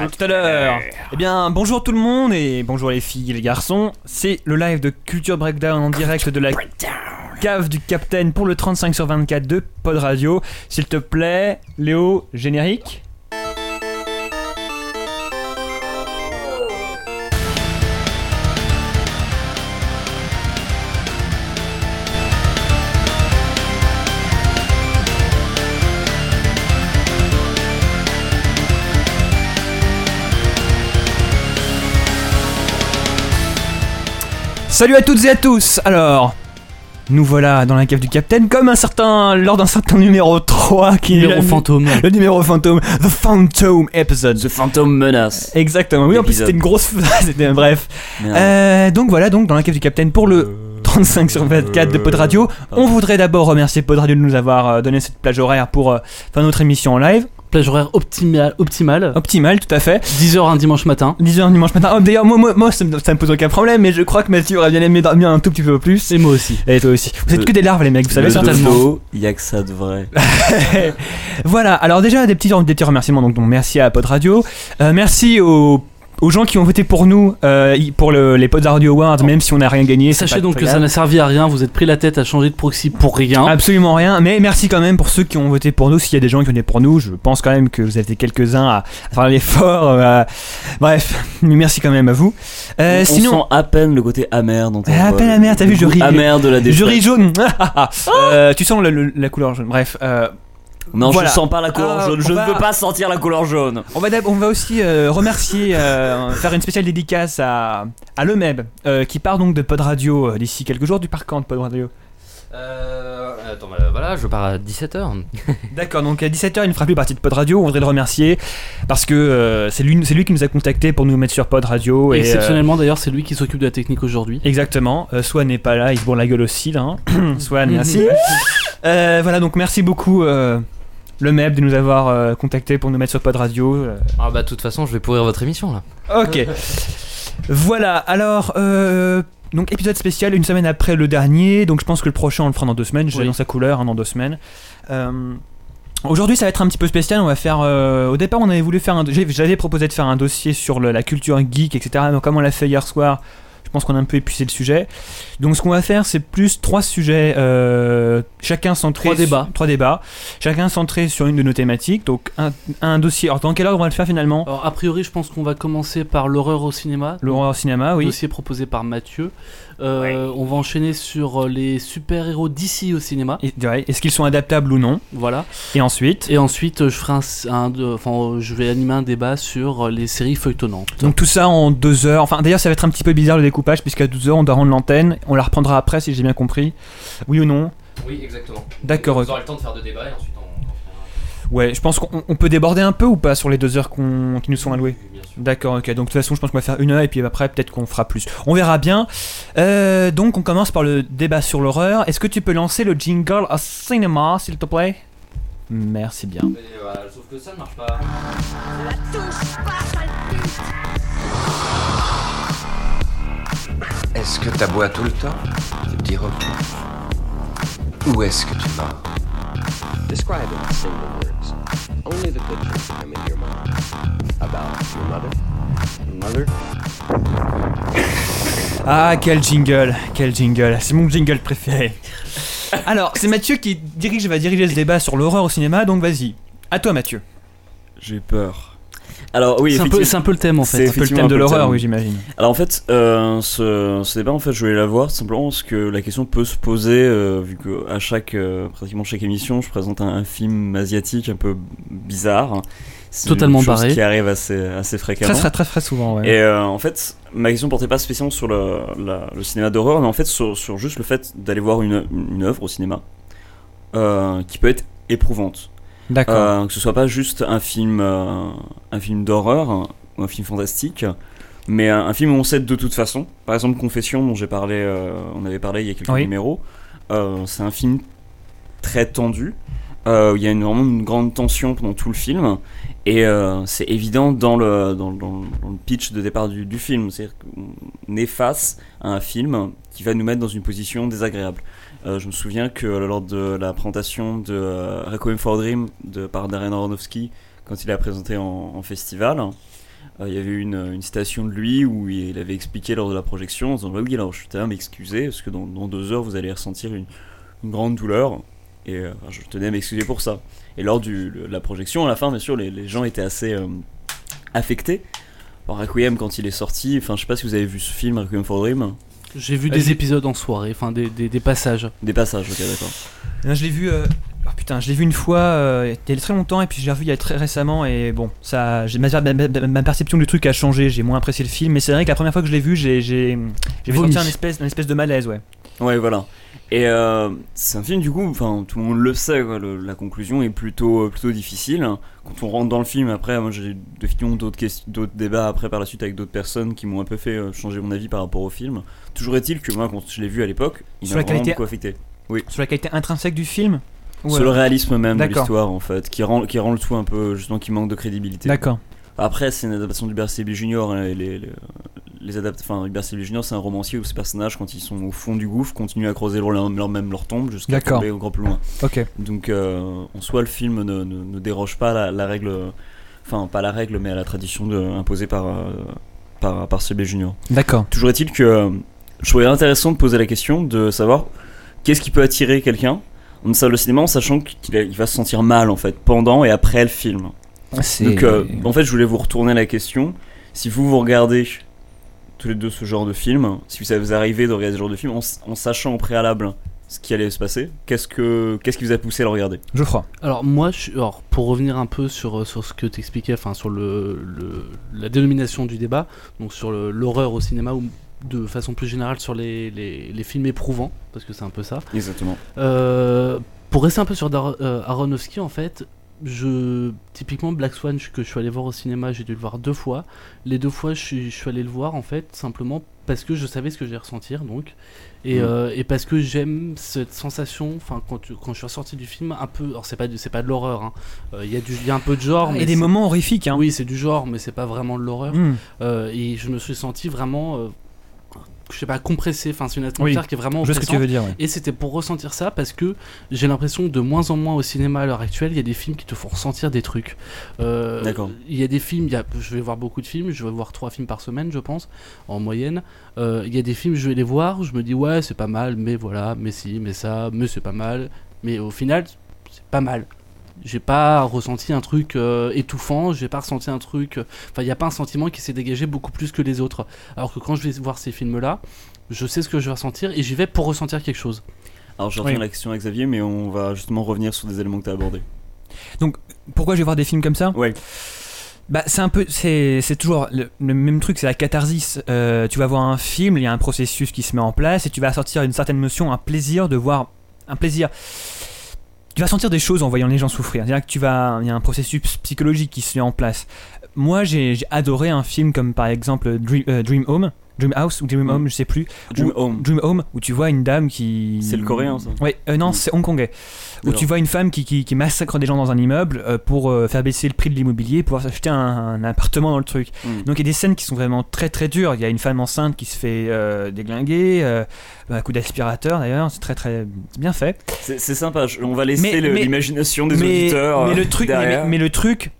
À tout à l'heure. Eh bien, bonjour tout le monde et bonjour les filles et les garçons. C'est le live de Culture Breakdown en direct de la cave du Capitaine pour le 35 sur 24 de Pod Radio. S'il te plaît, Léo, générique. Salut à toutes et à tous. Alors, nous voilà dans la cave du Capitaine, comme un certain lors d'un certain numéro 3 qui est Numéro fantôme. le numéro fantôme, the Phantom episode. The fantôme menace. Exactement. Oui, en plus Épisode. c'était une grosse phrase. c'était- Bref. Merde. Euh, donc voilà, donc dans la cave du Capitaine pour le 35 sur 24 de Pod Radio. On voudrait d'abord remercier Pod Radio de nous avoir euh, donné cette plage horaire pour euh, faire notre émission en live. Plage horaire optimale, optimale. Optimal, tout à fait. 10h un dimanche matin. 10h dimanche matin. Oh, D'ailleurs, moi, moi, moi, ça, me, ça me pose aucun problème, mais je crois que Mathieu aurait bien aimé dormir un tout petit peu plus. Et moi aussi. Et toi aussi. Vous êtes Le- que des larves, les mecs, vous savez, le certainement. dodo, il y a que ça de vrai. Voilà, alors déjà des petits, des petits remerciements, donc, donc merci à Pod Radio, Euh, merci aux, aux gens qui ont voté pour nous, euh, y- pour le- les Pod Radio Awards, même si on n'a rien gagné. Et c'est sachez pas donc très que ça grave. n'a servi à rien, vous êtes pris la tête à changer de proxy pour Hein rien. Absolument rien, mais merci quand même pour ceux qui ont voté pour nous. S'il y a des gens qui ont voté pour nous, je pense quand même que vous avez été quelques-uns à, à faire l'effort. euh, à- Bref, mais merci quand même à vous. Euh, on sinon, ah, sent à peine le côté amer dont on À voit peine le- amer, t'as le vu, je goût ris. Amer de la je défaite. ris jaune. Euh, tu sens le- le- la couleur jaune. Bref, euh, Non, Voilà. je sens pas la couleur Ah, jaune. on Je va- ne veux pas sentir la couleur jaune. On va, d'ab- on va aussi euh, remercier, euh, faire une spéciale dédicace à, à Lemeb, euh, qui part donc de Pod Radio euh, d'ici quelques jours, du parcant de Pod Radio. Euh, attends, bah, voilà, je pars à 17h. D'accord, donc à 17h, il ne fera plus partie de Pod Radio, on voudrait le remercier, parce que euh, c'est lui, c'est lui qui nous a contactés pour nous mettre sur Pod Radio. Et, euh, Exceptionnellement d'ailleurs, c'est lui qui s'occupe de la technique aujourd'hui. Exactement, euh, Swan n'est pas là, il se bourre la gueule aussi, là. hein. Swan, Mhm. merci. Euh, voilà, donc merci beaucoup euh, Lemeb de nous avoir euh, contactés pour nous mettre sur Pod Radio. euh, Ah bah de toute façon, je vais pourrir votre émission là. Ok. voilà, alors. euh, donc, épisode spécial une semaine après le dernier. Donc, je pense que le prochain, on le fera dans deux semaines. Oui. J'annonce la couleur hein, dans deux semaines. Euh, Aujourd'hui, ça va être un petit peu spécial. On va faire. euh, au départ, on avait voulu faire. un j'ai- J'avais proposé de faire un dossier sur le- la culture geek, etc. Mais comme on l'a fait hier soir, je pense qu'on a un peu épuisé le sujet. Donc, ce qu'on va faire, c'est plus trois sujets, euh, chacun centré. Trois sur- débats. trois débats. Chacun centré sur une de nos thématiques. Donc, un, un dossier. Alors, dans quel ordre on va le faire finalement Alors a priori, je pense qu'on va commencer par l'horreur au cinéma. L'horreur cinéma, oui. Dossier proposé par Mathieu. Euh, On va enchaîner sur euh, les super-héros d'ici au cinéma. Et- ouais, Est-ce qu'ils sont adaptables ou non Voilà. Et ensuite, Et ensuite, euh, je ferai un, un de- enfin, euh, je vais animer un débat sur euh, les séries feuilletonnantes. donc tout ça en deux heures. Enfin, d'ailleurs, ça va être un petit peu bizarre le découpage, puisqu'à 12 heures, on doit rendre l'antenne. On la reprendra après, si j'ai bien compris. Oui ou non Oui, exactement. D'accord, ok. Vous aurez le temps de faire deux débats et ensuite on. Ouais, je pense qu'on on peut déborder un peu ou pas sur les deux heures qu'on- qui nous sont allouées Bien sûr. D'accord, ok. Donc de toute façon, je pense qu'on va faire une heure et puis après, peut-être qu'on fera plus. On verra bien. Euh, donc, on commence par le débat sur l'horreur. Est-ce que tu peux lancer le jingle à cinéma, s'il te plaît Merci bien. Mais voilà, sauf que ça ne marche pas. Est-ce que t'aboies tout le temps, ce petit requin Ou est-ce que tu vas Describe it in single words. Only the good things that come into your mind. About your mother. Mother? Ah, quel jingle, quel jingle, c'est mon jingle préféré. Alors, c'est Mathieu qui dirige, va diriger ce débat sur l'horreur au cinéma, donc vas-y. À toi, Mathieu. J'ai peur. Alors oui, c'est, un peu, c'est effectivement. un peu le thème en fait. C'est Un peu le thème effectivement de un peu le l'horreur, thème. oui, j'imagine. Alors en fait, euh, ce, ce débat, en fait, je voulais l'avoir simplement parce que la question peut se poser euh, vu que à chaque, euh, pratiquement chaque émission, je présente un, un film asiatique un peu bizarre. C'est Totalement une chose barré. Qui arrive assez, assez fréquemment. Très, très, très, très souvent, ouais. Et euh, en fait, ma question portait pas spécialement sur le, la- le cinéma d'horreur, mais en fait sur, sur juste le fait d'aller voir une, une œuvre au cinéma euh, qui peut être éprouvante. D'accord. Euh, que ce soit pas juste un film, euh, un film d'horreur ou un film fantastique, mais un, un film où on sait de toute façon. Par exemple, Confession, dont j'ai parlé, euh, on avait parlé il y a quelques Oui. numéros. euh, c'est un film très tendu. euh, où il y a une, vraiment une grande tension pendant tout le film. Et euh, c'est évident dans le, dans, le- dans le- dans le pitch de départ du, du film. C'est-à-dire qu'on est face à un film qui va nous mettre dans une position désagréable. Euh, je me souviens que lors de la présentation de euh, Requiem for a Dream de, par Darren Aronofsky, quand il a présenté en, en festival, Euh, Il y avait une, une citation de lui où il avait expliqué lors de la projection en disant Bah oui, alors je tenais à m'excuser parce que dans, dans deux heures vous allez ressentir une, une grande douleur. Et euh, enfin, je tenais à m'excuser pour ça. Et lors du- le- de la projection, à la fin, bien sûr, les, les gens étaient assez euh, affectés. Alors, Requiem, quand il est sorti, enfin, je sais pas si vous avez vu ce film, Requiem for a Dream, J'ai vu Ah, des j'ai- épisodes en soirée, enfin des, des, des passages. des passages, ok, d'accord. Non, je l'ai vu. euh, oh putain, je l'ai vu une fois euh, il y a très longtemps et puis je l'ai revu il y a très récemment et bon, ça, j'ai- ma, ma- ma- ma perception du truc a changé. J'ai moins apprécié le film, mais c'est vrai que la première fois que je l'ai vu, j'ai j'ai j'ai Vomi. senti un espèce, un espèce de malaise, ouais. Ouais, voilà. Et euh, c'est un film, du coup, enfin, tout le monde le sait, quoi, le- la conclusion est plutôt, euh, plutôt difficile. Quand on rentre dans le film, après, moi j'ai définitivement d'autres ques- d'autres débats après par la suite avec d'autres personnes qui m'ont un peu fait euh, changer mon avis par rapport au film. Toujours est-il que moi, quand je l'ai vu à l'époque, il Sur m'a la vraiment qualité- beaucoup affecté. Sur la qualité intrinsèque du film. ou, Sur le euh, réalisme même de D'accord. l'histoire, en fait, qui rend, qui rend le tout un peu, justement, qui manque de crédibilité. D'accord. Après, c'est une adaptation d'Hubert Sebi Junior. hein, et Les, les, les adapt- enfin, Hubert Sebi Junior, c'est un romancier où ces personnages, quand ils sont au fond du gouffre, continuent à creuser leur, leur- même leur tombe jusqu'à D'accord. tomber encore plus loin. Ok. Donc, euh, en soi, le film ne, ne- ne déroge pas à la, la règle, enfin, pas à la règle, mais à la tradition de- imposée par, euh, par, par Sebi Junior. D'accord. Toujours est-il que euh, je trouvais intéressant de poser la question de savoir qu'est-ce qui peut attirer quelqu'un en salle de cinéma en sachant qu'il a- il va se sentir mal en fait pendant et après le film. C'est- Donc, euh, en fait, je voulais vous retourner la question. Si vous, vous regardez tous les deux ce genre de film, si ça vous arrivez de regarder ce genre de film en, s- en sachant au préalable ce qui allait se passer, qu'est-ce, que, qu'est-ce qui vous a poussé à le regarder Je crois. Alors moi, je, suis- alors, pour revenir un peu sur, euh, sur ce que t'expliquais, enfin sur le, le- la dénomination du débat, donc sur le- l'horreur au cinéma ou de façon plus générale sur les, les, les films éprouvants, parce que c'est un peu ça. Exactement. Euh, pour rester un peu sur Dar- euh, Aronofsky, en fait, je typiquement Black Swan je- que je suis allé voir au cinéma, j'ai dû le voir deux fois. Les deux fois, je suis, je suis allé le voir en fait simplement parce que je savais ce que j'allais ressentir, donc, et, Mm. Mhm. euh, et parce que j'aime cette sensation. Enfin, quand, tu- quand je suis ressorti du film, un peu, alors c'est pas du- c'est pas de l'horreur, hein. Euh, il y a du, il y a un peu de genre, mais Et des c'est- moments horrifiques, hein. Oui, c'est du genre, mais c'est pas vraiment de l'horreur. Mm. Euh, et je me suis senti vraiment, euh, je sais pas, compressé. Enfin, c'est une Oui, atmosphère qui est vraiment Je vois ce que oppressante. tu veux dire. ouais. Et c'était pour ressentir ça parce que j'ai l'impression que de moins en moins au cinéma à l'heure actuelle, il y a des films qui te font ressentir des trucs. Euh, D'accord. Il y a des films, il y a- je vais voir beaucoup de films, je vais voir trois films par semaine, je pense, en moyenne. Euh, il y a des films, je vais les voir, je me dis ouais, c'est pas mal, mais voilà, mais si, mais ça, mais c'est pas mal. Mais au final, c'est pas mal. J'ai pas ressenti un truc euh, étouffant, j'ai pas ressenti un truc. Enfin, il n'y a pas un sentiment qui s'est dégagé beaucoup plus que les autres. Alors que quand je vais voir ces films-là, je sais ce que je vais ressentir et j'y vais pour ressentir quelque chose. Alors, je Oui. retiens la question à Xavier, mais on va justement revenir sur des éléments que tu as abordés. Pourquoi je vais voir des films comme ça Ouais. Bah, c'est un peu, c'est c'est toujours le, le même truc, c'est la catharsis. Euh, tu vas voir un film, il y a un processus qui se met en place et tu vas sortir une certaine notion, un plaisir de voir, un plaisir. Tu vas sentir des choses en voyant les gens souffrir. C'est-à-dire que tu vas, il y a un processus psychologique qui se met en place. Moi, j'ai j'ai adoré un film comme par exemple Dream, euh, Dream Home, Dream House ou Dream Mm. Home, je sais plus. Dream Home. Dream Home où tu vois une dame qui. C'est le coréen, ça Ouais, euh, non, Mm. c'est hongkongais. Où D'accord. tu vois une femme qui, qui, qui massacre des gens dans un immeuble euh, pour euh, faire baisser le prix de l'immobilier, pouvoir s'acheter un, un appartement dans le truc. Mm. Donc il y a des scènes qui sont vraiment très très dures. Il y a une femme enceinte qui se fait euh, déglinguer, euh, un coup d'aspirateur d'ailleurs, c'est très très c'est bien fait. C'est, c'est sympa, je- on va laisser Mais- le- mais- l'imagination des mais, auditeurs. mais euh, le truc, mais, derrière. mais- mais le truc,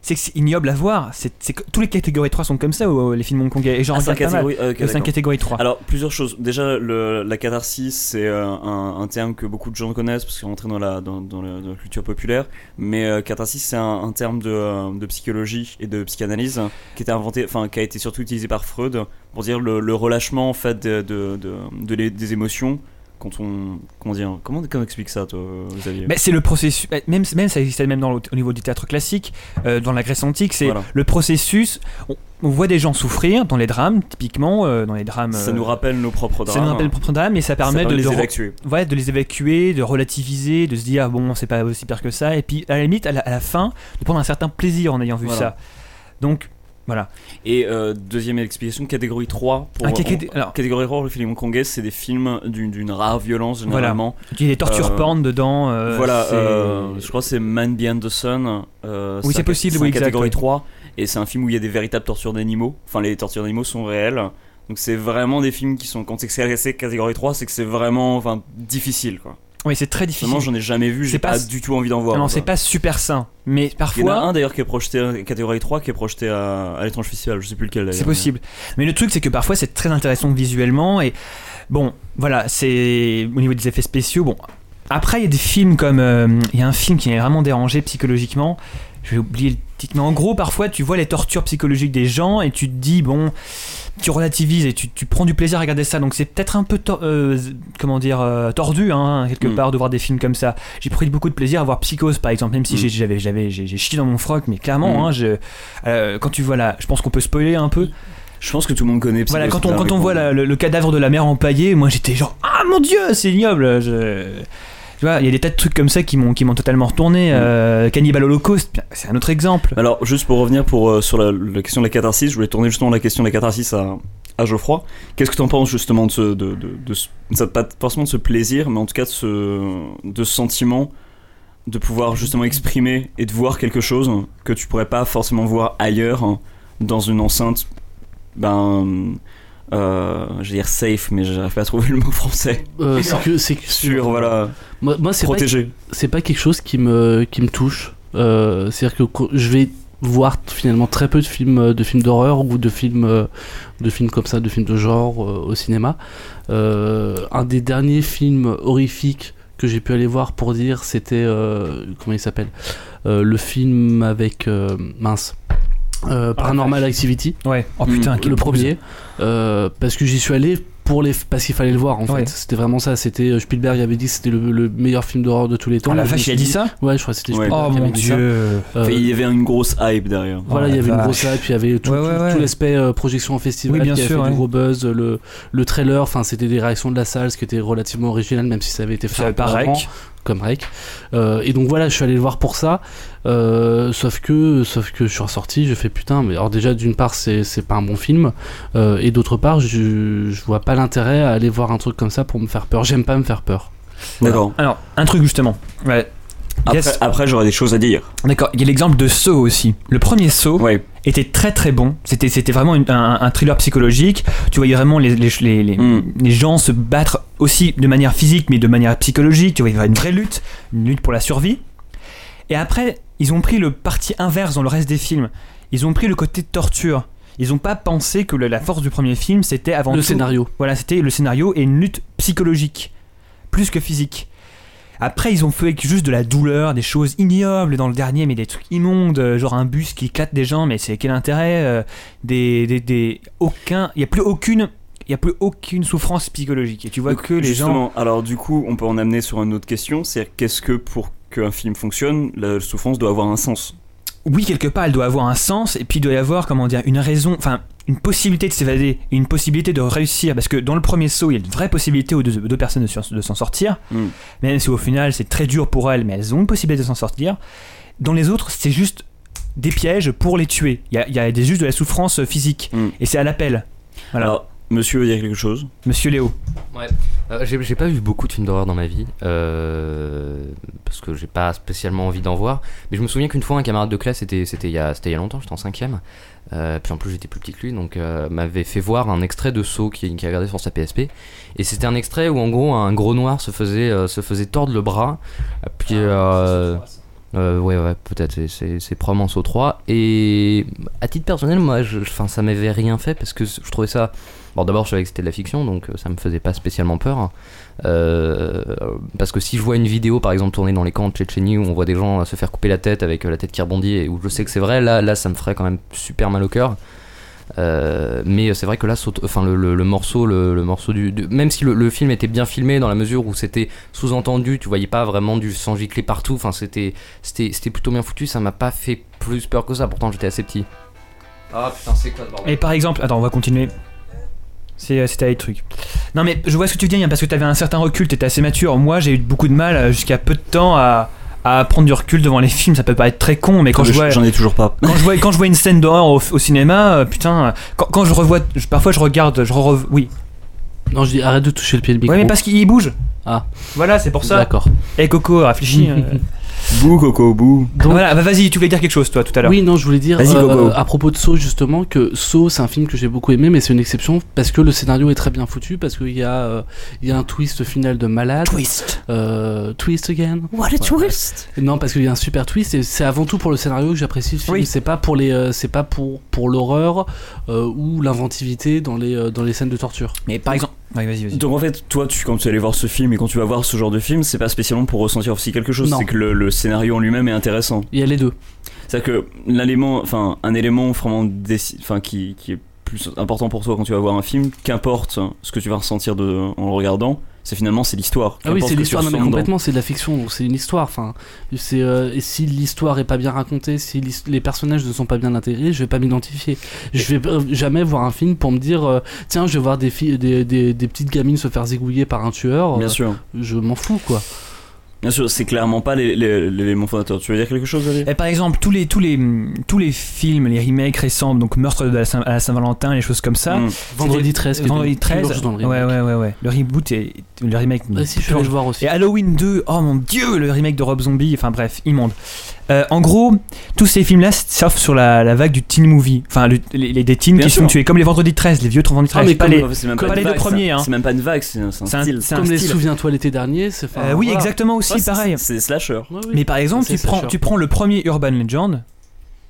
c'est que c'est ignoble à voir. C'est, c'est que tous les catégories 3 sont comme ça, euh, les films hongkongais. Et j'en Ah, c'est un regarde pas mal. catégorie. ah, ok, Euh, c'est un d'accord. catégorie 3. Alors, plusieurs choses. Déjà, le- la catharsis, c'est euh, un, un terme que beaucoup de gens connaissent parce qu'ils sont rentrés dans la, dans, dans la, dans la culture populaire. Mais euh, catharsis, c'est un, un terme de, euh, de psychologie et de psychanalyse qui, était inventé, enfin, qui a été surtout utilisé par Freud pour dire le, le relâchement en fait, de, de, de, de les- des émotions quand on. Comment dire Comment, comment on explique ça, toi, Xavier Mais c'est le processus, même, même ça existait même dans le- au niveau du théâtre classique, euh, dans la Grèce antique, c'est Voilà. le processus. On, on voit des gens souffrir dans les drames, typiquement, euh, dans les drames. Ça euh, nous rappelle nos propres drames. ça nous rappelle le propre drame et ça permet de, les de, évacuer. ouais, de les évacuer, de relativiser, de se dire ah bon, c'est pas aussi pire que ça, et puis à la limite, à la, à la fin, de prendre un certain plaisir en ayant vu Voilà. ça. Donc, Et euh, deuxième explication, catégorie 3. Pour, un kéké- alors, Catégorie horror, le film hongkongais, c'est des films d'une d'une rare violence généralement. il y a des tortures euh, porn dedans. euh, voilà, c'est- euh, je crois que c'est Man Behind the Sun. euh, Oui, c'est un- possible, un oui, exact, catégorie oui. 3. Et c'est un film où il y a des véritables tortures d'animaux. Enfin, les tortures d'animaux sont réelles. Donc c'est vraiment des films qui sont. Quand c'est classé catégorie 3, c'est que c'est vraiment enfin, difficile. Quoi. Oui, c'est très difficile. Vraiment, j'en ai jamais vu, C'est j'ai pas pas, s- du tout envie d'en voir. non, quoi. c'est pas super sain, mais Il y en a parfois un d'ailleurs qui est projeté, catégorie 3, qui est projeté à, à l'étrange festival, je sais plus lequel d'ailleurs. c'est possible. Mais le truc, c'est que parfois c'est très intéressant visuellement et bon, voilà, c'est au niveau des effets spéciaux. Bon, après il y a des films comme euh, il y a un film qui est vraiment dérangé psychologiquement. J'ai oublié le titre, mais en gros, parfois tu vois les tortures psychologiques des gens et tu te dis bon, tu relativises et tu, tu prends du plaisir à regarder ça. Donc c'est peut-être un peu tor- euh, z- comment dire euh, tordu hein, quelque Mm. part de voir des films comme ça. J'ai pris beaucoup de plaisir à voir Psychose par exemple, même si Mm. j'ai- j'avais j'avais j'ai j'ai chié dans mon froc, mais clairement Mm. hein, je, euh, quand tu vois là, je pense qu'on peut spoiler un peu. Je pense que tout le monde connaît. Voilà, Psychose, quand on, quand on Dark voit Knight. la- le, le cadavre de la mère empaillée, moi j'étais genre Ah mon dieu, c'est ignoble je... Tu vois, il y a des tas de trucs comme ça qui m'ont qui m'ont totalement retourné. Euh, Cannibal Holocaust, bien, c'est un autre exemple. Alors, juste pour revenir pour, euh, sur la, la question de la catharsis, je voulais tourner justement la question de la catharsis à, à Geoffroy. Qu'est-ce que t'en penses justement de ce. De, de, de ce- ça- pas forcément de ce plaisir, mais en tout cas de ce, de ce sentiment de pouvoir justement exprimer et de voir quelque chose que tu pourrais pas forcément voir ailleurs hein, dans une enceinte. Ben. Euh, je vais dire safe, mais j'arrive pas à trouver le mot français. Euh, c'est que c'est que- Sûr, voilà. Moi, moi, c'est pas Protégé. c'est pas quelque chose qui me, qui me touche. Euh, C'est-à-dire que co- je vais voir t- finalement très peu de films euh, de films d'horreur ou de films euh, de films comme ça, de films de genre euh, au cinéma. Euh, un des derniers films horrifiques que j'ai pu aller voir pour dire, c'était euh, comment il s'appelle Euh, Le film avec euh, mince Ah, euh, Paranormal Activity Ouais. Oh Mm. putain, quel le premier euh, parce que j'y suis allé pour les parce qu'il fallait le voir en Ouais. fait c'était vraiment ça c'était euh, Spielberg avait dit que c'était le, le meilleur film d'horreur de tous les temps Oh la Et je me vache, suis il a dit ça ouais je crois que c'était Ouais. Spielberg Oh qui avait mon dit ça. dieu. Euh, Enfin, il y avait une grosse hype derrière. Oh, voilà il y la avait une vache. grosse hype il y avait tout, Ouais, tout- ouais, ouais. tout l'aspect euh, projection en festival Oui, bien qui a sûr, fait ouais. du gros buzz euh, le, le trailer enfin c'était des réactions de la salle ce qui était relativement original même si ça avait été fait Ça un peu pas avant, rec. comme rec Euh, et donc voilà je suis allé le voir pour ça Euh, sauf que sauf que je suis ressorti je fais putain mais alors déjà d'une part c'est c'est pas un bon film Euh, et d'autre part je, je vois pas l'intérêt à aller voir un truc comme ça pour me faire peur j'aime pas me faire peur D'accord. Alors, un truc justement. Ouais. Il y a Après, ce- après j'aurais des choses à dire. D'accord, il y a l'exemple de Saw aussi. Le premier Saw Ouais. était très très bon. C'était c'était vraiment une- un, un thriller psychologique. Tu voyais vraiment les, les, les, les- Mm. les gens se battre aussi de manière physique, mais de manière psychologique. Tu vois, il y avait une vraie lutte, une lutte pour la survie. Et après, ils ont pris le parti inverse dans le reste des films. Ils ont pris le côté torture. Ils n'ont pas pensé que le- la force du premier film, c'était avant le tout scénario voilà, c'était le scénario et une lutte psychologique, plus que physique. Après, ils ont fait avec juste de la douleur, des choses ignobles dans le dernier, mais des trucs immondes, euh, genre un bus qui éclate des gens, mais c'est quel intérêt euh, des, des, des- aucun, il y a plus aucune, il y a plus aucune souffrance psychologique. Et tu vois Donc, que les gens, justement, alors du coup, on peut en amener sur une autre question, c'est qu'est-ce que pour qu'un film fonctionne, la souffrance doit avoir un sens. oui, quelque part, elle doit avoir un sens, et puis il doit y avoir, comment dire, une raison, enfin, une possibilité de s'évader, et une possibilité de réussir, parce que dans le premier saut, il y a une vraie possibilité aux deux, deux personnes de s'en de s'en sortir. Mm. même si au final c'est très dur pour elles, mais elles ont une possibilité de s'en sortir. Dans les autres, c'est juste des pièges pour les tuer. Il y a, il y a des- juste de la souffrance euh, physique. Mm. Et c'est à l'appel. Voilà. Alors, monsieur veut dire quelque chose Monsieur Léo. Euh, j'ai, j'ai pas vu beaucoup de films d'horreur dans ma vie, euh, parce que j'ai pas spécialement envie d'en voir. Mais je me souviens qu'une fois, un camarade de classe, c'était, c'était, il, y a, c'était il y a longtemps, j'étais en 5 euh, puis en plus j'étais plus petit que lui, donc euh, m'avait fait voir un extrait de Saw qui qu'il regardait sur sa PSP. Et c'était un extrait où en gros un gros noir se faisait, euh, se faisait tordre le bras, puis euh, euh, ouais, ouais, peut-être, c'est- c'est c'est probablement Saw 3. Et à titre personnel, moi, je, je- 'fin, ça m'avait rien fait parce que je trouvais ça. Bon, d'abord, je savais que c'était de la fiction, donc euh, ça me faisait pas spécialement peur. hein. Euh, parce que si je vois une vidéo, par exemple, tournée dans les camps de Tchétchénie où on voit des gens euh, se faire couper la tête avec euh, la tête qui rebondit et où je sais que c'est vrai, là, là, ça me ferait quand même super mal au cœur. Euh, mais c'est vrai que là, saute- enfin le, le- le morceau, le, le morceau du, du- même si le, le film était bien filmé dans la mesure où c'était sous-entendu, tu voyais pas vraiment du sang giclé partout. Enfin, c'était, c'était, c'était plutôt bien foutu. Ça m'a pas fait plus peur que ça. Pourtant, j'étais assez petit. Ah putain, c'est quoi ce bordel Et par exemple, attends, on va continuer. C'est- euh, C'était avec truc. Non mais je vois ce que tu veux dire, parce que t'avais un certain recul, t'étais assez mature. Moi, j'ai eu beaucoup de mal euh, jusqu'à peu de temps à, à prendre du recul devant les films. Ça peut paraître très con, mais quand je vois J'en ai toujours pas. quand je vois quand je vois une scène d'horreur au, au cinéma, euh, putain, euh, quand, quand je revois, je- parfois je regarde, je re, oui, non je dis arrête de toucher le pied du micro ouais, mais parce qu'il bouge. Ah. Voilà, c'est pour ça. d'accord Et Coco, réfléchis. euh. Bou, Coco, bou. Donc- voilà, bah vas-y, tu voulais dire quelque chose toi tout à l'heure. Oui, non, je voulais dire Vas-y, euh, Gogo. à propos de Saw justement que Saw c'est un film que j'ai beaucoup aimé, mais c'est une exception parce que le scénario est très bien foutu, parce qu'il y a euh, il y a un twist final de malade. Twist. Euh, twist again. What a twist. Non, parce qu'il y a un super twist et c'est avant tout pour le scénario que j'apprécie le film. Oui. C'est pas pour les euh, c'est pas pour pour l'horreur euh, ou l'inventivité dans les euh, dans les scènes de torture. Mais par exemple. Oui, vas-y, vas-y. Donc en fait, toi, tu, quand tu es allé voir ce film et quand tu vas voir ce genre de film, c'est pas spécialement pour ressentir aussi quelque chose, Non. c'est que le, le scénario en lui-même est intéressant. Il y a les deux. C'est-à-dire que l'élément, enfin, un élément vraiment déci- enfin, qui, qui est plus important pour toi quand tu vas voir un film, qu'importe ce que tu vas ressentir de, en le regardant, c'est finalement c'est l'histoire. Ah oui, Qu'importe c'est que tu l'histoire, non mais ressens dedans. complètement, c'est de la fiction, donc c'est une histoire. Enfin, c'est euh, et si l'histoire est pas bien racontée, si l'his- les personnages ne sont pas bien intégrés, je vais pas m'identifier. Je vais euh, jamais voir un film pour me dire euh, tiens, je vais voir des filles, des, des, des petites gamines se faire zigouiller par un tueur. Bien Euh, sûr, Je m'en fous quoi. bien sûr, c'est clairement pas les- les- l'élément fondateur. Tu veux dire quelque chose, Ali Et Eh, par exemple, tous les, tous, les, tous les films, les remakes récents, donc Meurtre de la Saint- à la Saint-Valentin, les choses comme ça. Mm. Vendredi 13. qui est Vendredi une purge 13. Dans le ouais, remake. ouais, ouais, ouais. Le reboot et le remake. Ah, si, je suis allé le voir aussi. Et Halloween 2, oh mon dieu, le remake de Rob Zombie, enfin bref, immonde. Euh, en gros, tous ces films-là surfent sur la, la vague du teen movie. Enfin, le- les, les- des teens Bien qui se font sûr. tuer, comme les vendredis 13, les vieux vendredis Ah, 13. mais pas comme- les- C'est même pas une les deux vague, ça. premiers, hein. C'est même pas une vague, c'est un, c'est un C'est un- style. c'est un Comme les style. Souviens-toi l'été dernier, c'est. Euh, enfin, oui, voilà. exactement aussi, Ouais, c'est- pareil. C'est slasher. Ouais, oui. Mais par exemple, C'est tu prends, slasher. tu prends le premier Urban Legend,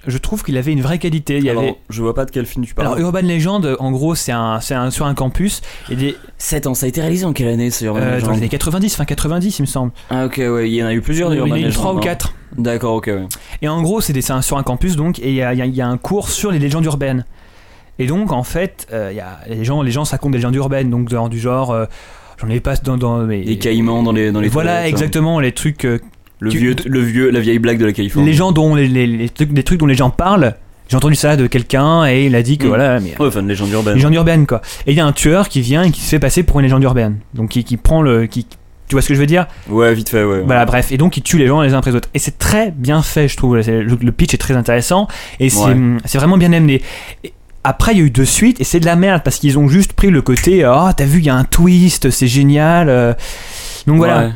je trouve qu'il avait une vraie qualité. Il y Alors, avait. Je vois pas de quel film tu Alors, parles. Urban Legend, en gros, c'est un, c'est un- sur un campus. Et des, 7 ans, ça a été réalisé en quelle année, c'est Urban euh, dans les Legend années 90, fin 90, il me semble. Ah ok, ouais, il y en a eu plusieurs des il y en Urban a eu Legend. 3 ou hein. 4. D'accord, ok, ouais. Et en gros, c'est des- c'est un- sur un campus, donc, et il y a, il y a- il y a un cours sur les légendes urbaines. Et donc, en fait, euh, il y a, les, gens, les gens, ça compte des légendes urbaines, donc dans- du genre, euh, j'en ai pas dans... dans mais- Les caïmans dans les dans les voilà, toilettes, hein. exactement, les trucs... euh, Le Tu- vieux, le vieux, la vieille blague de la Californie. les gens dont... Les, les- les trucs, les trucs dont les gens parlent, j'ai entendu ça de quelqu'un, et il a dit que, Mm. voilà, mais... euh, Ouais, enfin, une légende urbaine. Légende urbaine, quoi. Et il y a un tueur qui vient et qui se fait passer pour une légende urbaine. Donc, qui, qui prend le... Qui, tu vois ce que je veux dire Ouais, vite fait, ouais. Voilà, bref. Et donc, il tue les gens les uns après les autres. Et c'est très bien fait, je trouve. C'est- Le, le pitch est très intéressant. Et c'est Ouais. hum, c'est vraiment bien amené. Et après, il y a eu deux suites. Et c'est de la merde. Parce qu'ils ont juste pris le côté Oh, t'as vu, il y a un twist. C'est génial. euh. Donc voilà. Ouais.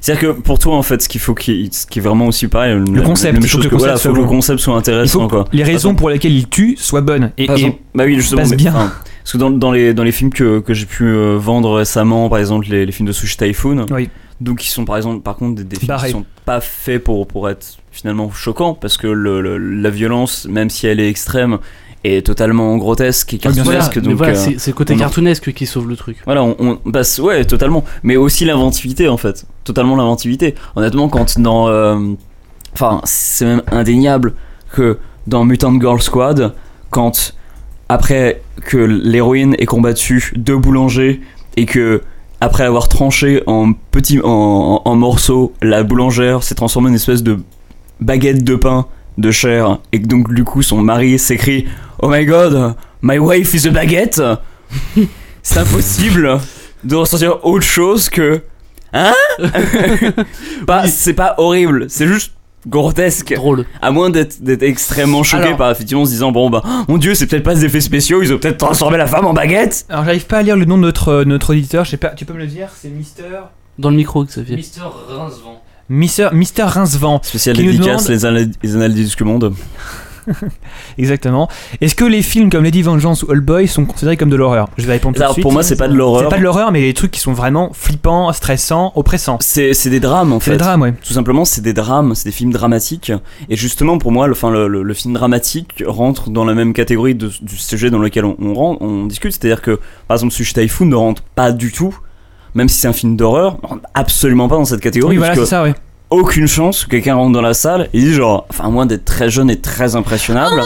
C'est-à-dire que pour toi, en fait, ce qu'il faut, qu'il- ce qui est vraiment aussi pareil, Le concept, il même faut chose que le que, voilà, concept faut que soit le bon. concept soit intéressant, Il faut quoi. que les raisons Attends. pour lesquelles il tue soient bonnes. Et, Par et- exemple- bah oui, justement. passe mais- bien. enfin, parce que dans, dans les dans les films que, que j'ai pu euh, vendre récemment, par exemple les, les films de Sushi Typhoon, Oui. donc ils sont par exemple par contre des, des films Barrés. qui sont pas faits pour pour être finalement choquants, parce que le, le- la violence, même si elle est extrême, est totalement grotesque et Oui, Ah, bien sûr. Voilà, cartoonesque. mais donc voilà, euh, c'est- c'est le côté on en- cartoonesque qui sauve le truc. Voilà, on, on bah, c'est- ouais, totalement. Mais aussi l'inventivité, en fait. Totalement l'inventivité. Honnêtement, quand dans. euh, Enfin, c'est même indéniable que dans Mutant Girl Squad, quand après que l'héroïne est combattue de boulanger et que après avoir tranché en petits en, en- en morceaux, la boulangère s'est transformée en une espèce de baguette de pain de chair et que donc du coup son mari s'écrie Oh my god, my wife is a baguette. C'est impossible de ressentir autre chose que hein Pas- c'est pas horrible, c'est juste grotesque. Drôle. À moins d'être d'être extrêmement choqué Alors- par effectivement en se disant bon bah mon dieu c'est peut-être pas des effets spéciaux ils ont peut-être transformé la femme en baguette. Alors, j'arrive pas à lire le nom de notre, euh, notre auditeur. Je sais pas, tu peux me le dire C'est Mister. Dans le micro, Xavier. Mister Rincevent. Mister, Mister Rincevent. Spécial Qui nous dédicace demande- les, anal- les analyses du monde. Exactement. Est-ce que les films comme Lady Vengeance ou All Boy sont considérés comme de l'horreur Je vais répondre tout de Alors, suite. pour moi c'est pas de C'est l'horreur. pas de l'horreur, mais les trucs qui sont vraiment flippants, stressants, oppressants. C'est c'est des drames en C'est fait. le drame, ouais. Tout simplement, c'est des drames, c'est des films dramatiques. Et justement, pour moi, le, enfin, le, le- le film dramatique rentre dans la même catégorie de- du sujet dans lequel on, on, rentre- on discute. C'est-à-dire que, par exemple, Sushi Typhoon ne rentre pas du tout, même si c'est un film d'horreur, ne rentre absolument pas dans cette catégorie. Oui, parce voilà, c'est que ça, ouais. aucune chance que quelqu'un rentre dans la salle et dit genre, enfin, à moins d'être très jeune et très impressionnable,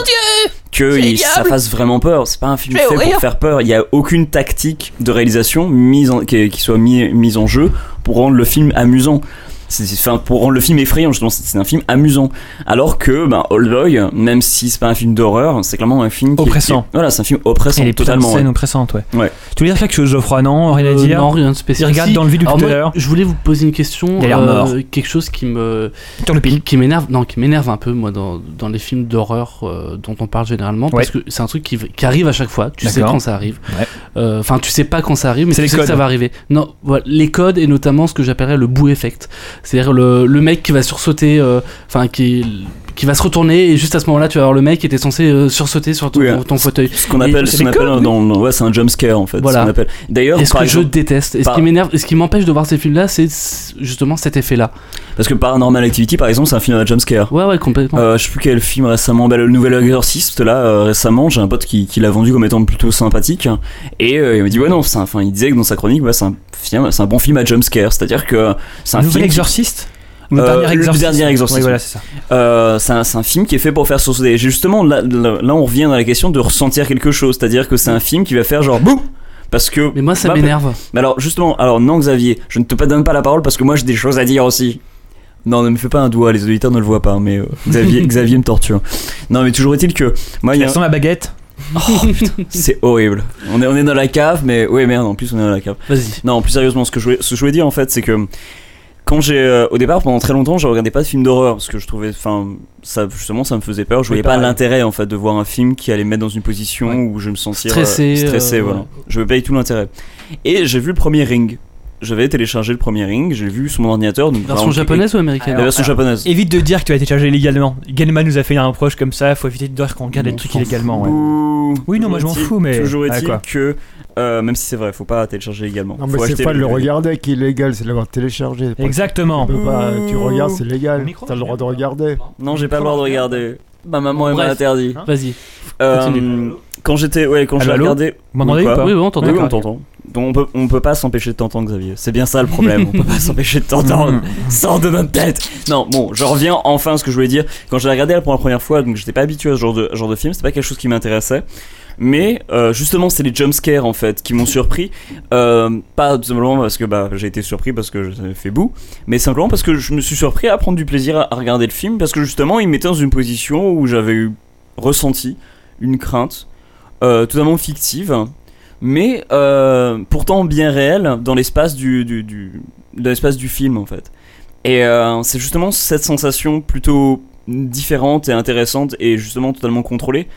que il- ça fasse vraiment peur. C'est pas un film fait pour faire peur. Il y a aucune tactique de réalisation mise en, qui, qui soit mis- mise en jeu pour rendre le film amusant. C'est- c'est- Enfin, pour rendre le film effrayant, justement, c'est c'est un film amusant. Alors que, ben, Old Boy, même si c'est pas un film d'horreur, c'est clairement un film qui est- Oppressant. qui est- voilà, c'est un film oppressant, Et les putains de totalement. scènes ouais. oppressantes, ouais. Ouais. Tu veux dire quelque chose, Geoffroy Non, rien à Euh, dire. non, rien de Tu spécial. regardes Si. dans le vide Alors depuis tout à moi, l'heure. je voulais vous poser une question. euh, Il a l'air mort. Quelque chose qui me, Sur le pile. qui m'énerve, non, qui m'énerve un peu moi dans, dans les films d'horreur euh, dont on parle généralement, parce que c'est un truc qui, v- qui arrive à chaque fois. Tu sais D'accord. quand ça arrive. Ouais. Euh, Enfin, tu sais pas quand ça arrive, mais C'est tu les sais que codes. ça va arriver. Non, voilà, les codes et notamment ce que j'appellerais le bout effect. C'est-à-dire le, le mec qui va sursauter, euh, enfin qui qui va se retourner et juste à ce moment-là, tu vas voir le mec qui était censé euh, sursauter sur ton, Oui, hein. ton fauteuil. Ce qu'on Et appelle, c'est ce qu'on appelle comme lui. dans, dans- ouais, c'est un jump scare en fait. ce Voilà. qu'on appelle. D'ailleurs, Et ce par que je exemple, déteste, et ce par- qui m'énerve, et ce qui m'empêche de voir ces films-là, c'est c- justement cet effet-là. parce que Paranormal Activity, par exemple, c'est un film à jump scare. Ouais, ouais, complètement. Euh, je sais plus quel film récemment, bah, le nouvel exorciste là euh, récemment, j'ai un pote qui, qui l'a vendu comme étant plutôt sympathique et euh, il m'a dit ouais non, c'est un- enfin il disait que dans sa chronique bah, c'est un film, c'est un bon film à jump scare, c'est-à-dire que c'est un Nouvel film qui- exorciste Ou le Euh, dernier le exorciste dernier exorciste, Oui, voilà, c'est ça. Euh, c'est un, c'est un film qui est fait pour faire sursauter. Et Justement, là, là, là, on revient à la question de ressentir quelque chose, c'est-à-dire que c'est un film qui va faire genre boum parce que. Mais moi, ça Bah, m'énerve. Mais alors justement, alors non Xavier, je ne te pas- donne pas la parole parce que moi j'ai des choses à dire aussi. Non, ne me fais pas un doigt, les auditeurs ne le voient pas, mais euh, Xavier, Xavier me torture. Non, mais toujours est-il que moi, il y a Elle sent la baguette. Oh, c'est horrible. On est, on est dans la cave, mais ouais merde, en plus on est dans la cave. Vas-y. Non, plus sérieusement, ce que je voulais, ce que je voulais dire en fait, c'est que quand j'ai, euh, au départ, pendant très longtemps, je regardais pas de films d'horreur parce que je trouvais, enfin, ça justement, ça me faisait peur. Je voyais pas pareil. l'intérêt en fait de voir un film qui allait me mettre dans une position Ouais. où je me sentir Stressé, euh, voilà. ouais. Je me paye tout l'intérêt. Et j'ai vu le premier Ring. J'avais téléchargé le premier Ring. J'ai vu sur mon ordinateur. Donc, Version vraiment, japonaise ou La américaine Alors, version japonaise. Évite de dire que tu as été chargé illégalement. Galman nous a fait un reproche comme ça, faut éviter de dire qu'on regarde On des trucs s'en illégalement. ouais. Ouh. Oui, non, moi, je m'en Toujours est-il- fous, mais- Toujours Ah, est-il quoi. que, euh, même si c'est vrai, faut pas télécharger également. Non, mais Faut c'est acheter pas de le le- regarder qui est légal, c'est de l'avoir téléchargé. Tu Exactement. peux pas- tu regardes, c'est légal. Le micro, T'as le droit de je regarder. Non, j'ai pas le droit de regarder. Ma maman elle m'a Bref. interdit. Hein Vas-y. Euh, Continue. quand j'étais, ouais, quand Allô, j'ai allô regardé. Vous m'entendez Ou ou pas Oui, oui, on t'entend. Oui, on t'entend. Donc on peut, on peut pas s'empêcher de t'entendre, Xavier. C'est bien ça le problème. on peut pas s'empêcher de t'entendre. Mm. Sors de notre tête. Non, bon, je reviens enfin à ce que je voulais dire. Quand j'ai regardé pour la première fois, donc j'étais pas habitué à ce genre de, genre de film. C'était pas quelque chose qui m'intéressait. Mais euh, justement, c'est les jumpscares en fait qui m'ont surpris. Euh, pas tout simplement parce que bah, j'ai été surpris parce que ça fait bout, mais simplement parce que je me suis surpris à prendre du plaisir à, à regarder le film parce que justement, il me mettait dans une position où j'avais eu ressenti une crainte euh, totalement fictive, mais euh, pourtant bien réelle dans l'espace du, du, du- dans l'espace du film en fait. Et euh, c'est justement cette sensation plutôt différente et intéressante et justement totalement contrôlée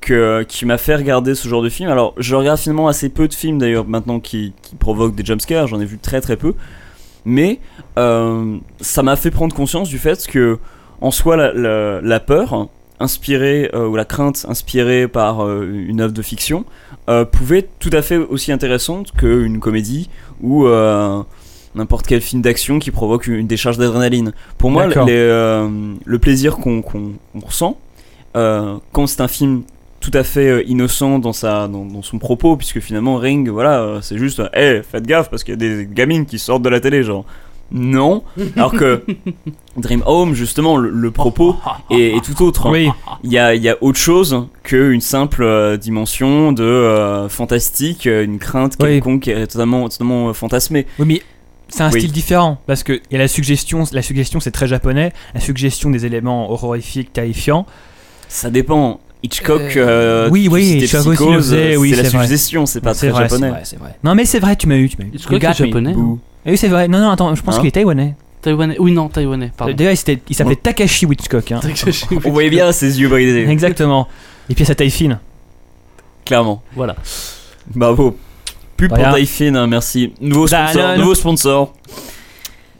que, euh, qui m'a fait regarder ce genre de film. Alors je regarde finalement assez peu de films d'ailleurs maintenant qui, qui provoquent des jumpscares, j'en ai vu très très peu. Mais euh, ça m'a fait prendre conscience du fait que en soi la, la- la peur inspirée euh, ou la crainte inspirée par euh, une œuvre de fiction euh, pouvait être tout à fait aussi intéressante qu'une comédie ou euh, n'importe quel film d'action qui provoque une décharge d'adrénaline. Pour moi, D'accord. les, euh, le plaisir qu'on qu'on- qu'on ressent euh, quand c'est un film tout à fait euh, innocent dans, sa, dans, dans son propos, puisque finalement Ring, voilà, euh, c'est juste, hé, faites gaffe parce qu'il y a des gamines qui sortent de la télé, genre. Non, alors que Dream Home, justement, le, le propos est, est tout autre. hein. Oui, Il y a, il y a autre chose qu'une simple euh, dimension de euh, fantastique, euh, une crainte Oui. quelconque qui est totalement, totalement euh, fantasmée. oui, mais c'est un Oui. style différent parce que il y a la suggestion, la suggestion c'est très japonais, la suggestion des éléments horrifiques, terrifiants. Ça dépend. Hitchcock, euh, oui, tu oui, citais Hitchcock aussi le Psychose, euh, faisait, oui, c'est la c'est vrai. suggestion, c'est pas C'est très vrai, c'est japonais. Ouais, c'est vrai. Non mais c'est vrai, tu m'as eu, tu m'as eu. Hitchcock You got est me. japonais. Bouh. Ah Oui, c'est vrai. Non non, attends, je pense Hein qu'il est taïwanais. Taïwanais. Oui, non, taïwanais, pardon. D'ailleurs, il s'était- il s'appelait Takashi Hitchcock hein. On voyait bien ses yeux brisés, Exactement. Et puis sa taille fine. clairement. Voilà. Bravo. Pub pour Voilà. Taïfin, hein, merci. Nouveau sponsor, Danone. nouveau sponsor.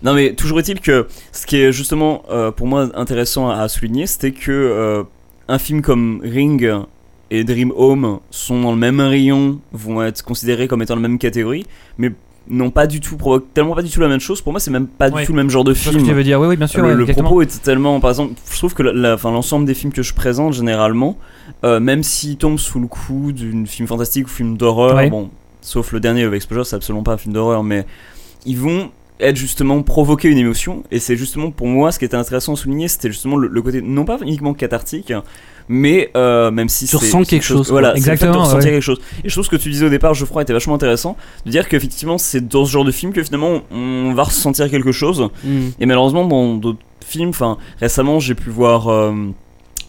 Non mais toujours est-il que ce qui est justement euh, pour moi intéressant à souligner, c'était que euh, un film comme Ring et Dream Home sont dans le même rayon, vont être considérés comme étant la même catégorie, mais n'ont pas du tout provoqué tellement pas du tout la même chose. Pour moi, c'est même pas du Ouais. tout le même genre de Je vois ce que film. tu veux dire. Oui, oui, bien sûr. le, ouais, le exactement. propos était tellement par exemple je trouve que la- la- enfin, l'ensemble des films que je présente généralement euh, même s'ils tombent sous le coup d'une film fantastique ou film d'horreur Ouais. bon sauf le dernier Love Exposure c'est absolument pas un film d'horreur mais ils vont être justement provoquer une émotion et c'est justement pour moi ce qui était intéressant à souligner c'était justement le, le côté non pas uniquement cathartique mais euh, même si Tu c'est- ressens c'est quelque chose, quoi. voilà c'est le fait de Exactement, ressentir ouais. quelque chose et je trouve ce que tu disais au départ Geoffroy était vachement intéressant de dire qu'effectivement c'est dans ce genre de film que finalement on va ressentir quelque chose Hmm. et malheureusement, dans d'autres films, enfin, récemment, j'ai pu voir. euh,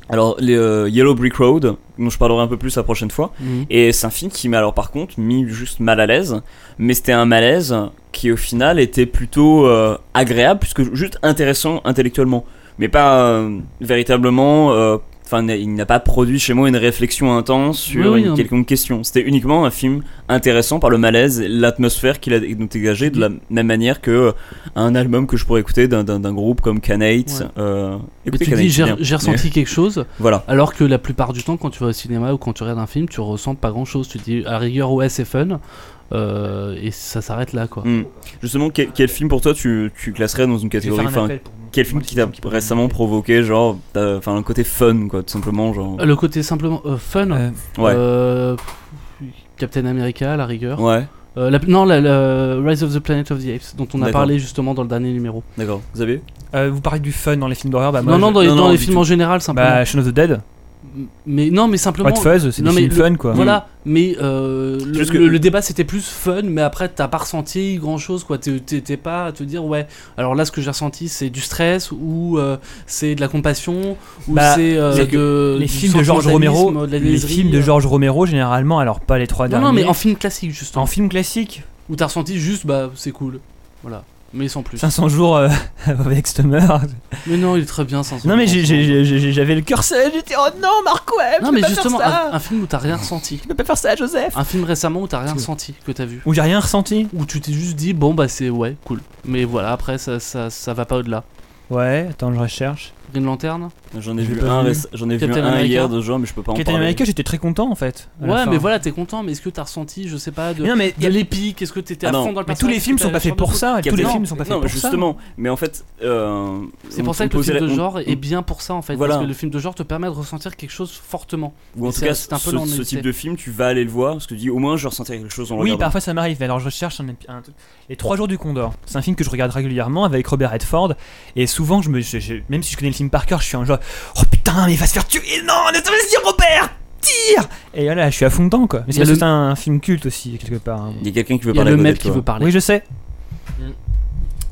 alors, les, euh, Yellow Brick Road, dont je parlerai un peu plus la prochaine fois. Hmm. Et c'est un film qui m'a alors par contre mis juste mal à l'aise. Mais c'était un malaise qui au final était plutôt euh, agréable, puisque juste intéressant intellectuellement. Mais pas euh, véritablement euh, Enfin, il n'a pas produit chez moi une réflexion intense sur Oui, oui, une non. quelconque question. C'était uniquement un film intéressant par le malaise, et l'atmosphère qu'il a dégagé, de la même manière que euh, un album que je pourrais écouter d'un- d'un d'un groupe comme Canate. Ouais. Euh, Mais écoutez tu Can dis, Hate, j'ai bien. j'ai ressenti quelque chose, Mais Voilà. alors que la plupart du temps, quand tu vas au cinéma ou quand tu regardes un film, tu ressens pas grand chose. Tu te dis, à la rigueur, ouais, c'est fun, euh, et ça s'arrête là, quoi. Hmm. Justement, quel, quel film pour toi tu, tu classerais dans une catégorie enfin, Quel film qui t'a récemment provoqué, genre, t'as- enfin, un côté fun, quoi, tout simplement, genre. Le côté simplement euh, fun, Mm. Ouais. euh, Captain America, à la rigueur. Ouais, Euh, la- non, la, la Rise of the Planet of the Apes, dont on a D'accord. parlé justement dans le dernier numéro. d'accord. Vous avez Euh, vous parlez du fun dans les films d'horreur bah, moi, non, non, je- dans, les- non, dans non, les du films tout. en général, simplement. Bah, Shaun of the Dead, mais non, mais simplement. What Fuzz, c'est des non, mais films le- fun quoi. Mm. Voilà, mais euh, le, Juste que- le- le débat c'était plus fun, mais après t'as pas ressenti grand chose quoi. T'es- T'es t'es pas à te dire ouais, alors là ce que j'ai ressenti c'est du stress ou euh, c'est de la compassion ou Bah, c'est euh, c'est que de. Les du films de George sentimentalisme, Romero, de la les niaiserie, films de euh. George Romero généralement, alors pas les trois Non, derniers. non, mais en film classique justement. en film classique, Où t'as ressenti juste bah c'est cool. Voilà, mais sans plus. 500 jours euh, avec Stummer. Mais non, il est très bien sans Non mais j'ai- j'ai- j'ai- j'ai- j'avais le cœur sec, j'étais oh non Mark Webb, Non, je peux mais pas justement, faire ça, un, un film où t'as rien ressenti. je peux pas faire ça Joseph. Un film récemment où t'as rien ressenti que t'as vu. Où j'ai rien ressenti. Où tu t'es juste dit bon bah c'est ouais, cool. Mais voilà, après ça, ça, ça va pas au-delà. Ouais, attends je recherche. Green Lantern J'en ai J'ai vu pas un, vu. réc- j'en ai vu Captain un America. hier de genre, mais je peux pas en Captain parler. America, j'étais très content en fait. à la Ouais, fin. mais voilà, t'es content, mais est-ce que t'as ressenti, je sais pas, de, Mais non mais y de a- l'épique Est-ce que t'étais à Ah non, fond dans le mais tous les personnage films Est-ce que sont t'as pas faits sorti pour de- ça. Tous les Captain- films sont pas faits Non, pour ça. justement, mais en fait. euh, C'est on- pour ça on que le film poserait- de on- genre est on- bien pour ça en fait. Voilà. Parce que le film de genre te permet de ressentir quelque chose fortement. Ou en c'est- tout cas, c'est un peu ce, l'ennui, ce type c'est- de film, tu vas aller le voir parce que tu dis au moins je ressentais quelque chose en le Oui, regardant. parfois ça m'arrive. Mais Alors je recherche un, épi- un truc. Les Trois Jours du Condor. C'est un film que je regarde régulièrement avec Robert Redford. Et souvent, je me, je- je- même si je connais le film par cœur, je suis en genre Oh putain, mais il va se faire tuer Non, laisse vas-y, Robert Tire Et voilà, je suis à fond dedans quoi. Mais Il y a c'est le- juste un film culte aussi, quelque part. hein. Il y a quelqu'un qui veut bah, Il y a parler le à côté mec de qui toi. veut parler. Oui, je sais.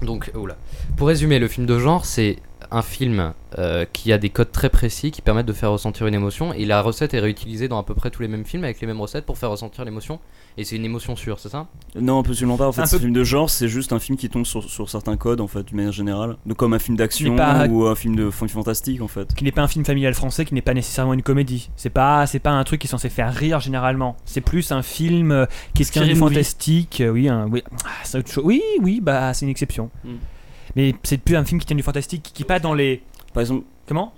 Donc, euh, oula. Pour résumer, le film de genre, c'est un film euh, qui a des codes très précis qui permettent de faire ressentir une émotion et la recette est réutilisée dans à peu près tous les mêmes films avec les mêmes recettes pour faire ressentir l'émotion et c'est une émotion sûre, c'est ça Non, absolument pas. En fait, Un ce peu- film de genre, c'est juste un film qui tombe sur, sur certains codes en fait, d'une manière générale. Donc, comme un film d'action Mais pas- ou un film de fan- fantastique en fait. Qu'il n'est pas un film familial français, qui n'est pas nécessairement une comédie. C'est pas, c'est pas un truc qui est censé faire rire généralement. C'est plus un film euh, qui est Scary un movie. fantastique. euh, Oui, un, oui, Ah, c'est autre chose. Oui, oui, bah c'est une exception. Mm. Hmm. Mais c'est plus un film qui tient du fantastique, qui, qui est pas dans les Par exemple, Comment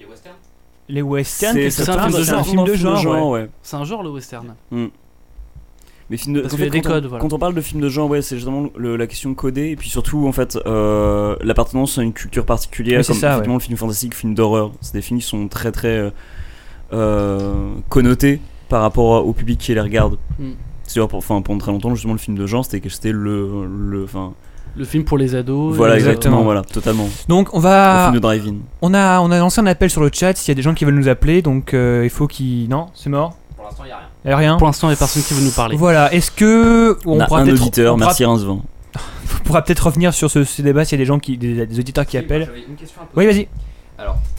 Les westerns c'est quelque ça c'est un part, tombe- film de c'est ça genre. tombe dans le film de genre, ouais. C'est un genre le western. Mais film de- Parce en qu'il y a fait, des quand on- codes, voilà. Quand on parle de film de genre, ouais, c'est justement le- la question codée et puis surtout en fait euh, l'appartenance à une culture particulière, Oui, c'est comme ça, effectivement, le film fantastique, le film d'horreur. C'est des films qui sont très très euh, euh, connotés par rapport au public qui les regarde. Mm. C'est pour, enfin, pendant très longtemps justement le film de genre, c'était que c'était le le enfin Le film pour les ados. voilà euh, exactement exactement. Ah. voilà totalement Donc on le va, film de drive-in. on a, on a lancé un appel sur le chat. S'il y a des gens qui veulent nous appeler, donc euh, il faut qu'ils, non, c'est mort. Pour l'instant, il a rien. Y a rien. Pour l'instant, il y a personne qui veut nous parler. Voilà. Est-ce que On, a un peut-être- auditeur, on pourra- merci Rincevin. pourra peut-être revenir sur ce, ce débat s'il y a des gens qui, des, des auditeurs qui appellent. une question à poser. Oui, vas-y.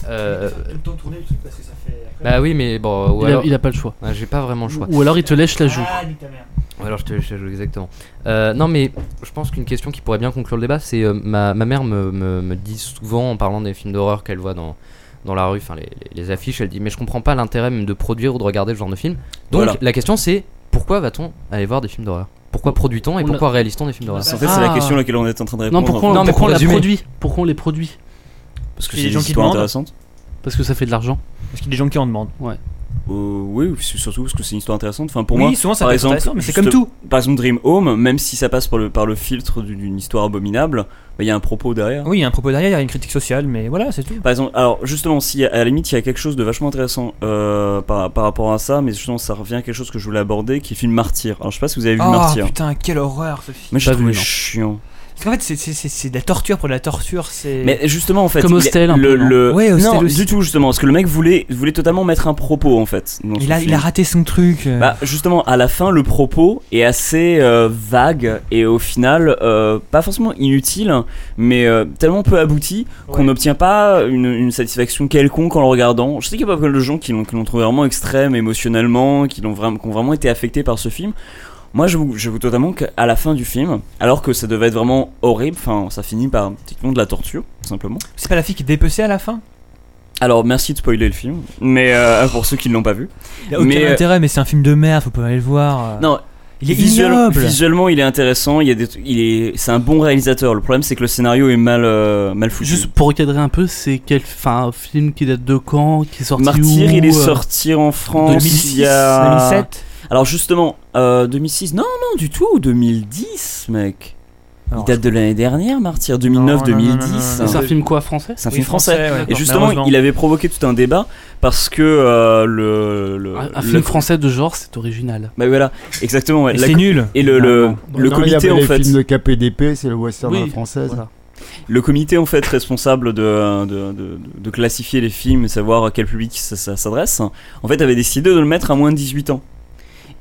Euh, bah oui, mais bon, ou Il, alors- a, il a pas le choix. Ah, j'ai pas vraiment le choix. Ou alors il te lèche la joue. Ou alors je te laisse la jouer exactement. Euh, non mais je pense qu'une question qui pourrait bien conclure le débat, c'est euh, ma, ma mère me, me- me dit souvent en parlant des films d'horreur qu'elle voit dans, dans la rue, enfin les, les- les affiches, elle dit mais je comprends pas l'intérêt même de produire ou de regarder ce genre de film. Donc Voilà. la question c'est pourquoi va-t-on aller voir des films d'horreur Pourquoi produit-on et On pourquoi réalise-t-on des films d'horreur En fait, c'est Ah. la question à laquelle on est en train de répondre. Non, pourquoi, on- Non, mais pour pourquoi on la résumer. produit Pourquoi on les produit Parce que Il y a des c'est une gens qui histoire demandent. intéressante. Parce que ça fait de l'argent. Est-ce qu'il y a des gens qui en demandent Euh, oui, c'est surtout parce que c'est une histoire intéressante. Enfin, pour Oui, moi, souvent ça par peut être exemple, intéressant, mais c'est juste- comme tout. par exemple Dream Home, même si ça passe par le, par le filtre du- d'une histoire abominable, bah, il y a un propos derrière. Oui, il y a un propos derrière, il y a une critique sociale, mais voilà, c'est tout. Par exemple, alors justement, si à la limite il y a quelque chose de vachement intéressant euh, par, par rapport à ça, mais justement ça revient à quelque chose que je voulais aborder, qui est le film Martyr. Alors je sais pas si vous avez vu hein. Oh Martyr. putain, quelle horreur ce film. Mais je Ah, Pas vu, trouve non. chiant. Parce qu'en fait, c'est- c'est- c'est c'est de la torture pour de la torture. C'est. Mais justement, en fait, Comme il- Hostel, un le, peu, non le- Ouais, Hostel non, aussi. du tout justement, parce que le mec voulait, voulait totalement mettre un propos en fait. dans il son a, il film. a raté son truc. euh. Bah, justement, à la fin, le propos est assez euh, vague et au final, euh, pas forcément inutile, mais euh, tellement peu abouti qu'on Ouais. n'obtient pas une, une satisfaction quelconque en le regardant. Je sais qu'il y a pas mal de gens qui l'ont qui l'ont trouvé vraiment extrême émotionnellement, qui l'ont vraiment, qui ont vraiment été affectés par ce film. Moi, je vous, je vous totalement qu'à la fin du film, alors que ça devait être vraiment horrible, enfin, ça finit par techniquement de la torture, tout simplement. C'est pas la fille qui est dépecée à la fin Alors merci de spoiler le film, mais euh, pour ceux qui ne l'ont pas vu. Il y a aucun Mais, euh, intérêt, mais c'est un film de merde, faut pas aller le voir. euh. Non, il est visuel- ignoble. visuellement il est intéressant, il y a des, il est, c'est un bon réalisateur. Le problème c'est que le scénario est mal, euh, mal foutu. Juste pour recadrer un peu, c'est quel enfin, un film qui date de quand Qui est sorti Martyr, où, il est euh, sorti en France 2006, il y a- 2007. Alors justement, euh, 2006, non, non, du tout, 2010, mec. Alors, il date de l'année dernière, Martyr, 2009, Non, non, non, non, 2010. non, C'est un Oui. film quoi français C'est un Oui, film français. ouais, Et d'accord, justement, malheureusement. il avait provoqué tout un débat parce que euh, le, le- Un, un le- film français de genre, c'est original. Bah voilà, exactement. ouais. Et La c'est co- nul. et le, le, le Non, il y comité avait en les fait, films de KPDP, c'est le western à la Oui, française. voilà. le comité en fait responsable de, de, de- de classifier les films et savoir à quel public ça, ça s'adresse, en fait avait décidé de le mettre à moins de 18 ans.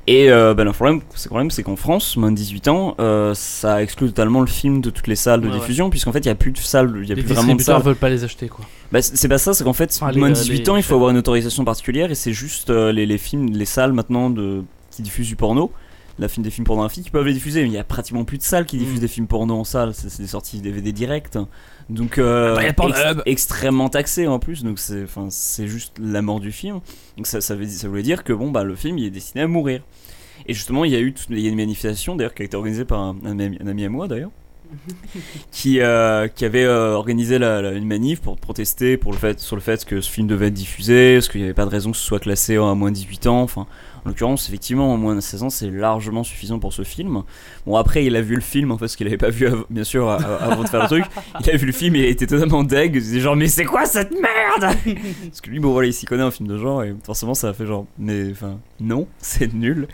Et euh, bah, le problème, c'est quand même, c'est qu'en France, moins de 18 ans, euh, ça exclut totalement le film de toutes les salles de Ouais, ouais. diffusion, puisqu'en fait, il n'y a plus de salles, il n'y a Les plus vraiment de distributeurs salles. veulent pas les acheter quoi. Bah, c'est c'est pas ça, c'est qu'en fait, Enfin, les- moins de euh, 18 les- ans, il faut avoir une autorisation particulière et c'est juste euh, les, les films, les salles maintenant de, qui diffusent du porno, la film des films pornographiques qui peuvent les diffuser. Mais il y a pratiquement plus de salles qui Mm. diffusent des films porno en salle, c'est c'est des sorties DVD directes. Donc, euh, Ah bah, y a Pornhub. extrêmement taxé en plus, donc c'est enfin, c'est juste la mort du film. Donc ça, ça, veut- ça voulait dire que bon, bah, le film il est destiné à mourir. Et justement, il y a eu toute- il y a une manifestation d'ailleurs qui a été organisée par un, un ami, un ami à moi d'ailleurs, qui, euh, qui avait euh, organisé la, la- une manif pour protester pour le fait, sur le fait que ce film devait être diffusé, parce qu'il n'y avait pas de raison que ce soit classé à moins de 18 ans. Enfin, en l'occurrence, effectivement, au moins de 16 ans, c'est largement suffisant pour ce film. Bon, après, il a vu le film en fait, parce qu'il n'avait pas vu av- bien sûr a- a- avant de faire le truc. Il a vu le film et il était totalement deg. Il se disait genre, mais c'est quoi cette merde Parce que lui, bon voilà, il s'y connaît en film de genre et forcément, ça a fait genre, mais enfin, non, c'est nul.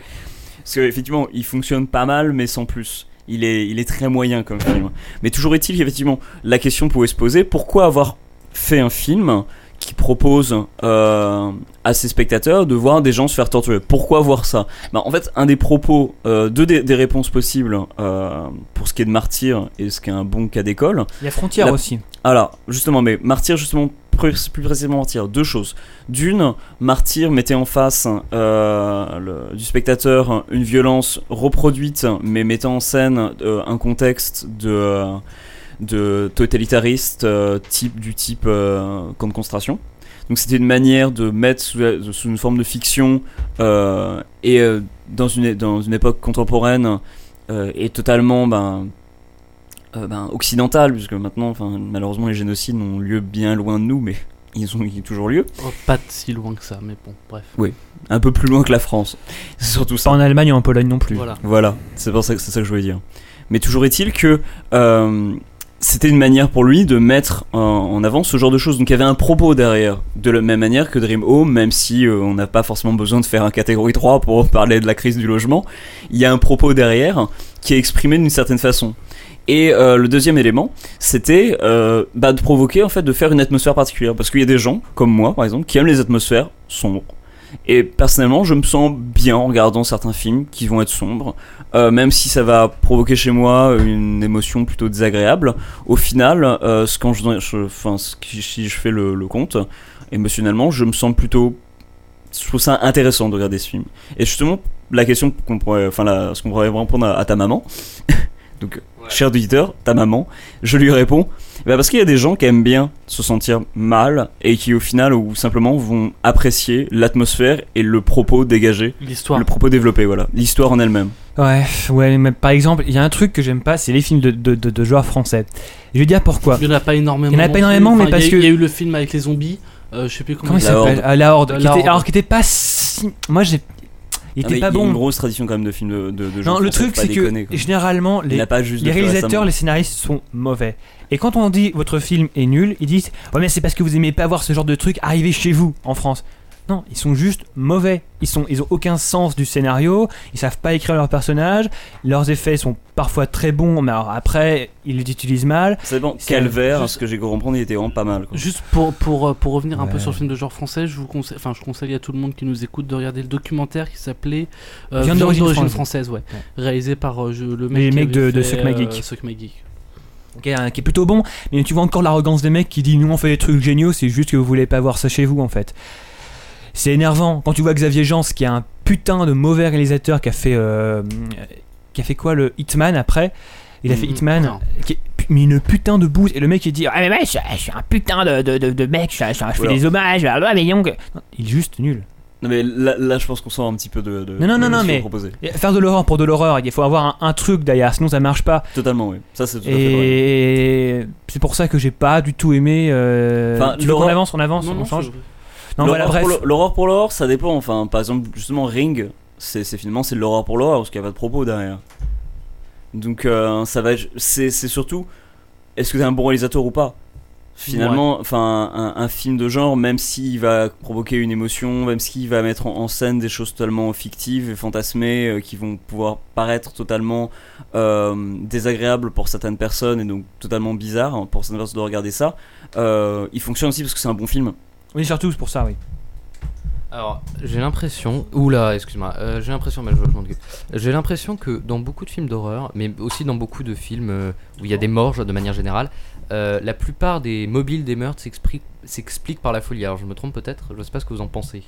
Parce qu'effectivement, il fonctionne pas mal, mais sans plus. Il est, il est très moyen comme film. Mais toujours est-il qu'effectivement, la question pouvait se poser pourquoi avoir fait un film qui propose euh, à ses spectateurs de voir des gens se faire torturer Pourquoi voir ça bah, En fait, un des propos, euh, deux des, des réponses possibles euh, pour ce qui est de martyr et ce qui est un bon cas d'école, Il y a Frontière La- aussi. alors, justement, mais Martyr, justement, plus, plus précisément Martyr, deux choses. D'une, Martyr mettait en face euh, le- du spectateur une violence reproduite, mais mettant en scène euh, un contexte de, de totalitariste euh, type, du type euh, camp de concentration. Donc c'était une manière de mettre sous, la- sous une forme de fiction euh, et euh, dans, une, dans une époque contemporaine euh, et totalement ben, euh, ben, occidentale, puisque maintenant, enfin, malheureusement, les génocides ont lieu bien loin de nous, mais ils ont, ils ont toujours lieu. Oh, pas de si loin que ça, mais bon, bref. Un peu plus loin que la France. C'est surtout ça. Pas en Allemagne et en Pologne non plus. Voilà. Voilà, c'est pour ça que c'est ça que je voulais dire. Mais toujours est-il que euh, c'était une manière pour lui de mettre en, en avant ce genre de choses. Donc il y avait un propos derrière, de la même manière que Dream Home, même si euh, on n'a pas forcément besoin de faire un catégorie 3 pour parler de la crise du logement. Il y a un propos derrière qui est exprimé d'une certaine façon. Et euh, le deuxième élément, c'était euh, bah, de provoquer en fait de faire une atmosphère particulière, parce qu'il y a des gens comme moi, par exemple, qui aiment les atmosphères sombres. Et personnellement, je me sens bien en regardant certains films qui vont être sombres. Euh, même si ça va provoquer chez moi euh, une émotion plutôt désagréable, au final, euh, ce- quand je, je- enfin, ce qui- si je fais le, le compte, émotionnellement, je me sens plutôt. Je trouve ça intéressant de regarder ce film. Et justement, la question qu'on pourrait, enfin, la- ce qu'on pourrait répondre à, à ta maman, donc, cher auditeur, ta maman, je lui réponds, eh ben, parce qu'il y a des gens qui aiment bien se sentir mal et qui, au final, ou simplement, vont apprécier l'atmosphère et le propos dégagé, L'histoire. le propos développé, voilà, l'histoire en elle-même. Ouais, ouais, mais par exemple, il y a un truc que j'aime pas, c'est les films de, de, de, de joueurs français. Je vais dire pourquoi. Il y en a pas énormément. Il y en a pas non plus. énormément, mais Enfin, il y a- parce que- Il y a eu le film avec les zombies, euh, je sais plus comment Comment il La s'appelle Horde. Ah, La Horde. La qui était- Horde. alors, qui était pas si. Moi, j'ai. Il Ah, était mais pas Il y a une bon. grosse tradition quand même de films de, de, de Non, gens le français, truc, faut pas c'est que déconner, quoi. généralement, Il les, n'a pas juste les de fait réalisateurs, récemment. les scénaristes sont mauvais. Et quand on dit votre film est nul, ils disent Ouais, mais c'est parce que vous aimez pas voir ce genre de truc arriver chez vous en France. Non, ils sont juste mauvais. Ils sont, ils ont aucun sens du scénario. Ils savent pas écrire leurs personnages. Leurs effets sont parfois très bons, mais alors après, ils les utilisent mal. C'est bon, C'est Calvaire, juste- ce que j'ai compris, il était vraiment pas mal. quoi. Juste pour, pour, euh, pour revenir un peu Ouais. sur le film de genre français, je vous conseille, enfin, je conseille à tout le monde qui nous écoute de regarder le documentaire qui s'appelait euh, Viande d'origine française, ouais, réalisé par euh, je- le mec Les qui mecs de- avait de fait, Suck My Geek. euh, Suck My Geek. qui est, un- hein, qui est plutôt bon, mais tu vois encore l'arrogance des mecs qui dit nous on fait des trucs géniaux, c'est juste que vous voulez pas voir ça chez vous en fait. C'est énervant quand tu vois Xavier Jans qui est un putain de mauvais réalisateur qui a fait euh, qui a fait quoi le Hitman après, il a fait Mm, Hitman putain. qui est- mais une putain de bouse. Et le mec il dit Ah, mais ouais, je, je suis un putain de, de, de- de mec, je, je- je fais Oula. des hommages, à la mais Young. Il est juste nul. Non, mais là, là, je pense qu'on sort un petit peu de. de Non, non, de non, non, l'émission mais- proposée. Et Faire de l'horreur pour de l'horreur, il faut avoir un, un truc derrière, sinon ça marche pas. Totalement, oui. Ça, c'est tout à fait vrai. Et c'est pour ça que j'ai pas du tout aimé. euh, Enfin, tu veux qu'on l'horreur- avance, on avance, Non, on non, change. je- Non, voilà, L'horreur bref. pour l'hor- L'horreur pour l'horreur, ça dépend. Enfin, par exemple, justement, Ring, c'est c'est finalement c'est de l'horreur pour l'horreur parce qu'il n'y a pas de propos derrière. Donc, euh, ça va. être- C'est c'est surtout, est-ce que t'es un bon réalisateur ou pas Finalement, enfin, un, un film de genre, même s'il va provoquer une émotion, même s'il va mettre en, en scène des choses totalement fictives et fantasmées, euh, qui vont pouvoir paraître totalement euh, désagréables pour certaines personnes et donc totalement bizarres hein, pour certaines personnes de regarder ça, euh, il fonctionne aussi parce que c'est un bon film. Oui, surtout c'est pour ça, oui. Alors, j'ai l'impression. Oula, excuse-moi. euh, j'ai l'impression. bah, je- je m'en occupe. j'ai l'impression que dans beaucoup de films d'horreur, mais aussi dans beaucoup de films euh, où il y a des morts, genre, de manière générale, euh, la plupart des mobiles des meurtres s'expri- s'expliquent par la folie. Alors, je me trompe peut-être. Je sais pas ce que vous en pensez.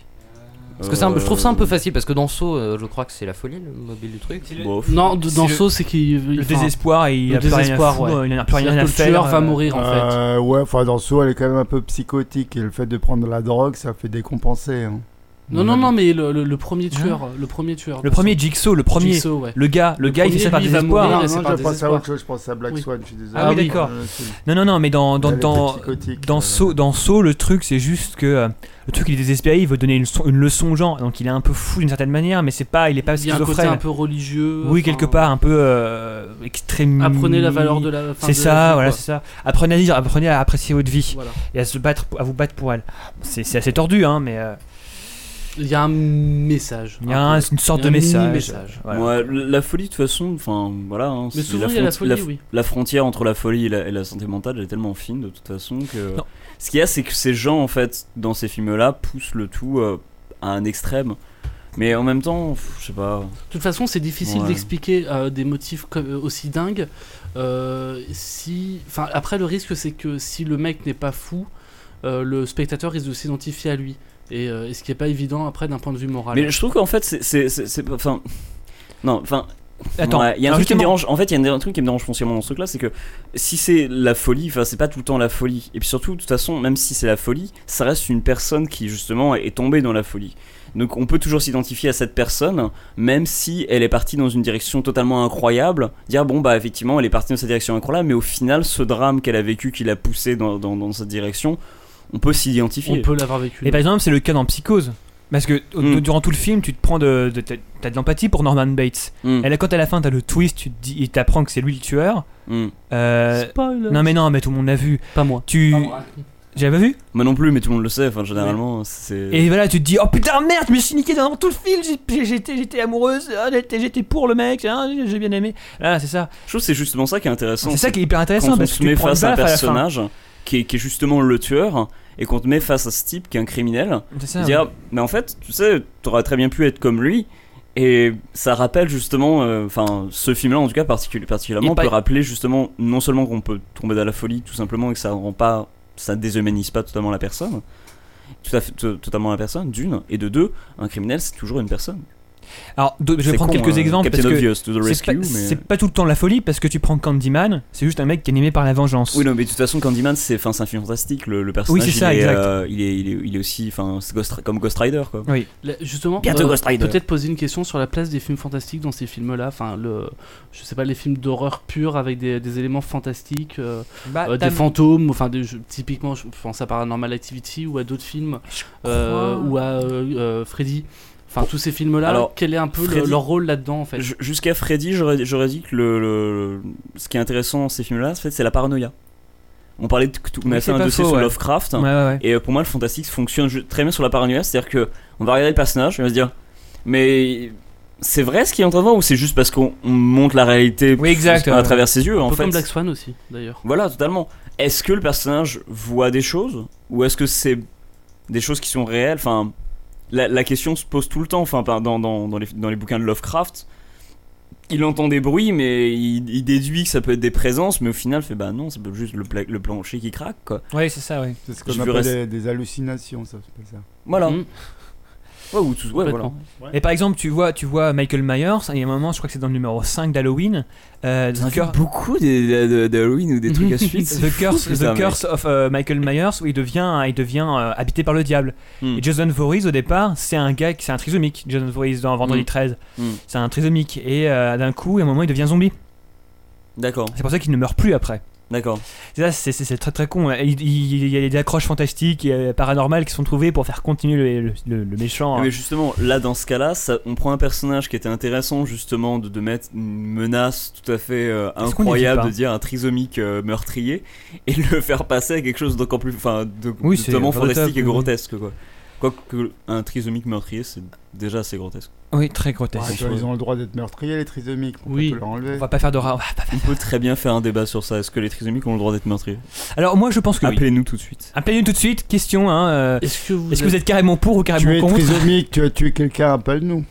Parce que c'est un- je trouve ça un peu facile parce que dans Saw, euh, je crois que c'est la folie le mobile du truc. Euh, Bof. Non, d- C'est dans le- Saw, c'est qu'il. Le enfin, désespoir, il le a plus rien à désespoir, foutre, ouais. il n'a plus rien c'est-à-dire à que le tueur faire. va euh, mourir en fait. Euh, ouais, enfin dans Saw, elle est quand même un peu psychotique et le fait de prendre de la drogue, ça fait décompenser. hein. Non, non, non, mais le, le- le premier tueur, le premier tueur. Hein Le premier Jigsaw, le premier. Jigsaw, ouais. Le gars, le, Le gars, il fait premier, ça par lui, il va désespoir. mourir. non, mais c'est non, par je pense à désespoir. autre chose, je pense à Black Oui. Swan, je suis désolé. Ah oui, d'accord. Euh, c'est- Non, non, non, mais dans dans Elle est dans, psychotique, dans euh. Saw, dans Saw, le truc, c'est juste que euh, le truc, il est désespéré, il veut donner une, son- une leçon aux gens, donc il est un peu fou d'une certaine manière, mais c'est pas, il est pas Il y a un côté schizophrène. un peu religieux. Oui, enfin, quelque part, un peu euh, extrême. Apprenez la valeur de la. enfin, C'est de la ça, vie, voilà, quoi. c'est ça. Apprenez à vivre, apprenez à apprécier votre vie Voilà. et à se battre, à vous battre pour elle. C'est c'est assez tordu, hein, mais euh, Il y a un message. il y a un- peu. une sorte Il y a de un message. mini-message. Voilà. Ouais, la la folie, de toute façon, enfin voilà. hein, Mais c'est souvent, il y a la fronti- folie, oui. la frontière entre la folie et la, et la santé mentale, elle est tellement fine de toute façon que. Non. Ce qu'il y a, c'est que ces gens, en fait, dans ces films-là, poussent le tout euh, à un extrême. Mais en même temps, pff, je sais pas. De toute façon, c'est difficile Ouais. d'expliquer euh, des motifs co- euh, aussi dingues. euh, si, enfin, après, le risque, c'est que si le mec n'est pas fou, euh, le spectateur risque de s'identifier à lui. Et, euh, et ce qui n'est pas évident après d'un point de vue moral. Mais je trouve qu'en fait, c'est- c'est. c'est- c'est pas- Enfin. Non, enfin. Attends, ouais, il y a un alors truc qui me justement- dérange. En fait, il y a un truc qui me dérange foncièrement dans ce truc-là, c'est que si c'est la folie, enfin, c'est pas tout le temps la folie. Et puis surtout, de toute façon, même si c'est la folie, ça reste une personne qui justement est tombée dans la folie. Donc, on peut toujours s'identifier à cette personne, même si elle est partie dans une direction totalement incroyable. Dire bon bah effectivement, elle est partie dans cette direction incroyable, mais au final, ce drame qu'elle a vécu, qui l'a poussée dans, dans- dans cette direction, on peut On s'identifier. peut l'avoir vécu. Et par exemple, c'est le cas dans Psychose. Parce que au- Mm. durant tout le film, tu te prends de, de- t'as- t'as de l'empathie pour Norman Bates. Mm, Et là, quand à la fin, t'as le twist, tu te dis, il t'apprend que c'est lui le tueur. mm. Euh, Spoiler. non mais non, mais tout le monde l'a vu. Pas moi. Ah, Tu, j'avais pas vu. Moi non plus, mais tout le monde le sait. Enfin, généralement, c'est. Et voilà, tu te dis, oh putain merde, je me suis niqué dans tout le film. j'ai- j'ai- J'étais, j'étais amoureuse, ah, j'étais, j'étais pour le mec, ah, j'ai bien aimé. Voilà, c'est ça. Je trouve que c'est justement ça qui est intéressant. C'est ça qui est hyper intéressant quand on parce que se tu met te prends une face à un baffe à la fin. personnage qui est, qui est justement le tueur et qu'on te met face à ce type qui est un criminel, C'est ça, tu ouais. dis ah, mais en fait tu sais t'aurais très bien pu être comme lui et ça rappelle justement euh, enfin ce film là en tout cas particuli- particulièrement Et pas- peut rappeler justement non seulement qu'on peut tomber dans la folie tout simplement et que ça rend pas ça déshumanise pas totalement la personne tout à fait to- totalement la personne d'une et de deux un criminel c'est toujours une personne Alors, de- je vais C'est prendre con, quelques hein, exemples parce Captain que Obvious, to the c'est pas, rescue, mais- c'est pas tout le temps la folie parce que tu prends Candyman, c'est juste un mec qui est animé par la vengeance. Oui, non, mais de toute façon, Candyman, c'est enfin, c'est un film fantastique. Le, le personnage, Oui, c'est ça, il, est, exact. euh, il, est, il, est, il est aussi enfin, c'est Ghost- comme Ghost Rider. Quoi. Là, Justement, Bientôt euh, Ghost Rider. peut-être poser une question sur la place des films fantastiques dans ces films-là. Enfin, le, je sais pas, les films d'horreur pure avec des, des éléments fantastiques, euh, Bah, euh, t'as- des fantômes. Enfin, des- je- typiquement, je pense à Paranormal Activity ou à d'autres films, euh, crois. ou à euh, euh, Freddy. Enfin, tous ces films-là, Alors, quel est un peu le- Freddy- leur rôle là-dedans en fait J- Jusqu'à Freddy, j'aurais j'aurais dit que le, le- ce qui est intéressant dans ces films-là, en fait, c'est la paranoïa. On parlait de Cthulhu- on Oui, a c'est fait un pas dossier faux, sur ouais. Lovecraft, Ouais, ouais, ouais. et euh, pour moi, le fantastique fonctionne ju- très bien sur la paranoïa. C'est-à-dire que on va regarder le personnage, on va se dire, mais c'est vrai ce qu'il est en train de voir ou c'est juste parce qu'on on montre la réalité Oui, exact, à ouais. travers ses yeux Un en peu fait. comme Black Swan aussi, d'ailleurs. Voilà, totalement. Est-ce que le personnage voit des choses ou est-ce que c'est des choses qui sont réelles Enfin, la, la question se pose tout le temps. Enfin, par- dans, dans, dans les, dans les bouquins de Lovecraft, il entend des bruits, mais il, il déduit que ça peut être des présences, mais au final, il fait bah non, c'est peut être juste le, pla- le plancher qui craque, quoi. Ouais, c'est ça, oui. C'est ce qu'on Je veux appelle rester- Hmm. des, des hallucinations, ça s'appelle ça. Voilà. Mm. Ouais, ou tout, ouais, voilà. Complètement. Et par exemple, tu vois, tu vois Michael Myers, il y a un moment, je crois que c'est dans le numéro 5 d'Halloween, euh, T'en as The, vu Cur- beaucoup des- de- de- d'Halloween ou des trucs à suite. The Curse, putain, The mec. Curse of euh, Michael Myers, où il devient, il devient euh, habité par le diable. Hmm. Et Jason Voorhees, au départ, c'est un gars, qui- c'est un trisomique. Jason Voorhees dans Vendredi Hmm. 13, Hmm. c'est un trisomique. Et euh, d'un coup, à un moment, il devient zombie. D'accord, C'est pour ça qu'il ne meurt plus après. d'accord. C'est ça, C'est c'est- c'est très très con. hein. Il, il- il y a des accroches fantastiques et euh, paranormales qui sont trouvées pour faire continuer le, le- le- le méchant. hein. Mais justement, là dans ce cas-là, ça- on prend un personnage qui était intéressant justement de, de mettre une menace tout à fait euh, Est-ce qu'on y vit incroyable pas de dire un trisomique euh, meurtrier et le faire passer à quelque chose d'encore plus, enfin, de, Oui, c'est totalement over the fantastique top, et oui. grotesque quoi. Quoique un trisomique meurtrier, c'est déjà assez grotesque. Oui, très Ah, grotesque. tu vois, ils ont le droit d'être meurtriers, les trisomiques. On Oui. peut leur enlever. On va pas faire de ra- on va pas faire- On peut très bien faire un débat sur ça. Est-ce que les trisomiques ont le droit d'être meurtriers Alors moi je pense que oui. Appelez-nous tout de suite. Appelez-nous tout de suite, question. Hein, euh, Est-ce que vous, Est-ce que avez- vous êtes carrément pour ou Tu carrément es contre trisomique, tu as tué quelqu'un, appelle-nous.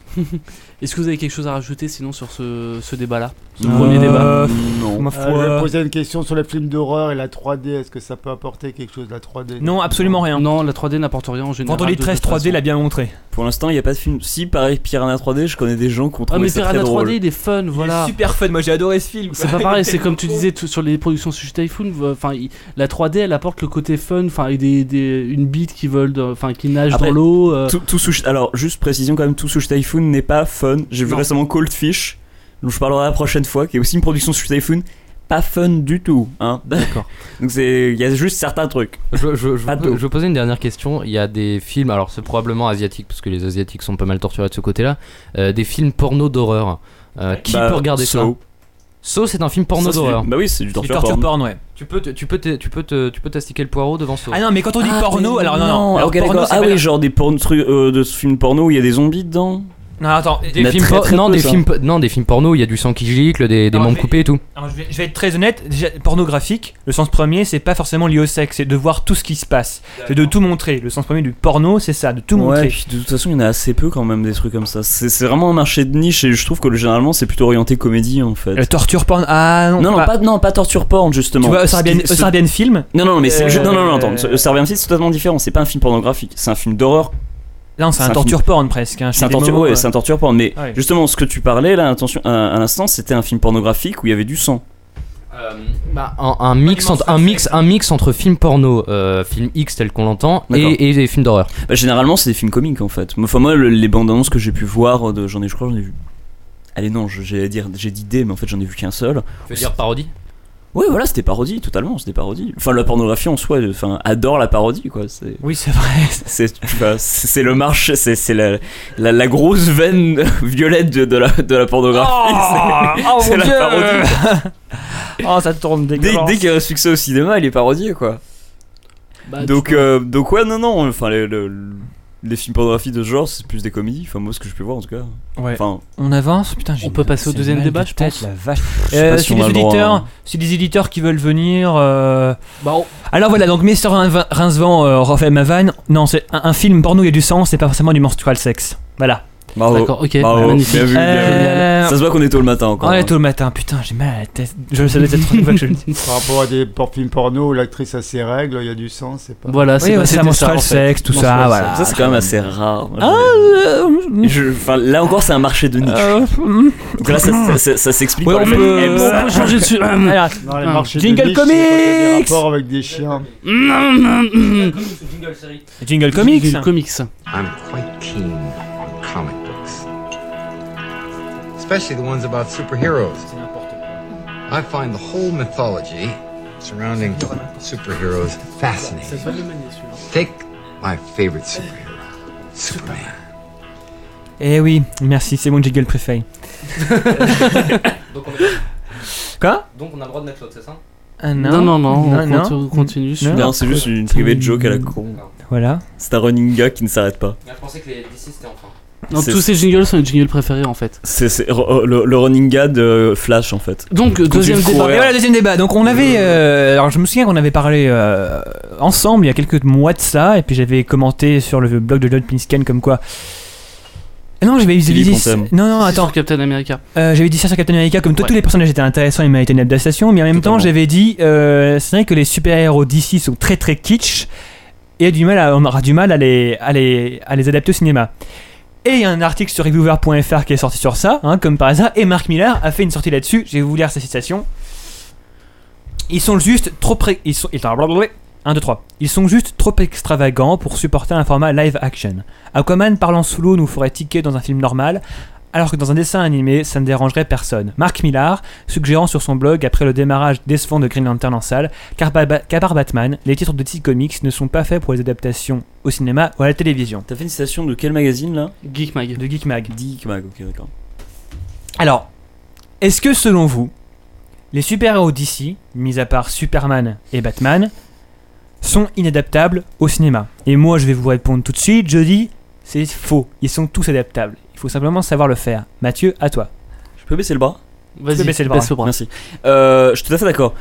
est-ce que vous avez quelque chose à rajouter sinon sur ce, ce débat-là Ce Euh, premier débat Euh, Non. Ma Euh, je vais foi. poser une question sur les films d'horreur et la 3D. Est-ce que ça peut apporter quelque chose, la 3D Non, absolument rien. Non, la 3D n'apporte rien en général. Vendredi de toute 13 3D façon. Ah, l'a bien montré. Pour l'instant, il n'y a pas de film. Si, pareil, Piranha 3D, je connais des gens qui ont Ah, trouvé mais ça Piranha très drôle. 3D, il est fun, voilà. Super fun, moi j'ai adoré ce film. C'est pas pareil, c'est comme tu disais tout- sur les productions Sushi Typhoon. euh, Enfin, il- la 3D, elle apporte le côté fun, enfin, et des, des- une bite qui vole, dans- enfin, qui nage Après, dans l'eau. euh, Tout, tout sous- alors, juste précision quand même, tout sous Typhoon n'est pas fun. J'ai vu Non. récemment Cold Fish, dont je parlerai la prochaine fois, qui est aussi une production sous Typhoon. Pas fun du tout, hein. D'accord. Donc c'est, il y a juste certains trucs. Je, je, je, Pas veux- d'eau. je veux poser une dernière question. Il y a des films, alors c'est probablement asiatique parce que les asiatiques sont pas mal torturés de ce côté-là, euh, des films porno d'horreur. Euh, qui Bah, peut regarder ça So. So, c'est un film porno Ça, c'est du- d'horreur. Bah oui, c'est du torture torture porn. porn. ouais. Tu peux, te- tu peux, te- tu peux, te- tu peux t'astiquer le poireau devant So. Ah non, mais quand on dit porno, alors non, non. Alors, ok, porno, d'accord. c'est Ah pas- oui, genre des porn trucs, euh, de ce film porno où il y a des zombies dedans. Non, attends. des mais films, très, por- très non, peu, des ça. films, po- non, des films porno. Il y a du sang qui gicle, des, des Non, membres mais- coupés et tout. Alors, je, vais, je vais être très honnête, déjà, pornographique, le sens premier, c'est pas forcément lié au sexe, c'est de voir tout ce qui se passe. C'est de tout montrer. Le sens premier du porno, c'est ça, de tout ouais, montrer. puis de toute façon, il y en a assez peu quand même des trucs comme ça. C'est, c'est vraiment un marché de niche et je trouve que généralement c'est plutôt orienté comédie en fait. Le torture porn. Ah non, non, non, bah, pas, non, pas torture porn justement. Euh, Tu vois, Ce Serbian, qui- ce- Serbian Film, Non, non, mais c'est. Euh, je- Non, non, non, attends. euh, Serbian Fist, c'est totalement différent. C'est pas un film pornographique. C'est un film d'horreur. non, c'est C'est un un torture porn presque. hein, je C'est un fais des torture. mots, ouais, euh. c'est un torture porn. Mais Ouais. justement, ce que tu parlais là, attention, à, à l'instant, c'était un film pornographique où il y avait du sang. euh, Bah, un, un mix entre, un mix, un mix entre film porno, euh, film X tel qu'on l'entend, D'accord. et, et des films d'horreur. Bah, généralement, c'est des films comiques en fait. Enfin, moi, le- les bandes annonces que j'ai pu voir, euh, de- j'en ai, je crois, j'en ai vu. Allez, non, je- j'ai à dire, j'ai dit des, mais en fait, j'en ai vu qu'un seul. Tu veux dire parodie Ouais, voilà, c'était parodie, totalement, c'était parodie. Enfin, la pornographie en soi, enfin, adore la parodie, quoi. C'est. Oui, c'est vrai. C'est enfin, c'est- c'est le marché, c'est c'est la, la, la grosse veine violette de, de la, de la pornographie. C'est- oh, c'est mon la Dieu. parodie. oh, ça tourne Dès, dégueulasse. dès qu'il y a un succès au cinéma, il est parodié quoi. Ah, Bah, donc, tu vois, euh, donc ouais, non, non, enfin les, le- les films pornographiques de ce genre, c'est plus des comédies, enfin moi ce que je peux voir en tout cas. Ouais. Enfin, On avance, putain. j'ai- On peut passer au c'est deuxième mal débat, de je tête, pense. La vache. je sais Euh, pas si on les a le droit, auditeurs, hein. si les éditeurs qui veulent venir. euh, bah, on- Alors voilà, donc Mr. Rinv- Rincevent euh, refait ma vanne. Non, c'est un, un film porno, il y a du sang, c'est pas forcément du menstrual sexe. Voilà. Bravo. D'accord, ok, Bravo. magnifique. Oh. Bah, Bien vu, bien vu. Euh, Ça se voit qu'on est tôt le matin encore. On hein. est tôt le matin, putain, j'ai mal à la tête. Je le savais peut-être trop de fois que je le dis. Par rapport à des por- films porno où l'actrice a ses règles, il y a du sens, c'est pas. Voilà, Oui, c'est ouais, c'est la c'était ça, en menstrual fait. sexe, tout ça, Menstrual voilà. Ça c'est quand même assez rare. Moi, Ah, je- je- enfin, là encore, c'est un marché de niche. Euh, Donc là, ça, ça- ça- ça s'explique Ouais, par on le fait peut- qu'elle aime ça. On peut changer de sujet. alors, Dans les marchés de Jingle niche, c'est quand il y a Comics des rapports avec des chiens. Jingle Euh, Comics. Du Comics. I'm quite keen on comic books, especially the ones about superheroes. I find the whole mythology surrounding superheroes fascinating. Take my favorite superhero, Superman. Eh oui, merci, c'est mon jingle préféré. Donc on, Quoi a le droit de mettre l'autre, c'est ça Ah, Non, non, non, on Non, conti- non. on continue. celui-là. Non, c'est juste une privée de joke à la con. Voilà. C'est un running gag qui ne s'arrête pas. Je pensais que les DC c'était enfin. Non, C'est- tous ces jingles sont les jingles préférés en fait. C'est c'est- re- oh, le, le running gag de Flash en fait. Donc, deuxième le débat. Et voilà, deuxième débat. Donc, on avait. euh, alors, je me souviens qu'on avait parlé euh, ensemble il y a quelques mois de ça, et puis j'avais commenté sur le blog de John Pinsken comme quoi. Ah Non, j'avais Philippe, dit. on t'aime. Non, non, Attends, attends. Captain America. Euh, j'avais dit ça sur Captain America, comme toi, Ouais. tous les personnages étaient intéressants, ils méritaient une adaptation, mais en même temps, Totalement. j'avais dit. euh, c'est vrai que les super-héros d'ici sont très très kitsch, et du mal à- on aura du mal à les, à les, à les adapter au cinéma. Et il y a un article sur reviewer.fr qui est sorti sur ça, hein, comme par hasard. Et Mark Miller a fait une sortie là-dessus. Je vais vous lire sa citation. Ils sont juste trop pré... ils sont 1 2 3. Ils sont juste trop extravagants pour supporter un format live action. Aquaman parlant sous l'eau nous ferait tiquer dans un film normal, alors que dans un dessin animé, ça ne dérangerait personne. Marc Millard suggérant sur son blog après le démarrage décevant de Green Lantern en salle, car ba- ba- qu'à part Batman, les titres de petits comics ne sont pas faits pour les adaptations au cinéma ou à la télévision. T'as fait une citation de quel magazine là Geek Mag. De Geek Mag. Geek Mag, ok, d'accord. Alors, est-ce que selon vous, les super-héros d'ici, mis à part Superman et Batman, sont inadaptables au cinéma Et moi, je vais vous répondre tout de suite, je dis, c'est faux. Ils sont tous adaptables. Il faut simplement savoir le faire. Mathieu, à toi. Je peux baisser le bras Vas-y, peux baisser le bras. baisse le bras. Merci. Euh, je suis tout à fait d'accord.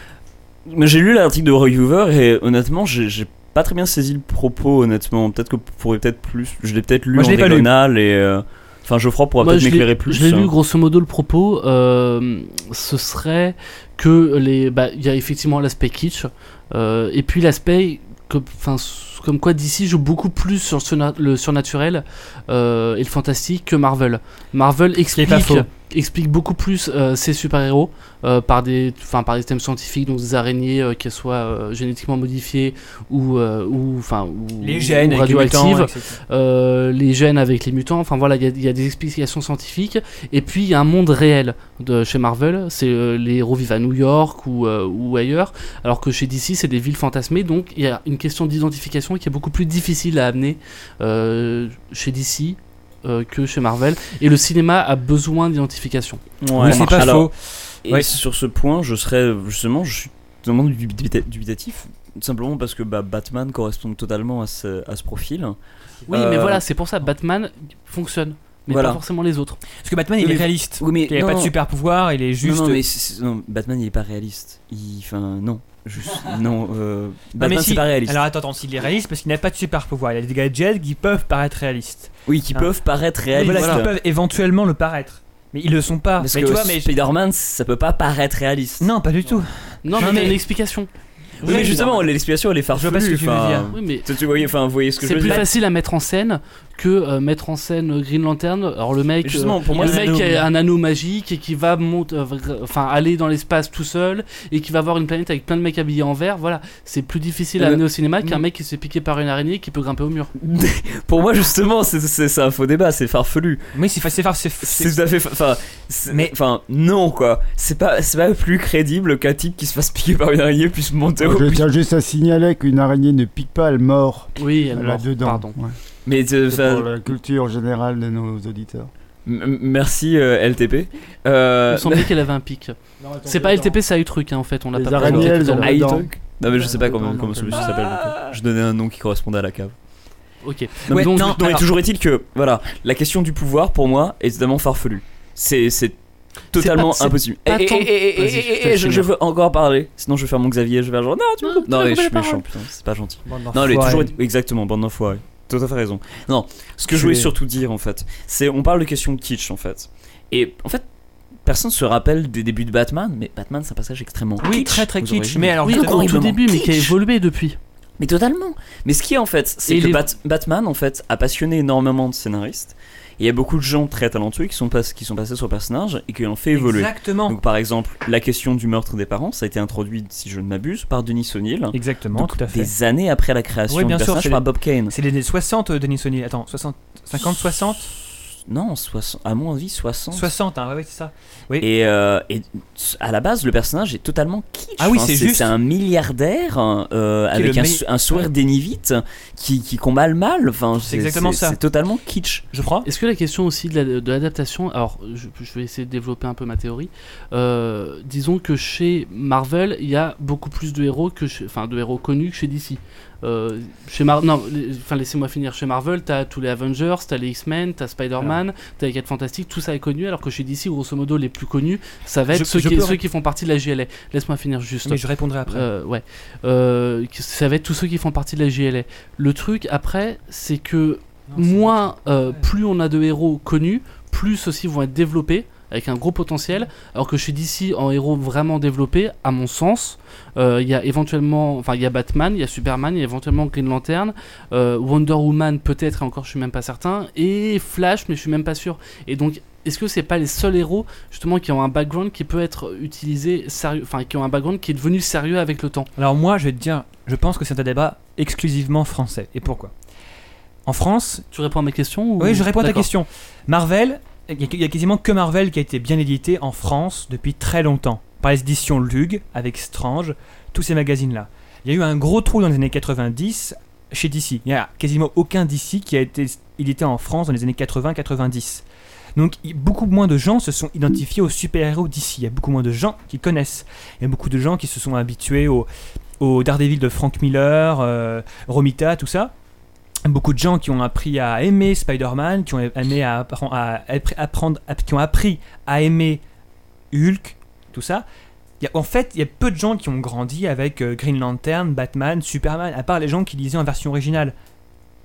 Mais j'ai lu l'article de Roy Hoover et honnêtement, j'ai j'ai pas très bien saisi le propos, honnêtement. Peut-être que vous pourrez peut-être plus. Je l'ai peut-être lu Moi, je en l'ai pas lu. diagonale et. euh, Enfin, Geoffroy pourra Moi, peut-être je l'ai- m'éclairer plus. hein. Je l'ai lu grosso modo le propos. euh, ce serait que les, bah, il y a effectivement l'aspect kitsch euh, et puis l'aspect que, enfin, s- comme quoi DC joue beaucoup plus sur le surna- le surnaturel euh, et le fantastique que Marvel. Marvel qui est explique, pas faux. explique beaucoup plus euh, ses super-héros euh, par, des, enfin, par des thèmes scientifiques, donc des araignées, euh, qu'elles soient euh, génétiquement modifiées ou, euh, ou, enfin, ou, ou radioactives. Euh, les gènes avec les mutants. Enfin voilà, il y a- il y, a des explications scientifiques. Et puis il y a un monde réel de chez Marvel. C'est euh, les héros vivent à New York ou, euh, ou ailleurs. Alors que chez DC, c'est des villes fantasmées. Donc il y a une question d'identification qui est beaucoup plus difficile à amener euh, chez DC. euh, que chez Marvel et le cinéma a besoin d'identification. Oui, c'est pas faux. Et Ouais. sur ce point, je serais justement, je suis totalement dubita- dubitatif, simplement parce que bah, Batman correspond totalement à ce, à ce profil. Oui, mais voilà, c'est pour ça Batman fonctionne, mais Euh, Voilà. pas forcément les autres. Parce que Batman, il Oui, est mais- réaliste. Oui, mais Il n'y a non, pas de non. super pouvoir, il est Non, juste. non, mais c'est- c'est- non, Batman il est pas réaliste. Il, enfin, non, juste non. euh, Batman mais si. c'est pas réaliste. Alors attends, attends, s'il est réaliste, parce qu'il n'a pas de super pouvoir, il a des gadgets qui peuvent paraître réalistes. oui, qui Ah. peuvent paraître Voilà, réalistes. qui peuvent éventuellement le paraître. Mais ils le sont pas. Parce mais que tu vois, mais. Spider-Man, ça peut pas paraître réaliste. Non, pas du tout. Non, Non, mais, il y mais- a une explication. Oui, mais justement, l'explication elle est farfelue. vois pas ce que tu veux enfin, dire. Oui, mais tu- Tu voyais, enfin, vous voyez ce que je C'est veux plus dire. facile à mettre en scène que euh, mettre en scène euh, Green Lantern. Alors le mec, Mais justement, euh, pour moi, le c'est mec un anneau. est un anneau magique et qui va monter, euh, vra- enfin aller dans l'espace tout seul et qui va voir une planète avec plein de mecs habillés en vert. Voilà, c'est plus difficile à Euh, amener au cinéma qu'un mm. mec qui se fait piquer par une araignée et qui peut grimper au mur. Pour moi, justement, c'est- c'est c'est un faux débat, c'est farfelu. Oui, c'est fa- c'est fa- c'est- C'est c'est- tout à fait. fa- Enfin, mais Mais- enfin, non quoi. C'est pas, c'est pas plus crédible qu'un type qui se fasse piquer par une araignée puisse monter au. Je tiens juste à signaler qu'une araignée ne pique pas, elle mord Oui, elle mord, là-dedans. pardon. Ouais. Mais euh, C'est enfin, pour la culture générale de nos auditeurs. m- m- merci euh, LTP. Il Euh, me semblait qu'elle avait un pic. C'est pas LTP, c'est Utruc hein, en fait. On l'a Les pas araignées, présenté elles tout à ont l'heure. la- Aïe dedans. Talk Non mais je sais pas Dedans, comment, non, comment ce comme monsieur s'appelle. donc, euh, Je donnais un nom qui correspondait à la cave. Ok. Ouais, Non, mais donc, non, non, mais alors- toujours est-il que voilà, la question du pouvoir pour moi est totalement farfelue. C'est c'est totalement pas- c'est impossible. pas Et- et- tant- et- et- Vas-y, et- je te et- laisse je, je finir. veux encore parler. Sinon je vais faire mon Xavier, je vais genre non tu me coupes- Non, tu Non mais me je suis coupes la méchant parole. putain, c'est pas gentil. Non, elle est toujours exactement bande d'enfoirés. Tout à fait raison. Non, ce que je voulais Culé. surtout dire en fait, c'est on parle de question de kitsch en fait. Et en fait, personne se rappelle des débuts de Batman, mais Batman c'est un passage extrêmement Oui, kitsch, très très vous aurez kitsch. vu. Mais alors, Oui, justement, au tout horriblement début, mais qui a kitsch. évolué depuis. Mais totalement. Mais ce qui est en fait, c'est Et que les- Bat- Batman en fait a passionné énormément de scénaristes. Et il y a beaucoup de gens très talentueux qui sont, pas- qui sont passés sur le personnage et qui l'ont fait évoluer. Exactement. Donc par exemple, la question du meurtre des parents, ça a été introduite, si je ne m'abuse, par Denis O'Neill. Exactement, Donc, tout à fait. Des années après la création Oui, bien du sûr, personnage c'est par les- Bob Kane. C'est les années 60, euh, Denis O'Neill. Attends, 60, 50, 60 Non, 60, à mon avis, 60. 60, hein, ouais, ouais, c'est ça. Et, euh, et à la base, le personnage est totalement kitsch. Ah oui, Enfin, c'est juste. C'est un milliardaire euh, Qui est avec le un, meille- sou- un sourire dénivite qui, qui combat le mal. Enfin, C'est exactement c'est- ça. C'est totalement kitsch. Je crois. Est-ce que la question aussi de la- de l'adaptation, alors je, je vais essayer de développer un peu ma théorie, Euh, disons que chez Marvel, il y a beaucoup plus de héros que chez- enfin de héros connus que chez DC. Euh, chez Mar non, les- enfin laissez-moi finir. Chez Marvel, t'as tous les Avengers, t'as les X-Men, t'as Spider-Man, t'as les 4 Fantastiques, tout ça est connu, alors que chez DC, grosso modo, les plus connus, ça va être Je- ceux, je qui, peux- ceux qui font partie de la JLA. Laisse-moi finir juste. Mais je répondrai après. Euh, ouais. Euh, que- ça va être tous ceux qui font partie de la JLA. Le truc après, c'est que Non, c'est- moins, euh, plus on a de héros connus, plus ceux-ci vont être développés avec un gros potentiel, alors que je suis d'ici en héros vraiment développé, à mon sens. Euh, Il y a éventuellement, enfin il y a Batman, il y a Superman, il y a éventuellement Green Lantern, euh, Wonder Woman peut-être, et encore je suis même pas certain, et Flash, mais je suis même pas sûr. Et donc est-ce que c'est pas les seuls héros justement qui ont un background qui peut être utilisé sérieux, enfin qui ont un background qui est devenu sérieux avec le temps Alors moi, je vais te dire, je pense que c'est un débat exclusivement français. Et pourquoi En France, Tu réponds à mes questions ou- oui, je réponds à ta D'accord. question. Marvel, il y a- il y, a quasiment que Marvel qui a été bien édité en France depuis très longtemps. Par les éditions Lug, avec Strange, tous ces magazines-là. Il y a eu un gros trou dans les années 90 chez DC. Il n'y a quasiment aucun DC qui a été édité en France dans les années 80-90. Donc il- beaucoup moins de gens se sont identifiés aux super-héros DC. Il y a beaucoup moins de gens qui connaissent. Il y a beaucoup de gens qui se sont habitués au, au Daredevil de Frank Miller, euh, Romita, tout ça beaucoup de gens qui ont appris à aimer Spider-Man, qui ont aimé à, appren- à appre- apprendre, à- qui ont appris à aimer Hulk, tout ça. Il y a- en fait, il y a peu de gens qui ont grandi avec euh, Green Lantern, Batman, Superman, à part les gens qui lisaient en version originale.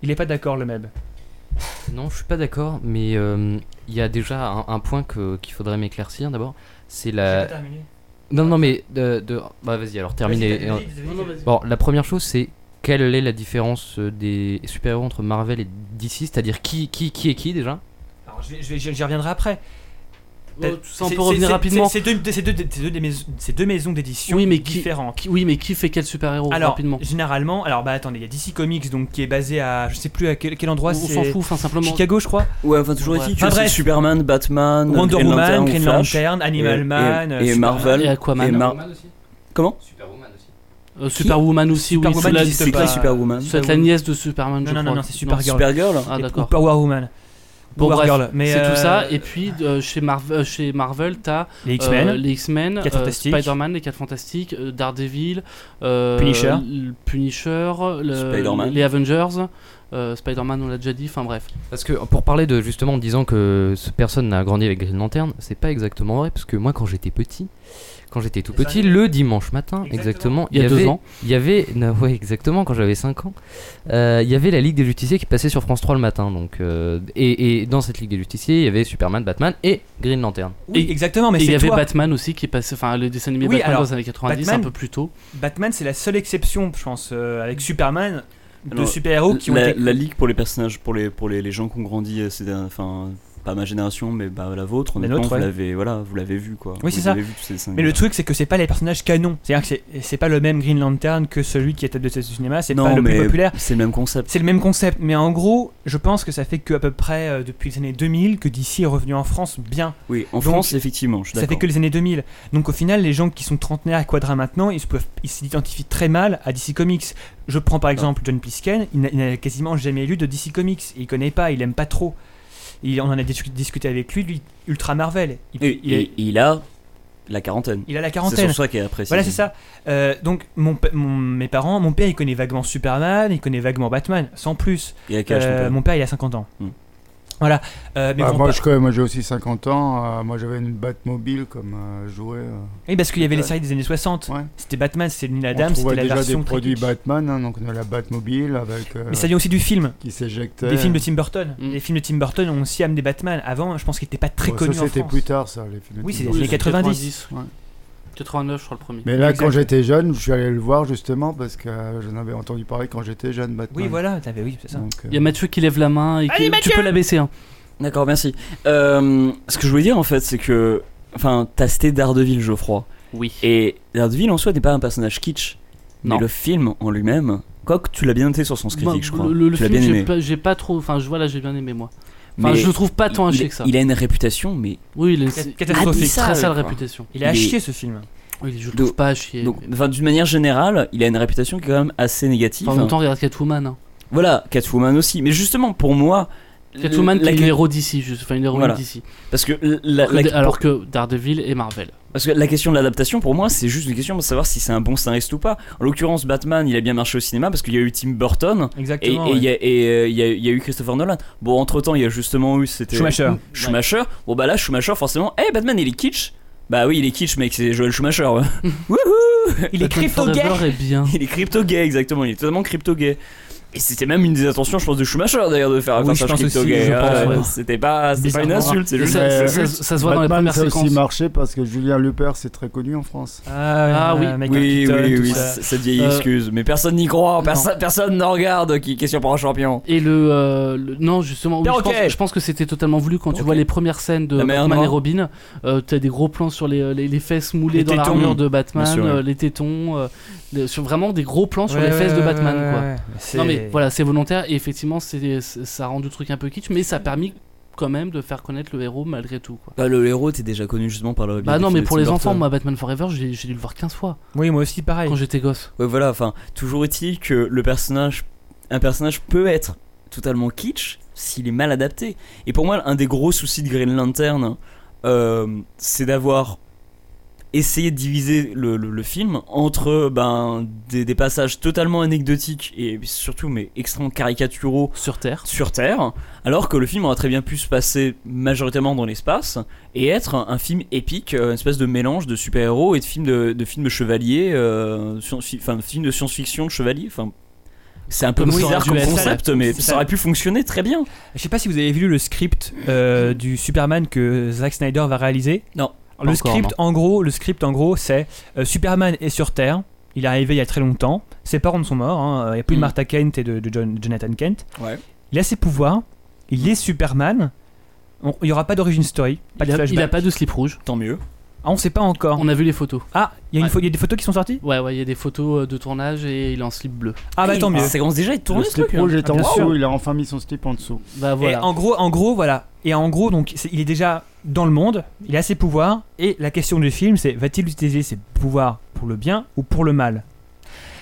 Il n'est pas d'accord le même. Non, je suis pas d'accord, mais euh, il y a déjà un, un point que- qu'il faudrait m'éclaircir d'abord. C'est la. Non, non, mais de. de- Bah, vas-y, alors terminé. Bon, la première chose, c'est quelle est la différence euh, des super-héros entre Marvel et DC C'est-à-dire qui, qui, qui est qui déjà Alors, je vais- je vais- j'y reviendrai après. Euh, Bon, Oh, tout ça, on C'est- peut c'est- revenir c'est- rapidement. C'est c'est deux, c'est deux- c'est deux des mais- c'est deux maisons d'édition Oui, mais qui- différentes. Qui- Oui, mais qui fait quel super-héros Alors, rapidement généralement, alors bah attendez, il y a DC Comics donc qui est basé à, je sais plus à quel, quel endroit, On c'est s'en fout, enfin simplement. Chicago, je crois. Ouais, enfin, toujours Ouais. est-il que Enfin, c'est bref. Superman, Batman, Wonder Green Woman, Lantern, Green Flash, Lantern, Animal et- Man, euh, et, et Superman. Marvel. Et Aquaman. et Mar- Comment Superwoman aussi. Euh, Superwoman aussi, oui. Superwoman c'est la- existe c'est C'est pas. quoi Superwoman c'est la nièce de Superman, Non, je non, crois. non, c'est Supergirl. Supergirl Ah, Et- ou d'accord. Power Woman. Bon, Power bref, Girl, mais C'est euh, tout ça. Et puis, euh, chez, Marve- euh, chez Marvel, t'as les euh, X-Men, les X-Men, Quatre euh, Fantastiques. Spider-Man, les 4 Fantastiques, euh, Daredevil, euh, Punisher. le Punisher, le- Spider-Man. les Avengers, euh, Spider-Man, on l'a déjà dit, enfin bref. Parce que pour parler de justement en disant que ce- personne n'a grandi avec Green Lantern, c'est pas exactement vrai, parce que moi quand j'étais petit, quand j'étais tout C'est ça, petit, il- le dimanche matin, exactement, Il y a deux avait- ans. Il y avait, non, ouais, exactement, quand j'avais 5 ans, euh, il y avait la Ligue des Justiciers qui passait sur France 3 le matin. Donc, euh, et, et dans cette Ligue des Justiciers, il y avait Superman, Batman et Green Lantern. oui, et- exactement, mais Et il y c'est avait toi. Batman aussi qui est passé, enfin le dessin animé Oui, Batman alors, dans les années 90, Batman- un peu plus tôt. Batman, c'est la seule exception, je pense, euh, avec Superman, de Alors, super-héros Oh, qui ont la, été. la ligue pour les personnages, pour les, pour les, les gens qui ont grandi, euh, c'est enfin pas ma génération, mais bah, la vôtre, La honnêtement, nôtre, vous ouais. l'avez voilà, vous l'avez vu quoi. Oui, Vous c'est ça. avez vu tous ces dessins Mais le animés. truc, c'est que c'est pas les personnages canons. C'est-à-dire que c'est- c'est pas le même Green Lantern que celui qui est tête de ce cinéma, c'est Non, pas le plus mais populaire. c'est le même concept. C'est le même concept, mais en gros, je pense que ça fait que à peu près euh, depuis les années 2000 que DC est revenu en France bien. Oui, en Donc, France, effectivement, je suis Ça fait d'accord. que les années 2000. Donc au final, les gens qui sont trentenaires à Quadra maintenant, ils se peuvent- ils s'identifient très mal à DC Comics. Je prends Ah. par exemple John Plisken, il n'a- il n'a quasiment jamais lu de DC Comics, il connaît pas, il aime pas trop. Il, on en a dis- discuté avec lui, lui, Ultra Marvel. Il, Et- il, est- et il a la quarantaine. il a la C'est quarantaine. sur ça qui est apprécié. Voilà, c'est ça. Euh, donc mon, pa- mon- mes parents, mon père, il connaît vaguement Superman, il connaît vaguement Batman, sans plus. Il y a Cash, Euh, mon père. mon père, il a 50 ans. Hmm. Voilà. Euh, mais Bah, bon, moi, pas- je connais- moi, j'ai aussi 50 ans. euh, moi, j'avais une Batmobile comme euh, jouet. euh. Oui, parce qu'il y avait les Ouais. séries des années 60. Ouais. C'était Batman, c'était Neil On Adams, trouvait c'était la déjà version des produits critique. Batman, hein, donc on a la Batmobile avec euh, Mais ça vient aussi du film. qui s'éjectait. Des films de Tim Burton. Mm. Les films de Tim Burton ont aussi amené Batman. Avant, je pense qu'il n'était pas très Bon, connu ça, en c'était France. plus tard, ça, les films. de Oui, c'est Tim des Burton. années 90. 90, ouais. 89, je crois le premier. Mais là, Exact. quand j'étais jeune, je suis allé le voir justement parce que euh, j'en avais entendu parler quand j'étais jeune, Batman. Oui, voilà, t'avais, oui, c'est ça. Donc, euh, Il y a Mathieu qui lève la main et qui- tu peux la baisser. Hein. D'accord, merci. Euh, ce que je voulais dire en fait, c'est que. Enfin, t'as cité Daredevil, Geoffroy. Oui. Et Daredevil en soi n'est pas un personnage kitsch. Non. Mais le film en lui-même. Quoique tu l'as bien noté sur son critique, Bah, je crois. Le, le- le tu l'as film, bien j'ai aimé. pas- j'ai pas trop. Enfin, je vois là, j'ai bien aimé moi. Enfin, Mais je le trouve pas tant il, haché que ça. il a une réputation, mais. oui, il est Cat- il Catastrophique. a très sale quoi. réputation. Il a Il est- chié ce film. Oui, je le Donc- trouve pas à chier. Donc, enfin, d'une manière générale, il a une réputation qui est quand même assez négative. Enfin, en même temps, regarde Catwoman. hein. Voilà, Catwoman aussi. Mais justement, pour moi. Catwoman, la- qui est une héros d'ici, enfin une héroïne Voilà. d'ici. Parce que la, la- Alors que Daredevil et Marvel. Parce que la question de l'adaptation, pour moi, c'est juste une question de savoir si c'est un bon scénariste ou pas. En l'occurrence, Batman, il a bien marché au cinéma parce qu'il y a eu Tim Burton et et il Exactement. ouais. y, a- et, euh, il y a- il y a eu Christopher Nolan. Bon, entre temps, il y a justement eu. C'était Schumacher. Schumacher. Bon, bah là, Schumacher, forcément. Eh, Batman, il est kitsch Bah oui, il est kitsch, mec, c'est Joel Schumacher. ouais. Wouhou Il est Batman crypto-gay. Forever est bien. il est crypto-gay, exactement. Il est totalement crypto-gay. Et c'était même une des intentions, je pense, de Schumacher d'ailleurs de faire un Oui, je personnage pense aussi, crypto gay. je hein. pense, ouais. Euh, C'était pas, c'était pas une Bizarrement. insulte, c'est Et juste. ça, Mais- ça- ça- ça se voit dans les Batman, premières ça a aussi séquences. marché parce que Julien Lepers c'est très connu en France. Ah, Ah oui. Michael Oui, Keaton, oui, tout oui, ça. c- cette vieille Euh, excuse. Mais personne n'y croit, perso- personne n'en regarde qui question pour un champion. Et le, euh, le- non justement, oui, je, Perroquet. pense, je pense que c'était totalement voulu quand tu Perroquet. vois les premières scènes de La mer Batman Noire. et Robin. euh, T'as des gros plans sur les, les, les fesses moulées Les dans tétons. l'armure de Batman, Bien sûr, oui. euh, les tétons, euh, les- sur vraiment des gros plans sur les fesses de Batman. quoi. quoi. Non mais voilà, c'est volontaire et effectivement, c'est c'est- ça rend du truc un peu kitsch, mais ça a permis quand même de faire connaître le héros malgré tout. Quoi. Bah, le héros, t'es déjà connu justement par le. Bah non, mais pour les enfants, moi moi Batman Forever, j'ai j'ai dû le voir 15 fois Oui, moi aussi, pareil. quand j'étais gosse. Ouais, voilà, enfin, toujours est-il que le personnage, un personnage peut être totalement kitsch s'il est mal adapté. Et pour moi, un des gros soucis de Green Lantern, euh, c'est d'avoir essayé de diviser le, le- le film entre ben, des, des passages totalement anecdotiques et surtout mais extrêmement caricaturaux Sur Terre. sur Terre, alors que le film aurait très bien pu se passer majoritairement dans l'espace et être un, un film épique, euh, une espèce de mélange de super-héros et de films de, de films de chevaliers, euh, science- fi- enfin de films de science-fiction de chevaliers. Enfin, c'est un peu Comme ça bizarre aurait dû comme être. concept, mais C'est ça aurait pu fonctionner très bien. Je sais pas si vous avez vu le script euh, du Superman que Zack Snyder va réaliser. Non. Le Encore, script, en gros, le script, en gros, c'est euh, Superman est sur Terre. Il est arrivé il y a très longtemps. Ses parents sont morts. hein. Il n'y a plus Mm. de Martha Kent et de, de John- Jonathan Kent. Ouais. Il a ses pouvoirs. Il est Superman. On- il n'y aura pas d'origin story. Pas il, de a, il flashback. a pas de slip rouge. Tant mieux. Ah, on ne sait pas encore. On a vu les photos. Ah, il y, a une Ouais. pho- il y a des photos qui sont sorties Ouais, ouais, il y a des photos euh, de tournage et il est en slip bleu. Ah, bah tant mieux. La séquence déjà est Le tournée, ce slip truc. hein. rouge est Ah, en bien sûr. dessous, il a enfin mis son slip en dessous. Bah Et voilà. en gros, en gros, voilà. Et en gros, donc, c'est- il est déjà dans le monde, il a ses pouvoirs, et la question du film, c'est va-t-il utiliser ses pouvoirs pour le bien ou pour le mal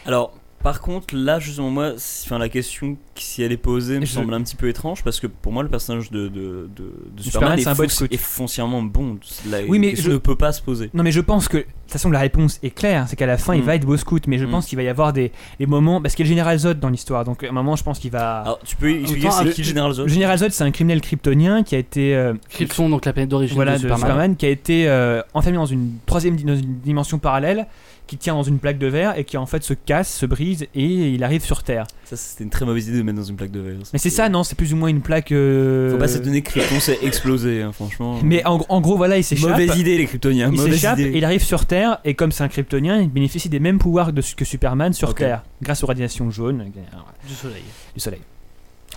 Alors, par contre, là, justement, moi, si- enfin, la question, si elle est posée, me Je- semble un petit peu étrange parce que pour moi, le personnage de, de, de- de Superman, Superman, c'est un boy est, fonci- scout. est foncièrement bon. La Oui, mais question je- ne peut pas se poser. Non, mais je pense que, de toute façon, la réponse est claire, c'est qu'à la fin, il Mm. va être beau scout, mais je Mm. pense qu'il va y avoir des, des moments, parce qu'il y a le général Zod dans l'histoire, donc à un moment, je pense qu'il va. Alors, tu peux expliquer Autant c'est un- qui le Général le Ah, Zod Ah, général Zod, c'est un criminel kryptonien qui a été euh, Krypton, donc la planète d'origine voilà, de Superman. qui a été euh, enfermé dans une troisième di- dans une dimension parallèle, qui tient dans une plaque de verre et qui en fait se casse, se brise et il arrive sur Terre. Ça, c'était une très mauvaise idée de mettre dans une plaque de verre. Mais c'est ça, non C'est plus ou moins une plaque. euh, Faut pas se donner que Krypton s'est explosé, hein, franchement. Mais en, en gros, voilà, il s'échappe. mauvaise idée, les Kryptoniens. Il mauvaise s'échappe, idée. il arrive sur Terre, et comme c'est un kryptonien, il bénéficie des mêmes pouvoirs de, que Superman sur Ok. Terre, grâce aux radiations jaunes euh, Du soleil. du Soleil.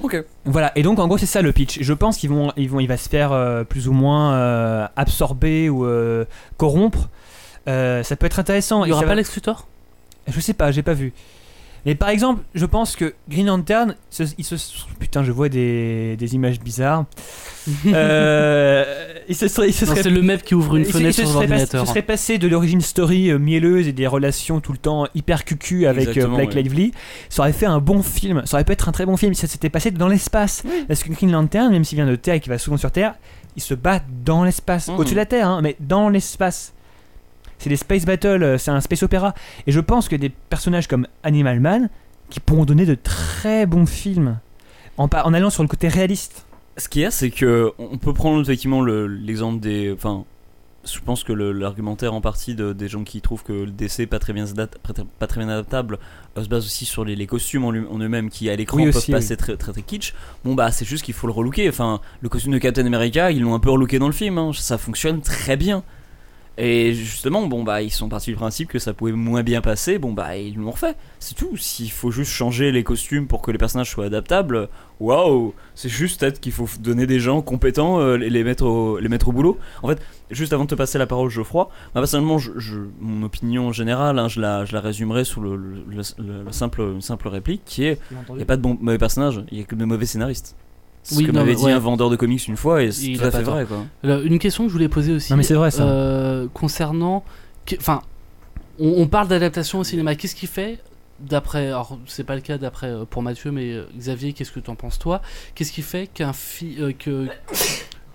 Ok. Voilà, et donc en gros, c'est ça le pitch. Je pense qu'ils vont, ils vont, il va se faire euh, plus ou moins euh, absorber ou euh, corrompre. Euh, ça peut être intéressant. Il et y aura ça pas va- Lex Luthor Je sais pas, j'ai pas vu. Mais par exemple, je pense que Green Lantern, se- il se, putain, je vois des, des images bizarres. Euh, il se serait, il se Non, serait- C'est le mec qui ouvre une il se- fenêtre il se sur serait pas- l'ordinateur. il se serait passé de l'origine story euh, mielleuse et des relations tout le temps hyper cucu avec euh, Exactement, Blake ouais. Lively. Ça aurait fait un bon film. Ça aurait pu être un très bon film si ça s'était passé dans l'espace. Parce que Green Lantern, même s'il vient de Terre et qu'il va souvent sur Terre, il se bat dans l'espace, Mhm. au-dessus de la Terre, hein, mais dans l'espace. C'est des space battles, euh, c'est un space opéra. Et je pense que des personnages comme Animal Man qui pourront donner de très bons films en, pa- en allant sur le côté réaliste. Ce qu'il y a, c'est que on peut prendre effectivement le- l'exemple des. Enfin, je pense que le- l'argumentaire en partie de- des gens qui trouvent que le DC pas très bien, s'adapte- pas très- pas très bien adaptable euh, se base aussi sur les, les costumes en, lui- en eux-mêmes qui à l'écran Oui, peuvent aussi, passer très, très très kitsch. Bon bah c'est juste qu'il faut le relooker. Enfin, le costume de Captain America, ils l'ont un peu relooké dans le film. hein. Ça fonctionne très bien. Et justement, bon bah ils sont partis du principe que ça pouvait moins bien passer. Bon bah ils l'ont refait. C'est tout. S'il faut juste changer les costumes pour que les personnages soient adaptables, waouh, c'est juste peut-être qu'il faut f- donner des gens compétents euh, et les mettre au, les mettre au boulot. En fait, juste avant de te passer la parole, Geoffroy, moi personnellement, je, je- mon opinion générale, hein, je, la, je la résumerai sous le, le- le- le simple, une simple réplique qui est il n'y a pas de bons mauvais personnages, il n'y a que de mauvais scénaristes. C'est Oui, ce que non, m'avait mais dit ouais. un vendeur de comics une fois et c'est Il tout a à pas fait tort. vrai. Quoi. Euh, Une question que je voulais poser aussi. Non, mais c'est vrai, Ah, ça. euh, concernant. que- Enfin, on, on parle d'adaptation au cinéma. Qu'est-ce qui fait d'après alors c'est pas le cas d'après euh, pour Mathieu mais euh, Xavier qu'est-ce que t'en penses toi qu'est-ce qui fait qu'un fi- euh, que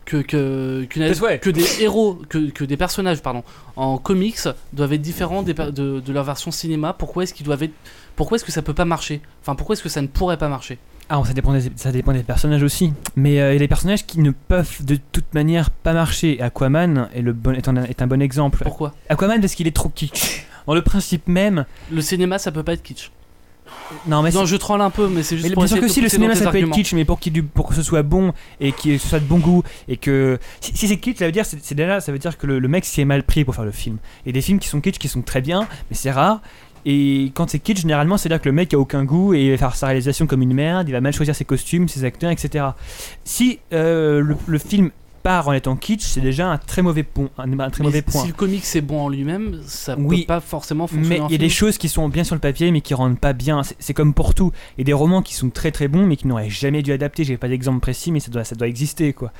que que qu'une- Qu'est-ce ouais que des héros que, que des personnages pardon en comics doivent être différents des per- de, de leur version cinéma pourquoi est-ce qu'ils doivent être pourquoi est-ce que ça peut pas marcher enfin pourquoi est-ce que ça ne pourrait pas marcher Ah, ça dépend des, ça dépend des personnages aussi. Mais euh, il y a des personnages qui ne peuvent de toute manière pas marcher. Aquaman est, le bon, est, un, est un bon exemple. pourquoi Aquaman parce qu'il est trop kitsch. Dans le principe même, le cinéma ça peut pas être kitsch Non, mais non, c'est- je troll un peu, mais c'est juste mais pour bien sûr que essayer de te si le pousser cinéma dans tes ça peut être arguments. kitsch, mais pour, qu'il y ait du- pour que ce soit bon et que ce soit de bon goût et que si, si c'est kitsch, ça veut dire c'est c'est déjà ça veut dire que le, le mec s'y est mal pris pour faire le film. Et des films qui sont kitsch qui sont très bien, mais c'est rare. Et quand c'est kitsch, généralement, c'est à dire que le mec a aucun goût et il va faire sa réalisation comme une merde, il va mal choisir ses costumes, ses acteurs, etc. Si euh, le, le film part en étant kitsch, c'est déjà un très mauvais point. Un, un très Mais mauvais si- point. Si le comics est bon en lui-même, ça Oui. peut pas forcément fonctionner. Mais en il y a des film. choses qui sont bien sur le papier mais qui rendent pas bien. C'est- C'est comme pour tout. Il y a des romans qui sont très très bons mais qui n'auraient jamais dû adapter. J'ai pas d'exemple précis mais ça doit, ça doit exister quoi.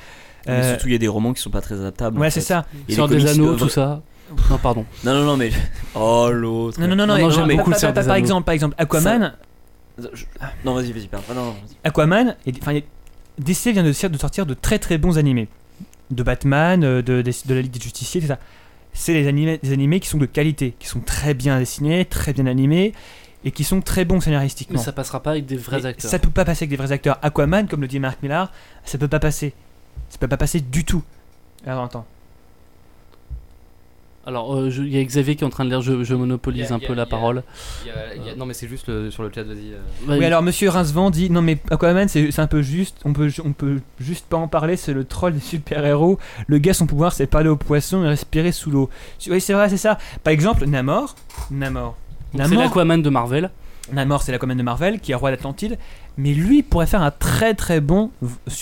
Mais Euh, surtout, il y a des romans qui sont pas très adaptables. ouais, en c'est fait. ça. Et Sur les des comics anneaux, de- euh, tout ça. Non, pardon. Non, non, non, mais. Oh, l'autre. Non, non, non, non, Non, et- non, par- j'aime beaucoup par- le Seigneur par- des par Anneaux. exemple, par exemple, Aquaman, Je- Non, vas-y, vas-y, pardon. Ah, non, non, vas-y. Aquaman, et- enfin, et- DC vient de, sortir- de sortir de très très bons animés, de Batman, euh, de, des- de la Ligue des Justiciers, tout ça. C'est des animés, des animés qui sont de qualité, qui sont très bien dessinés, très bien animés et qui sont très bons Mais scénaristiquement. ça passera pas avec des vrais Mais acteurs. Ça peut pas passer avec des vrais acteurs. Aquaman, comme le dit Marc Millar, ça peut pas passer. Ça peut pas passer du tout. Alors attends. Alors, euh, je- il y a Xavier qui est en train de lire, je, je monopolise Il y a- un il y a- peu la il y a- parole. Bah, Il y a- il y a- non, mais c'est juste le- sur le chat, vas-y. euh. Vas-y. Oui, alors Monsieur Rincevent dit non mais Aquaman c'est c'est un peu juste, on peut on peut juste pas en parler, c'est le troll des super héros. Le gars son pouvoir c'est parler aux poissons et respirer sous l'eau. Oui c'est vrai c'est ça. Par exemple Namor, Namor, Donc, c'est Namor. l'Aquaman de Marvel. Namor, c'est la commande de Marvel, qui est roi d'Atlantide, mais lui pourrait faire un très très bon,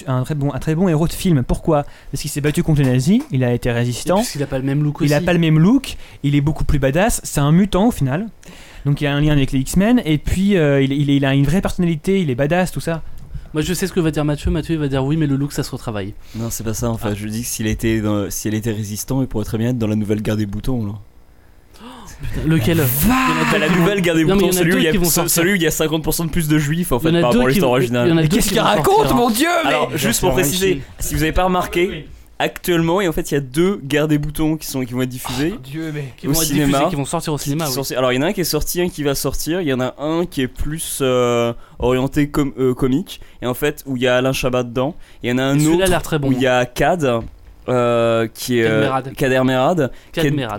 un très bon, un très bon héros de film. Pourquoi Parce qu'il s'est battu contre les nazis, il a été Et résistant, Puisqu'il a pas le même look il aussi. a pas le même look, il est beaucoup plus badass, c'est un mutant au final, donc il a un lien avec les X-Men, et puis euh, il, il- il a une vraie personnalité, il est badass, tout ça. Moi, je sais ce que va dire Mathieu. Mathieu, il va dire oui, mais le look, ça se retravaille. Non, c'est pas ça. Enfin, je dis que s'il était, dans- si elle était résistant, il pourrait très bien être dans la nouvelle guerre des boutons. Là. Lequel Bah, la nouvelle guerre des Non, mais il y en boutons, a celui où deux il y a- qui vont ce- sortir. celui où il y a 50% de plus de juifs en Il y en fait a par deux rapport à qui l'histoire vont- il y en a originale. deux qui vont sortir. dieu Alors, juste pour préciser, si vous avez pas remarqué, actuellement, et en fait, il y a deux guerres des boutons qui, sont, qui vont être diffusées. Dieu, mais. Oh, Qui vont Au être cinéma. diffusés, qui vont sortir au Qui- cinéma. qui oui. sont- Alors il y en a un qui est sorti, un qui va sortir, il y en a un qui est plus euh, orienté com- euh, comique, et en fait où il y a Alain Chabat dedans, il y en a un Et Celui-là a autre l'air très bon. où il y a Cad, euh, qui est... Cadmerade. Cadmerade.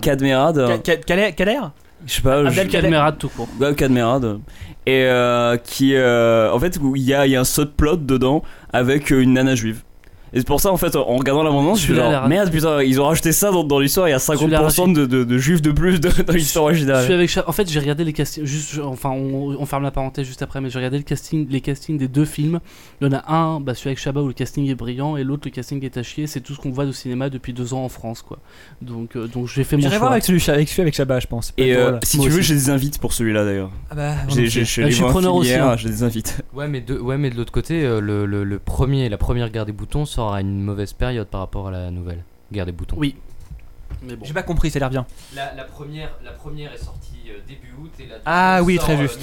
Cadmerade. euh, Kader je sais pas, je- Abdel Kader. Cadmerade tout court. Ouais, Cadmerade. Et euh, qui euh, en fait où il y a, il y a un subplot dedans avec euh, une nana juive. Et c'est pour ça en fait en en regardant l'abondance je suis Celui-là, elle genre a- merde putain ils ont rajouté ça dans, dans l'histoire il y a Celui-là, 50% de, de, de juifs de plus de- dans l'histoire Je suis originale. avec Cha- En fait, j'ai regardé les castings. Juste, je- enfin, on, on ferme la parenthèse juste après, mais j'ai regardé le casting, les castings des deux films. Il y en a un, bah, celui avec Chabat où le casting est brillant, et l'autre, le casting est à chier. C'est tout ce qu'on voit de cinéma depuis deux ans en France, quoi. Donc, euh, donc j'ai fait mon J'irai choix. voir avec celui avec, celui avec Chabat, je pense. Et euh, Drôle. si Moi tu veux aussi. je les invite pour celui-là d'ailleurs. Ah bah, J'ai- volontiers. j'ai- j'ai Bah, les je suis voir en preneur film aussi, hier, hein. Je les invite. Ouais, mais de, ouais, mais de l'autre côté, euh, le, le, le premier, la première guerre des boutons sort à une mauvaise période par rapport à la nouvelle guerre des boutons. Oui. Mais bon. J'ai pas compris, ça a l'air bien. La, première, la première est sortie euh, début août et la Ah deuxième oui, sort, très euh, juste.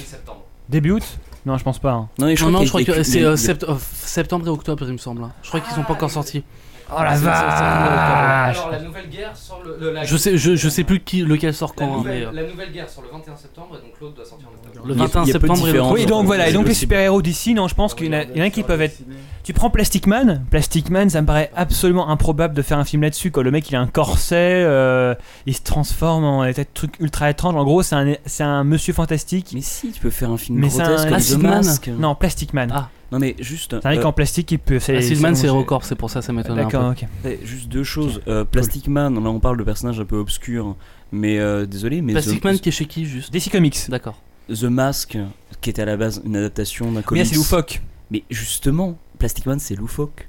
Début août Non, je pense pas. hein. Non, mais non, non, qu'il je crois y a- que il y a- c'est il y a- euh, sept- euh, septembre et octobre, il me semble. hein. Je crois qu'ils sont pas encore sortis. Oh la C'est- c'est- c'est- vache euh, Alors la nouvelle guerre sort le. Je sais, je, je sais plus qui, lequel sort quand. hein, mais, euh, guerre sort le 21 septembre et donc l'autre doit sortir en octobre. le il y a- 21 il y a peu de septembre et différence. l'autre. Oui, donc voilà, et donc les C'est Ah super-héros d'ici, non, je pense qu'il y en a, il y en a qui peuvent être. Tu prends Plastic Man, Plastic Man, ça me paraît absolument improbable de faire un film là-dessus. Quoi. Le mec, il a un corset, euh, il se transforme en des tas de trucs ultra étranges. En gros, c'est un, c'est un monsieur fantastique. Mais si, tu peux faire un film Mais c'est grotesque un- comme Acid The Man. Mask. Non, Plastic Man. Ah, Non, mais juste. c'est un mec euh, en plastique qui peut. C'est, Acid Man, c'est bon, record, c'est pour ça, ça m'étonne un peu. D'accord, ok. eh, Juste deux choses. Euh, Plastic Man, là on parle de personnages un peu obscurs. Mais euh, désolé, mais Plastic The, Man qui est chez qui juste DC Comics. D'accord. The Mask, qui était à la base une adaptation d'un Mais comics. là, Eh c'est loufoque. Mais justement, Plastic Man, c'est loufoque.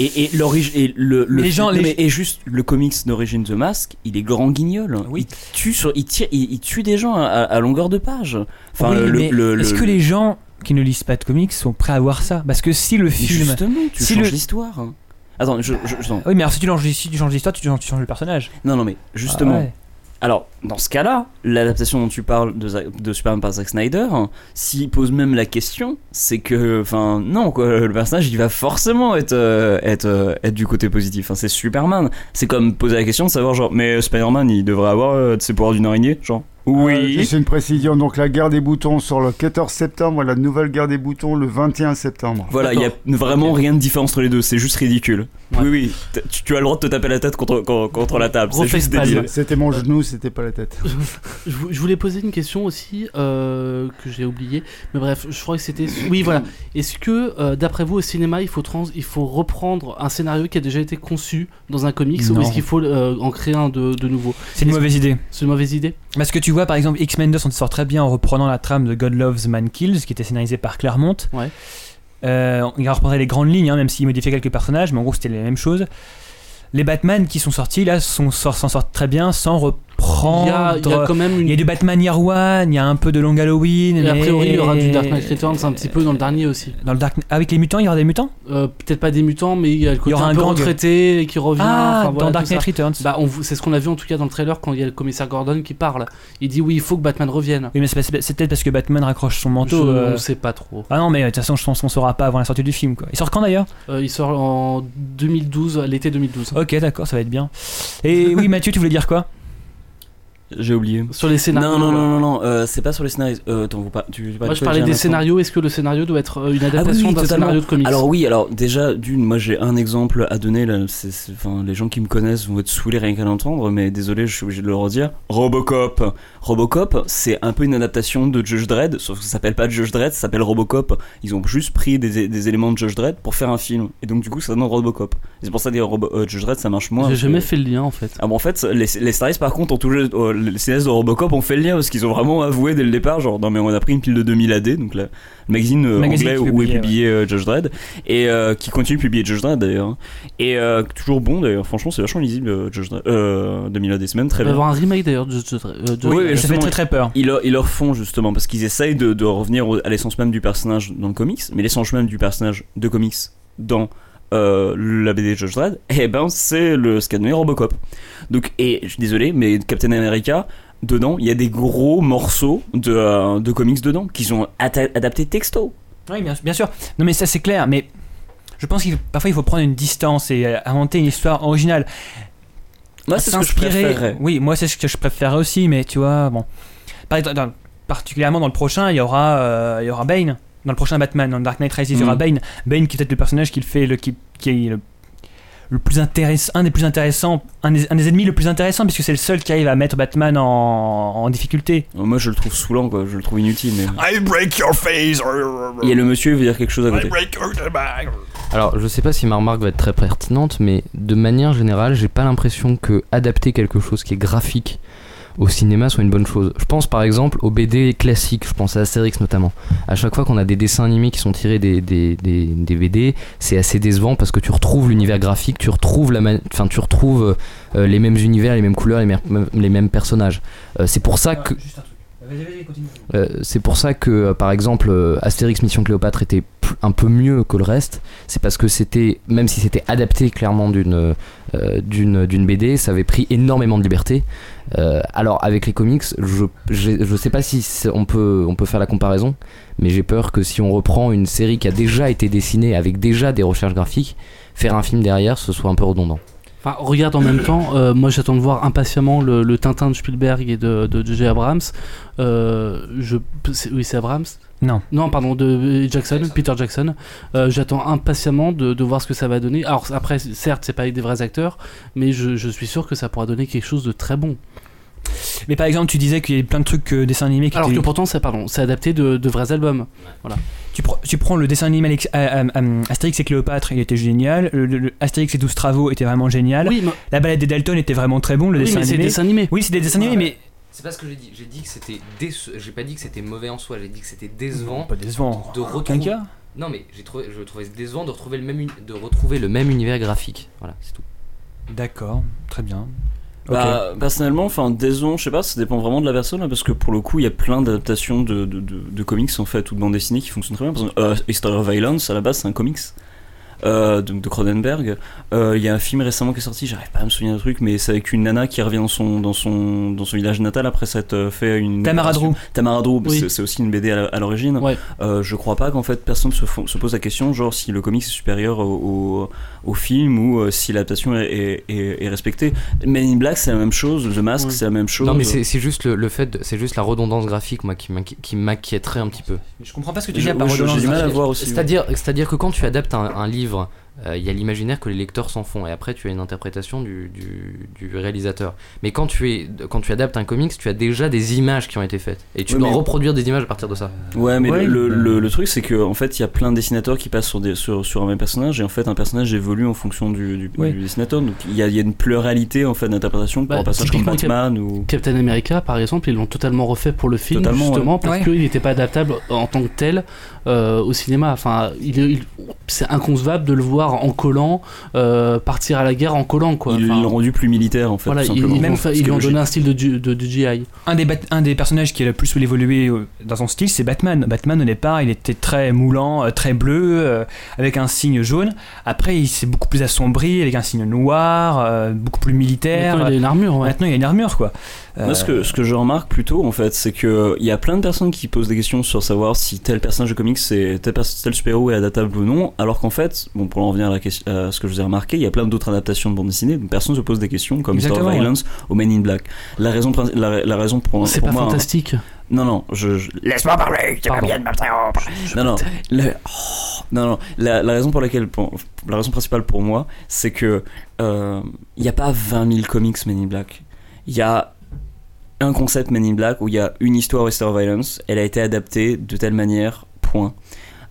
Et, et, l'origi- et le, le Les gens- non, les- mais- et juste le comics d'origine The Mask, il est grand guignol. Oui. Il tue sur, il tire, il, il tue des gens à, à longueur de page. Enfin, Oui, le- mais le- est-ce le- que les gens qui ne lisent pas de comics sont prêts à voir ça Parce que si le Mais film. Justement, tu Si changes le- l'histoire. hein. Attends, je, je- je- non. Oui, mais alors si tu changes, si tu changes l'histoire, tu changes, tu changes le personnage. non, non, mais justement. Ah ouais. Alors, dans ce cas-là, l'adaptation dont tu parles de, Za- de Superman par Zack Snyder, hein, s'il pose même la question, c'est que, enfin, non, quoi, le personnage, il va forcément être, euh, être, euh, être du côté positif. hein, c'est Superman. C'est comme poser la question de savoir, genre, mais Spider-Man, il devrait avoir euh, de ses euh, pouvoirs d'une araignée, genre. Ah, Euh, Oui. C'est une précision. Donc la guerre des boutons sur le 14 septembre, la nouvelle guerre des boutons le 21 septembre. Voilà, il y a vraiment rien de différent entre les deux, c'est juste ridicule. Ouais. Oui, oui, t'as- tu, tu as le droit de te taper la tête contre, contre, contre la table, Gros c'est juste facepalm. débile. C'était mon genou, c'était pas la tête. Je vou- je voulais poser une question aussi euh, que j'ai oubliée, mais bref, je crois que c'était. Oui, voilà. Est-ce que, euh, d'après vous, au cinéma, il faut, trans... il faut reprendre un scénario qui a déjà été conçu dans un comics ou Non. est-ce qu'il faut euh, en créer un de, de nouveau C'est une mauvaise idée. C'est une mauvaise idée Parce que tu vois, par exemple, X-Men 2 s'en sort très bien en reprenant la trame de God Loves Man Kills, qui était scénarisée par Claremont. Ouais. Euh, il a repris les grandes lignes, hein, même s'il modifiait quelques personnages, mais en gros, c'était les mêmes choses. Les Batman qui sont sortis, là, sont- sor- s'en sortent très bien sans reprendre. il, y a, il y a quand même une. du Batman Year One, il y a un peu de Long Halloween. Et a mais- Euh, priori, il y aura du Dark Knight Returns un petit peu dans le dernier aussi. Dans le Dark... Avec les mutants, il y aura des mutants Euh, Peut-être pas des mutants, mais il y a le côté aura un, un peu gang. retraité qui revient. Ah, enfin, dans voilà, tout Dark ça. Knight Returns. Bah, on vous- c'est ce qu'on a vu en tout cas dans le trailer quand il y a le commissaire Gordon qui parle. Il dit oui, il faut que Batman revienne. Oui, mais c'est pas- c'est peut-être parce que Batman raccroche son manteau. Je- euh, On sait pas trop. Ah non, mais euh, de toute façon, je pense qu'on saura pas avant la sortie du film. Quoi. Il sort quand d'ailleurs Euh, il sort en 2012, à l'été 2012. Ok, d'accord, ça va être bien. Et oui, Mathieu, tu voulais dire quoi J'ai oublié. Sur les scénarios. Non, non, non, non, non, euh, c'est pas sur les scénarios. Euh, attends, vous par- tu, tu Moi, je parlais de quoi parlais déjà, des maintenant scénarios. Est-ce que le scénario doit être euh, une Ah oui, adaptation d'un totalement. scénario de comics Alors oui, alors déjà, d'une, moi j'ai un exemple à donner, là, c'est- c'est- enfin, les gens qui me connaissent vont être saoulés rien qu'à l'entendre, mais désolé, je suis obligé de le redire. Robocop. Robocop, c'est un peu une adaptation de Judge Dredd, sauf que ça s'appelle pas Judge Dredd, ça s'appelle Robocop. Ils ont juste pris des, des éléments de Judge Dredd pour faire un film, et donc du coup ça donne Robocop. Et C'est pour ça que Robo- euh, Judge Dredd ça marche moins. J'ai parce jamais que- fait le lien en fait. ah bon, en fait, les, les scénaristes par contre ont toujours euh, les scénaristes de Robocop ont fait le lien parce qu'ils ont vraiment avoué dès le départ genre non mais on a pris une pile de 2000 AD donc la- le magazine, euh, Magazine anglais qui où est publiait, publié euh, Judge Dredd et euh, qui continue de publier Judge Dredd d'ailleurs hein. et euh, toujours bon d'ailleurs franchement c'est vachement lisible euh, Judge Dredd, euh, 2000 AD semaine Il très va Bah y bien avoir un remake d'ailleurs de, de- de- Oui, oui, Ça justement, fait très très peur. ils, leur- ils leur font justement parce qu'ils essayent de, de revenir au- à l'essence même du personnage dans le comics, mais l'essence même du personnage de comics dans euh, la BD de Judge Dredd, eh ben c'est le ce qu'a donné Robocop. Donc et je suis désolé, mais Captain America dedans, il y a des gros morceaux de, euh, de comics dedans qu'ils ont atta- adapté texto. Oui, bien, bien sûr. Non, mais ça c'est clair. Mais je pense qu'il parfois il faut prendre une distance et euh, inventer une histoire originale. Moi Ah, c'est ce que je S'inspirer- préférerais. Oui, moi c'est ce que je préférerais aussi. Mais tu vois, bon. Par exemple, dans- particulièrement dans le prochain, il y aura, euh, il y aura Bane. Dans le prochain Batman, dans Dark Knight Rises, il y aura Mhm. Bane. Bane qui est peut-être le personnage qui le fait le qui, qui est le le plus intéressant, un des plus intéressants, un des, un des ennemis le plus intéressant, puisque c'est le seul qui arrive à mettre Batman en, en difficulté. Moi je le trouve saoulant quoi, je le trouve inutile. Mais... I break your face. Il y a le monsieur il veut dire quelque chose à I côté. break your back. Alors, je sais pas si ma remarque va être très pertinente, mais de manière générale, j'ai pas l'impression que adapter quelque chose qui est graphique au cinéma soit une bonne chose. Je pense par exemple aux BD classiques, je pense à Astérix notamment. À chaque fois qu'on a des dessins animés qui sont tirés des, des, des, des BD, c'est assez décevant parce que tu retrouves l'univers graphique, tu retrouves, la man- enfin, tu retrouves euh, les mêmes univers, les mêmes couleurs, les, mêmes- les mêmes personnages. Euh, c'est pour ça que euh, c'est pour ça que, euh, par exemple, euh, Astérix Mission Cléopâtre était pl- un peu mieux que le reste. C'est parce que c'était, même si c'était adapté clairement d'une euh, d'une d'une BD, ça avait pris énormément de liberté. Euh, alors avec les comics, je j'ai- je sais pas si c'est- on peut on peut faire la comparaison, mais j'ai peur que si on reprend une série qui a déjà été dessinée avec déjà des recherches graphiques, faire un film derrière, ce soit un peu redondant. Enfin, regarde en même temps, euh, moi j'attends de voir impatiemment le, le Tintin de Spielberg et de de J.J. Abrams. Euh, je, c'est- oui, c'est Abrams. Non. Non, pardon, de euh, Jackson, Peter Jackson. Euh, j'attends impatiemment de, de voir ce que ça va donner. Alors après, certes, c'est pas avec des vrais acteurs, mais je, je suis sûr que ça pourra donner quelque chose de très bon. Mais par exemple, tu disais qu'il y avait plein de trucs euh, dessins animés qui Alors que étaient- pourtant, c'est pardon, c'est adapté de, de vrais albums. Tu, pr- tu prends le dessin animé Alex- euh, euh, euh, Astérix et Cléopâtre, il était génial. Le, le- le Astérix et 12 travaux était vraiment génial. Oui, mais, La balade des Dalton était vraiment très bon, le oui, dessin mais c'est animé. des dessins animés. Oui, c'est des dessins animés, mais. C'est pas ce que j'ai dit. J'ai dit que c'était j'ai pas dit que c'était mauvais en soi. J'ai dit que c'était décevant Pas décevant. de Aucun cas. Non mais j'ai trouvé, je trouvais décevant de retrouver le même, uni- de retrouver le même univers graphique. Voilà, c'est tout. D'accord, très bien. Ok. Bah, personnellement, enfin, désolé, je sais pas, ça dépend vraiment de la personne, hein, parce que pour le coup, il y a plein d'adaptations de, de, de, de comics en fait, ou de bandes dessinées qui fonctionnent très bien. Par exemple, euh, History of Violence, à la base, c'est un comics. euh, donc de Cronenberg. Euh, Il y a un film récemment qui est sorti, j'arrive pas à me souvenir du truc, mais c'est avec une nana qui revient dans son, dans son, dans son village natal après s'être euh, fait une. Tamara Drew. Tamara Drew, Oui. c'est- c'est aussi une BD à, la- à l'origine. Ouais. Euh, je crois pas qu'en fait personne se, fon- se pose la question, genre si le comics est supérieur au, au, au film ou euh, si l'adaptation est, est, est- est respectée. Men in Black, c'est la même chose, The Mask, Ouais. c'est la même chose. Non, mais c'est c'est juste le, le fait, de- c'est juste la redondance graphique, moi, qui m'inqui- qui m'inquiéterait un petit peu. Je comprends pas ce que tu Je- dis à part oui, je- redondance J'ai du mal à graphique. voir aussi. C'est-à-dire, c'est-à-dire que quand tu adaptes un, un livre, euh, il y a l'imaginaire que les lecteurs s'en font, et après tu as une interprétation du, du- du réalisateur. Mais quand tu, es, quand tu adaptes un comics, tu as déjà des images qui ont été faites, et tu Oui, dois mais- reproduire des images à partir de ça. Ouais, mais Ouais, le, le, le truc, c'est que en fait, il y a plein de dessinateurs qui passent sur, des, sur, sur un même personnage, et en fait, un personnage évolue en fonction du, du, Ouais. du dessinateur. Donc, il y a, il y a une pluralité en fait d'interprétation pour Bah, un personnage comme typiquement, il y a- Batman ou. Captain America, par exemple, ils l'ont totalement refait pour le film, Totalement, justement, parce Ouais. qu'il n'était pas adaptable en tant que tel euh, au cinéma. Enfin, il, il- c'est inconcevable de le voir en collant, euh, partir à la guerre en collant, quoi. Ils Enfin, l'ont rendu plus militaire en fait, voilà, tout ils, simplement. ils, Même ont fait- Ce ils qui lui est ont logique. donné un style de, du- de, du GI. Un des, bat- un des personnages qui est le plus évolué euh, dans son style, c'est Batman. Batman, au départ, il était très moulant, euh, très bleu, euh, avec un signe jaune. Après, il s'est beaucoup plus assombri, avec un signe noir, euh, beaucoup plus militaire. Maintenant, il a une armure, ouais. Maintenant, il a une armure, quoi. Euh, Moi, ce que, ce que je remarque plutôt, en fait, c'est que il y a plein de personnes qui posent des questions sur savoir si tel personnage de comics, c'est tel, pers- tel super-héros est adaptable ou non, alors qu'en fait, bon, pour en revenir à, la question- à ce que je vous ai remarqué, il y a plein d'autres adaptations de bande dessinée, dont personne se pose des questions, comme Star Exactement, ouais. Violence ou Men in Black. La raison, princi- la, la raison pour, C'est pour pas moi, hein, fantastique. Non, non, je. je- Laisse-moi parler, j'aimerais Pardon. bien m'interrompre. non, non, le- oh, non, non. La, la raison pour laquelle. pour- la raison principale pour moi, c'est que. euh, Il n'y a pas 20 000 comics Men in Black. Il y a un concept Men in Black où il y a une histoire Western Violence. Elle a été adaptée de telle manière, point.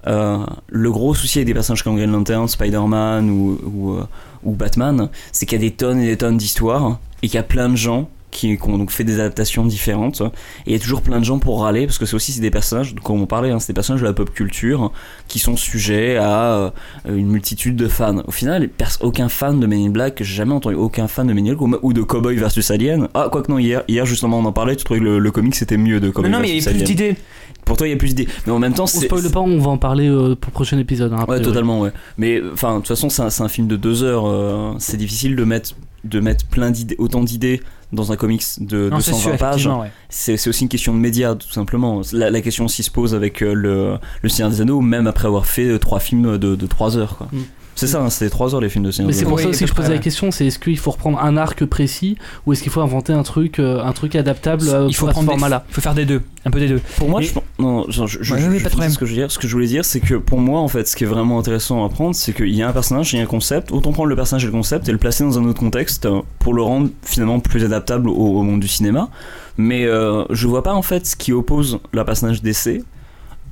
Euh, le gros souci avec des personnages comme Green Lantern, Spider-Man ou, ou, euh, ou Batman, c'est qu'il y a des tonnes et des tonnes d'histoires et qu'il y a plein de gens qui, qui ont donc fait des adaptations différentes. Et il y a toujours plein de gens pour râler parce que c'est aussi c'est des personnages, comme on parlait, hein, c'est des personnages de la pop culture qui sont sujets à euh, une multitude de fans. Au final, pers- aucun fan de Men in Black, j'ai jamais entendu aucun fan de Men in Black ou- ou de Cowboy versus Alien. Ah, quoique non, hier, hier justement on en parlait, tu trouvais que le, le comic c'était mieux de Mais Cowboy non, mais il y versus avait plus Alien. d'idées. Pour toi, il y a plus d'idées. Mais en même temps, On c'est. spoil pas, on va en parler euh, pour le prochain épisode. hein, a Ouais, priori. totalement, ouais. Mais enfin, de toute façon, c'est un, c'est un film de deux heures. euh, c'est difficile de mettre, de mettre plein d'idées, autant d'idées dans un comics de Non, c'est 220 sûr, pages. effectivement, ouais. C'est c'est aussi une question de médias, tout simplement. La, la question s'y se pose avec euh, le, le Seigneur des Anneaux, même après avoir fait euh, trois films de, de trois heures, quoi. Mm. C'est ça, hein, c'est trois heures les films de Seigneur Mais des c'est Anneaux. pour Oui, ça aussi que à je peu posais près, la ouais. question, c'est est-ce qu'il faut reprendre un arc précis ou est-ce qu'il faut inventer un truc, euh, un truc adaptable euh, Il faut à ce prendre des- format-là Il faut faire des deux, un peu des deux. Pour moi, Mais- je pense- non, non, je, je, Ouais, je- oui, je pas de finis problème. ce que je veux dire. Ce que je voulais dire, c'est que pour moi, en fait, ce qui est vraiment intéressant à prendre, c'est qu'il y a un personnage, il y a un concept. Autant prendre le personnage et le concept et le placer dans un autre contexte euh, pour le rendre finalement plus adaptable au, au monde du cinéma. Mais euh, je vois pas en fait ce qui oppose le personnage d'essai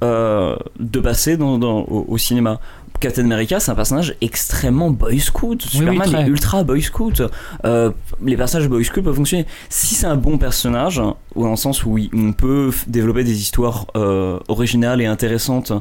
euh, de passer dans, dans- au, au cinéma. Captain America, c'est un personnage extrêmement boy scout. oui, Superman très. est ultra boy scout. Euh, les personnages boy scout peuvent fonctionner si c'est un bon personnage, ou dans le sens où oui, on peut f- développer des histoires euh, originales et intéressantes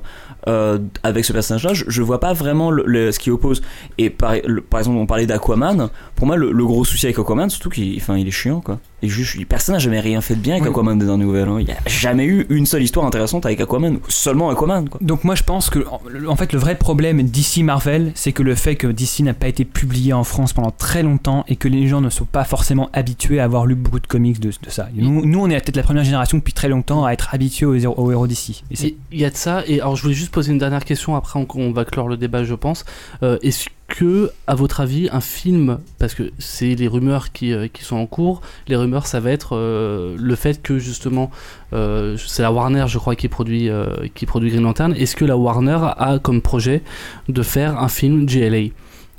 euh, avec ce personnage-là, je, je vois pas vraiment le- le- ce qui oppose. Et par, le- par exemple, on parlait d'Aquaman. Pour moi, le, le gros souci avec Aquaman, surtout qu'il enfin, il est chiant, quoi. Et juste, personne n'a jamais rien fait de bien avec Oui. Aquaman des nouvelles. Il n'y a jamais eu une seule histoire intéressante avec Aquaman, seulement Aquaman, quoi. Donc moi je pense que en- en fait le vrai problème d'ici Marvel, c'est que le fait que DC n'a pas été publié en France pendant très longtemps et que les gens ne sont pas forcément habitués à avoir lu beaucoup de comics de, de ça. Nous, nous, on est peut-être la première génération depuis très longtemps à être habitués aux, héros- aux héros d'ici. Et c'est- Il il y a de ça, et alors je voulais juste poser une dernière question, après on, on va clore le débat, je pense. Euh, Est-ce que, à votre avis, un film, parce que c'est les rumeurs qui, euh, qui sont en cours, les rumeurs ça va être euh, le fait que justement, euh, c'est la Warner, je crois, qui produit, euh, qui produit Green Lantern. Est-ce que la Warner a comme projet de faire un film GLA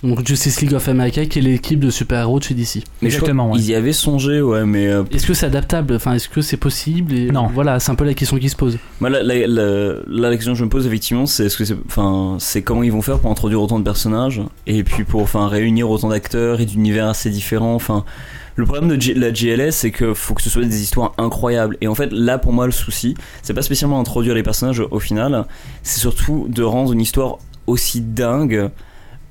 donc Justice League of America, qui est l'équipe de super-héros de chez DC. Mais je crois Exactement, ouais. Ils y avaient songé, ouais, mais euh, Est-ce que c'est adaptable Enfin, est-ce que c'est possible Et Non. Voilà, c'est un peu la question qui se pose. Moi, la, la- la- la question que je me pose effectivement, c'est ce que c'est, enfin, c'est comment ils vont faire pour introduire autant de personnages et puis pour, enfin, réunir autant d'acteurs et d'univers assez différents. Enfin, le problème de G- la GLS, c'est que faut que ce soit des histoires incroyables. Et en fait, là, pour moi, le souci, c'est pas spécialement introduire les personnages au final, c'est surtout de rendre une histoire aussi dingue. euh,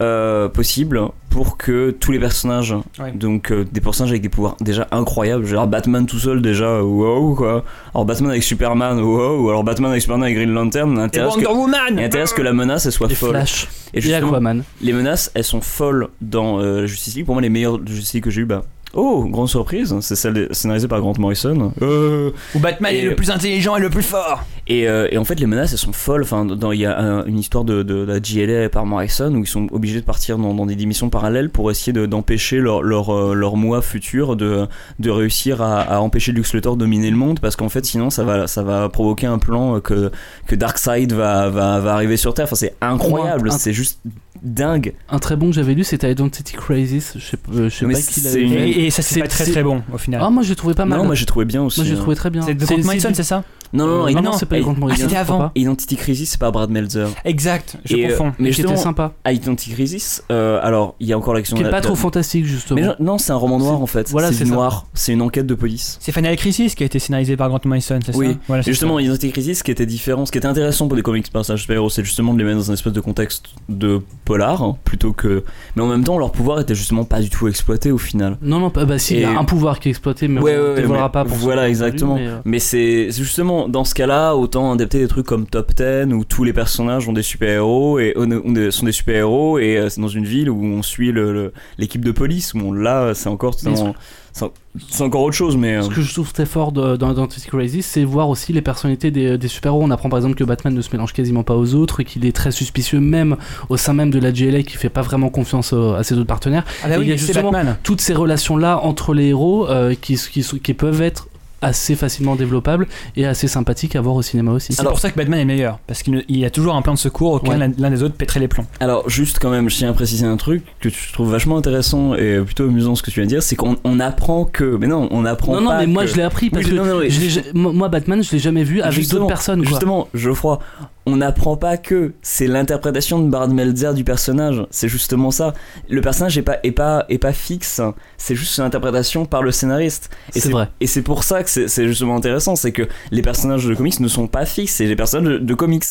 euh, possible pour que tous les personnages, Ouais. donc euh, des personnages avec des pouvoirs déjà incroyables, genre Batman tout seul déjà, euh, wow quoi, alors Batman avec Superman, wow, alors Batman avec Superman avec Green Lantern, Et l'intérêt Wonder que, Woman l'intérêt, c'est que la menace elle soit Et folle. Flash. Et Et justement, Aquaman. les menaces elles sont folles dans euh, la Justice League. Pour moi, les meilleures de Justice League que j'ai eues, bah. Oh, grande surprise, c'est celle de- scénarisée par Grant Morrison. Euh, Où Batman Et- est le plus intelligent et le plus fort et, euh, et en fait, les menaces, elles sont folles. Enfin, dans- il y a un- une histoire de, de la GLA par Morrison où ils sont obligés de partir dans, dans des démissions parallèles pour essayer de- d'empêcher leur, leur, euh, leur moi futur de, de réussir à, à empêcher Lex Luthor de dominer le monde parce qu'en fait, sinon, ça va, ça va provoquer un plan euh, que, que Darkseid va, va, va arriver sur Terre. Enfin, c'est incroyable, Ouais, un- c'est juste dingue. Un très bon que j'avais lu, c'était Identity Crisis. Je sais, euh, je sais Mais pas qui c'est l'avait une- fait. Et, et ça, c'est C'est- pas très c'est- très bon au final. Ah, moi j'ai trouvé pas mal. non, moi j'ai trouvé bien aussi. Moi, j'ai hein. trouvé très bien. c'est de Grant Morrison, c'est- c'est ça Non, non, non, Euh, et- non, c'est pas et- les Grant Ah, Morrison. c'était je crois avant. pas. Identity Crisis, c'est pas Brad Meltzer. Exact, je Et, euh, confonds. mais Mais qui était justement, sympa. Identity Crisis, euh, alors il y a encore l'action Qui de est la- pas de- trop fantastique, justement. Mais genre- non, c'est un roman noir en fait. Voilà, c'est c'est du ça. noir. C'est une enquête de police. C'est Final Crisis qui a été scénarisé par Grant Morrison, c'est Oui. ça Voilà, Et Ah, c'est justement, Identity Crisis, ce qui était différent, ce qui était intéressant pour des comics personnages super-héros, c'est justement de les mettre dans un espèce de contexte de polar, hein, plutôt que. Mais en même temps, leur pouvoir était justement pas du tout exploité au final. Non, non, pas- bah si, il y Et- a un pouvoir qui est exploité, mais Ouais, on ouais, ouais, ne dévoilera mais- pas pour voilà, ceux qui l'ont exactement. vu, mais, euh, Mais c'est c'est justement dans ce cas-là, autant adapter des trucs comme Top 10 où tous les personnages ont des super-héros et on- on est- sont des super-héros et euh, c'est dans une ville où on suit le- le- l'équipe de police où on là c'est encore Mais totalement- c'est c'est encore autre chose mais euh, Ce que je trouve très fort de- dans Identity Crisis, c'est voir aussi les personnalités des, des super-héros. On apprend par exemple que Batman ne se mélange quasiment pas aux autres, qu'il est très suspicieux même au sein même de la GLA, qui fait pas vraiment confiance euh, à ses autres partenaires. Ah bah Et il y oui, a c'est justement- Batman. Toutes ces relations-là entre les héros euh, qui, qui, qui peuvent être assez facilement développables et assez sympathiques à voir au cinéma aussi. C'est pour ça que Batman est meilleur, parce qu'il ne- il y a toujours un plan de secours auquel Ouais. l'un- l'un des autres pèterait les plombs. Alors juste quand même, je tiens à préciser un truc que je trouve vachement intéressant et plutôt amusant ce que tu viens de dire, c'est qu'on on apprend que... Mais non, on apprend non, non, pas mais moi que- je l'ai appris parce Oui, que non, non, mais je l'ai ja- moi, moi, Batman, je l'ai jamais vu avec Justement, d'autres personnes. Quoi. Justement, Geoffroy, on n'apprend pas que c'est l'interprétation de Bard Meltzer du personnage. C'est justement ça. Le personnage est pas, est pas, est pas fixe. C'est juste une interprétation par le scénariste. Et C'est vrai. Et c'est pour ça que c'est c'est justement intéressant, c'est que les personnages de comics ne sont pas fixes, c'est les personnages de, de comics.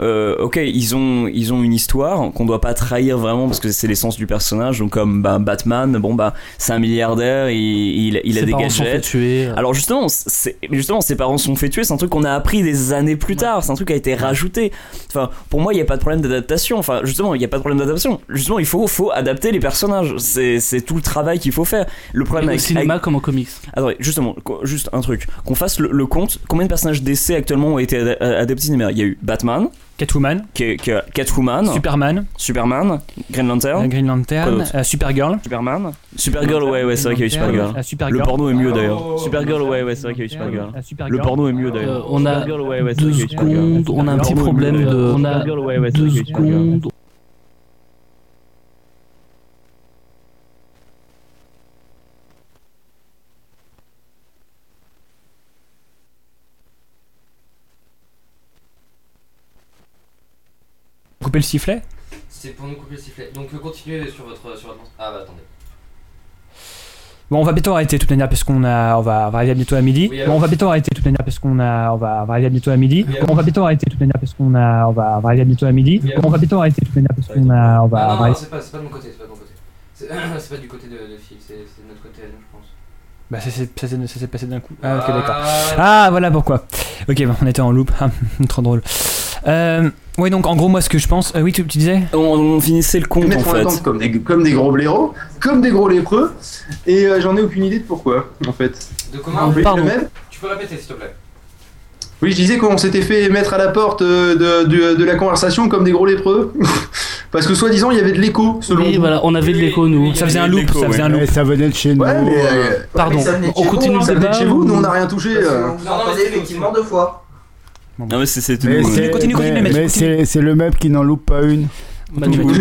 Euh, ok, ils ont, ils ont une histoire qu'on doit pas trahir vraiment parce que c'est l'essence du personnage. Donc comme bah, Batman, bon bah c'est un milliardaire, il, il, il a Ses des parents se sont fait gadgets. tuer. euh, Alors justement, c'est- mais justement, ses parents se sont fait tuer. C'est un truc qu'on a appris des années plus tard. C'est un truc qui a été rajouté. Enfin, pour moi, il n'y a pas de problème d'adaptation. Enfin, justement, il n'y a pas de problème d'adaptation. Justement, il faut, faut adapter les personnages. C'est c'est tout le travail qu'il faut faire. Le problème au avec, cinéma comme en comics. Attendez, justement, co- juste un truc. Qu'on fasse le, le compte. Combien de personnages d'essai actuellement ont été ad- euh, adaptés au cinéma Il y a eu Batman, Catwoman, Ca- Ca- Catwoman, Superman, Superman, Green Lantern, euh, Green Ah Quoi Lantern, d'autre euh, Supergirl. Superman, Supergirl. Ouais, ouais, c'est vrai qu'il y a eu Green Lantern, Supergirl. euh, Supergirl. Le porno est mieux d'ailleurs. Oh, Supergirl, Green ouais, Lantern, ouais, c'est vrai qu'il y a eu Supergirl. euh, Supergirl. Le porno est mieux d'ailleurs. Euh, on a Supergirl, ouais, ouais, c'est deux vrai qu'il y a eu Supergirl. secondes, on a un petit Supergirl, problème ouais, de. On a Supergirl, ouais, ouais, c'est vrai deux qu'il y a eu Supergirl. secondes. Couper le sifflet C'est pour nous couper le sifflet. Donc euh, continuez sur votre, sur votre lance- Ah bah attendez. Bon, on va bientôt arrêter toute manière parce qu'on a, on va, on va arriver à bientôt à midi. Oui, bon, alors. on va bientôt arrêter toute manière parce qu'on a, on va, on va arriver à bientôt à midi. Oui, Bon, on va bientôt arrêter toute manière parce qu'on a, on va, on va arriver à bientôt à midi. Oui, Bon, on va bientôt arrêter toute manière parce qu'on a, on va, ah, on non, va- non, c'est pas, c'est pas de mon côté, c'est pas de mon côté. C'est c'est pas du côté de, de Phil, c'est c'est de notre côté à nous, je pense. Bah, ça s'est, ça s'est- ça s'est passé d'un coup. Ah, ok, d'accord. Ah, voilà pourquoi. Ok, bon, on était en loop. Ah, Trop drôle. Euh, ouais, donc en gros, moi, ce que je pense. euh, oui, tu, tu disais On, on finissait le Ils compte me en mettent en fait. attente comme des, comme des gros blaireaux, comme des gros lépreux, et euh, j'en ai aucune idée de pourquoi, en fait. De Vous comment voulez pardon. le même Tu peux répéter s'il te plaît. Oui, je disais qu'on s'était fait mettre à la porte euh, de, de- de la conversation comme des gros lépreux, parce que soi-disant il y avait de l'écho, selon Oui, vous. voilà, on avait de l'écho, nous. Ça faisait un loop. l'écho, Ça faisait un Mais loop. ça venait de chez nous. Ouais, mais. euh, euh, Pardon, ça venait de on chez continue vous, le ça venait de débat chez vous, ou- nous on n'a rien touché. euh. Vous entendez effectivement deux fois. Non mais c'est- c'est mais nous, c'est- euh, continue, continue, mais- mec, mais c'est c'est le meuble qui n'en loupe pas une. Manu, Non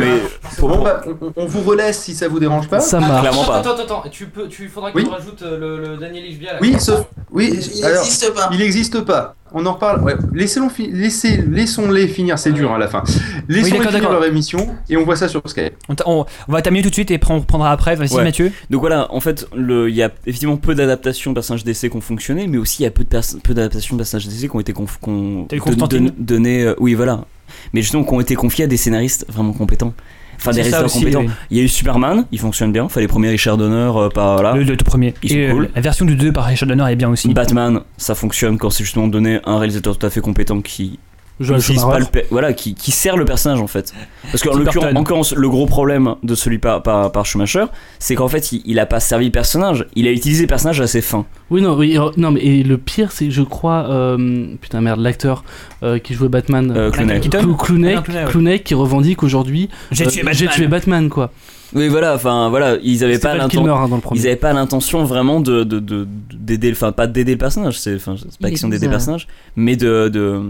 mais Bon, bah, on, on vous relaisse si ça vous dérange pas. Ça marche. clairement pas. Attends, attends, attends, tu peux, tu faudra que Oui. tu rajoutes euh, le, le Daniel Ishbia là. Oui, sauf. Oui, Il alors. n'existe pas. Il n'existe pas. On en reparle. Ouais. Laissez-les fi- laissez, laissons-les finir, c'est dur à la fin. Laissons-les d'accord, finir d'accord. leur émission et on voit ça sur Skype. On, t'a- on- on va terminer tout de suite et pre- on reprendra après. Vas-y, Ouais. Mathieu. donc voilà, en fait, le- il y a effectivement peu d'adaptations de personnages d'essai qui ont fonctionné, mais aussi il y a peu de perso- peu d'adaptations de personnages d'essai qui ont été conf- qu'on- Tel don- Constantine. don- données, euh, oui voilà, mais justement qui ont été confiées à des scénaristes vraiment compétents. Enfin, des C'est ça réalisateurs aussi, compétents. oui. Il y a eu Superman, il fonctionne bien. Enfin, les premiers Richard Donner, euh, par là. Le, le tout premier. Ils sont Et, euh, cool. Bah, La version du 2 par Richard Donner est bien aussi. Batman, ça fonctionne quand c'est justement donné un réalisateur tout à fait compétent qui Joel utilise Schumacher. pas le pe- voilà qui, qui sert le personnage en fait parce qu'en Tim l'occurrence Burton. en l'occurrence, le gros problème de celui par par, par Schumacher c'est qu'en fait il, il a pas servi le personnage il a utilisé le personnage à ses fins Oui, non, oui, euh, non, mais et le pire, c'est que je crois, euh, putain, merde, l'acteur euh, qui jouait Batman, Euh, Clooney. Clou- Keaton Clooney, Ah, non, Clooney, ouais. Clooney qui revendique aujourd'hui, euh, J'ai tué Euh, j'ai Batman. tué Batman, quoi. oui voilà enfin voilà ils avaient C'était pas Val l'intention Kilmer hein, dans le premier. ils avaient pas l'intention vraiment de de- de- d'aider enfin pas d'aider le personnage c'est enfin c'est pas Il est question d'aider le bizarre. personnage mais de, de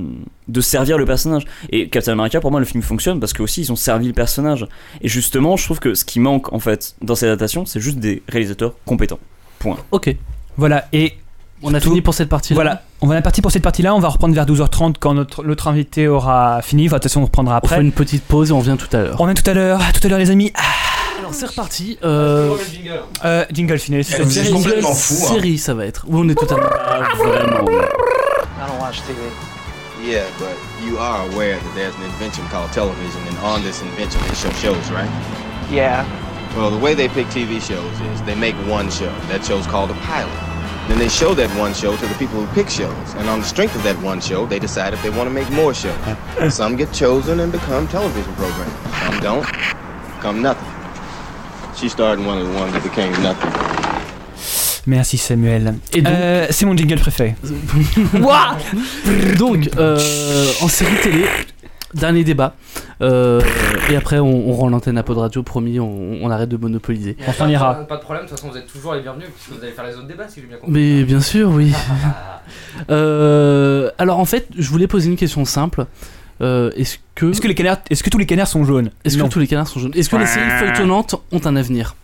de servir le personnage et Captain America pour moi le film fonctionne parce que aussi ils ont servi le personnage et justement je trouve que ce qui manque en fait dans ces adaptations c'est juste des réalisateurs compétents point Ok, Voilà, et on a Tout- fini pour cette partie-là. voilà. On va partir pour cette partie-là. On va reprendre vers 12h30 quand notre, l'autre invité aura fini. Enfin, de toute façon, on reprendra On fait après. une petite pause et on revient tout à l'heure. On est tout à l'heure. À tout à l'heure, les amis. Ah, Alors c'est reparti. Euh, euh, jingle final. Elle C'est jingle complètement fou, hein. Série, ça va être. Oui, on est totalement. I vraiment don't watch TV. Yeah, but you are aware that there's an invention called television, and on this invention they show shows, right? Yeah. Well, the way they pick TV shows is they make one show. That show's called a pilot. Then they show that one show to the people who pick shows, and on the strength of that one show, they decide if they want to make more shows. Some get chosen and become television programs. Some don't, become nothing. She starred in one of the ones that became nothing. Merci Samuel. Et donc- Euh, c'est mon jingle préféré. Donc euh, en série télé, dernier débat. Euh, et après on, on rend l'antenne à Pod Radio, promis, on, on arrête de monopoliser. Enfin, on ira. Pas de problème, de toute façon, vous êtes toujours les bienvenus, puisque vous allez faire les autres débats, si j'ai bien compris. Ah. Mais bien sûr, oui. Euh, alors en fait, je voulais poser une question simple. Euh, est-ce que Est-ce que les canards, est-ce que tous les canards sont jaunes Est-ce que Non. tous les canards sont jaunes Est-ce que les séries feuilletonnantes ont un avenir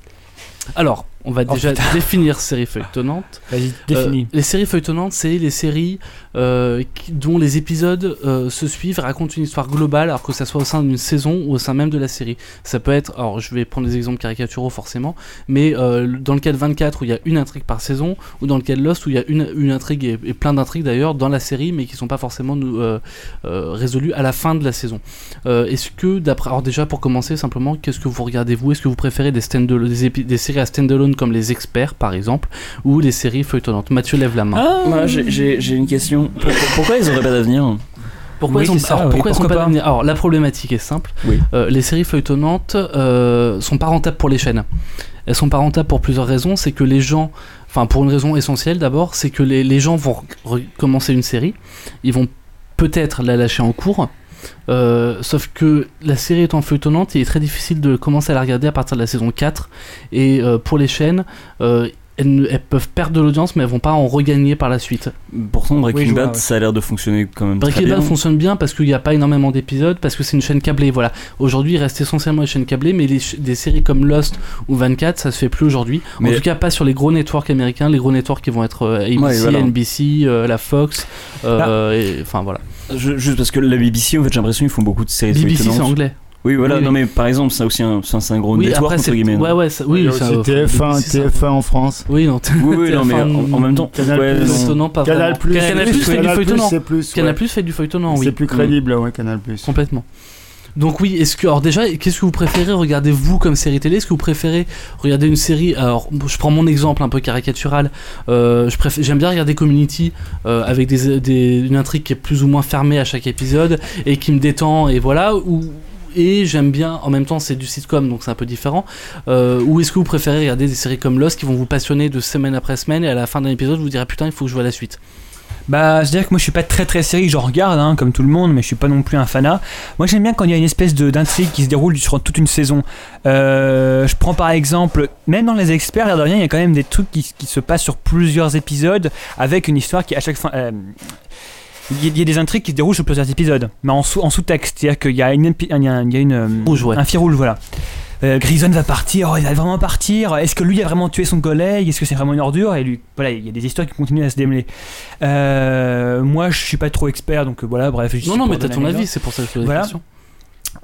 Alors, on va Oh, déjà définir séries feuilletonnantes. Vas-y, définis. Euh, les séries feuilletonnantes, c'est les séries euh, qui- dont les épisodes euh, se suivent, racontent une histoire globale, alors que ça soit au sein d'une saison ou au sein même de la série. Ça peut être, alors je vais prendre des exemples caricaturaux forcément, mais euh, dans le cas de 24 où il y a une intrigue par saison, ou dans le cas de Lost où il y a une, une intrigue et, et plein d'intrigues d'ailleurs dans la série, mais qui sont pas forcément nous, euh, euh, résolues à la fin de la saison. Euh, est-ce que d'après, alors déjà pour commencer simplement, qu'est-ce que vous regardez vous Est-ce que vous préférez des stand-alone, des, épi- des séries à stand-alone comme les experts par exemple, ou les séries feuilletonnantes Mathieu lève la main. Voilà, j'ai- j'ai j'ai une question Pour- pour- pourquoi ils auraient pas d'avenir Pourquoi Oui, ils ont c'est ça, alors, oui, pourquoi ils sont pourquoi pas pas devenus- Alors la problématique est simple. Oui. Euh, les séries feuilletonnantes euh, sont pas rentables pour les chaînes. Elles sont pas rentables pour plusieurs raisons. C'est que les gens, enfin pour une raison essentielle d'abord, c'est que les, les gens vont re- recommencer une série, ils vont peut-être la lâcher en cours. Euh, sauf que la série étant feuilletonnante, il est très difficile de commencer à la regarder à partir de la saison 4. Et euh, pour les chaînes, euh, elles, ne- elles peuvent perdre de l'audience, mais elles vont pas en regagner par la suite. Pourtant Breaking Oui, je vois, Bad ouais. ça a l'air de fonctionner quand même très Breaking bien Bad fonctionne bien parce qu'il n'y a pas énormément d'épisodes, parce que c'est une chaîne câblée. Voilà. Aujourd'hui, il reste essentiellement les chaînes câblées, mais les ch- des séries comme Lost ou 24, ça se fait plus aujourd'hui. En Mais- tout cas, pas sur les gros networks américains, les gros networks qui vont être euh, ABC, Ouais, voilà. Ah. NBC, euh, la Fox, euh, et- enfin voilà. Je- juste parce que la BBC en fait j'ai l'impression qu'ils font beaucoup de séries BBC, c'est étonnantes. anglais. oui voilà Oui, non oui. mais par exemple c'est aussi un, c'est un gros oui, network après, entre c'est. guillemets Ouais, ouais, ça- oui, Il y a ça- aussi TF1, BBC, ça- TF1 en France. Oui, non, Oui, oui, non, mais en, en même temps, Canal+, ouais, non. feuilletonnant, pas Canal+, vraiment. Canal+, c'est fait du Canal+, feuilletonnant. c'est plus, ouais. Canal Plus fait du feuilletonnant, oui. Mm. C'est plus crédible, ouais, Canal+. Complètement. Donc oui, est-ce que alors déjà, qu'est-ce que vous préférez regarder vous comme série télé Est-ce que vous préférez regarder une série Alors, je prends mon exemple un peu caricatural. Euh, je préfère, j'aime bien regarder Community euh, avec des, des- une intrigue qui est plus ou moins fermée à chaque épisode et qui me détend et voilà. Ou et j'aime bien, en même temps, c'est du sitcom, donc c'est un peu différent. Euh, ou est-ce que vous préférez regarder des séries comme Lost qui vont vous passionner de semaine après semaine et à la fin d'un épisode, vous direz putain, il faut que je vois la suite. Bah, je dirais que moi je suis pas très très série, j'en regarde hein, comme tout le monde, mais je suis pas non plus un fanat. Moi j'aime bien quand il y a une espèce de- d'intrigue qui se déroule sur toute une saison. Euh, je prends par exemple, même dans les experts, l'air de rien, il y a quand même des trucs qui, qui se passent sur plusieurs épisodes avec une histoire qui à chaque fin. euh, il y, a- il y a des intrigues qui se déroulent sur plusieurs épisodes, mais en, sous, en sous-texte, c'est-à-dire qu'il y a, une, épi- il y a, il y a une, euh, Rouge, ouais. un fil rouge, voilà. Euh, Grison va partir, oh, il va vraiment partir. Est-ce que lui a vraiment tué son collègue Est-ce que c'est vraiment une ordure Et lui, voilà, il y a des histoires qui continuent à se démêler. Euh, moi, je suis pas trop expert, donc euh, voilà, bref. je Non, suis non, pour mais t'as donner ton un avis, exemple. c'est pour ça que je te pose la Voilà. question.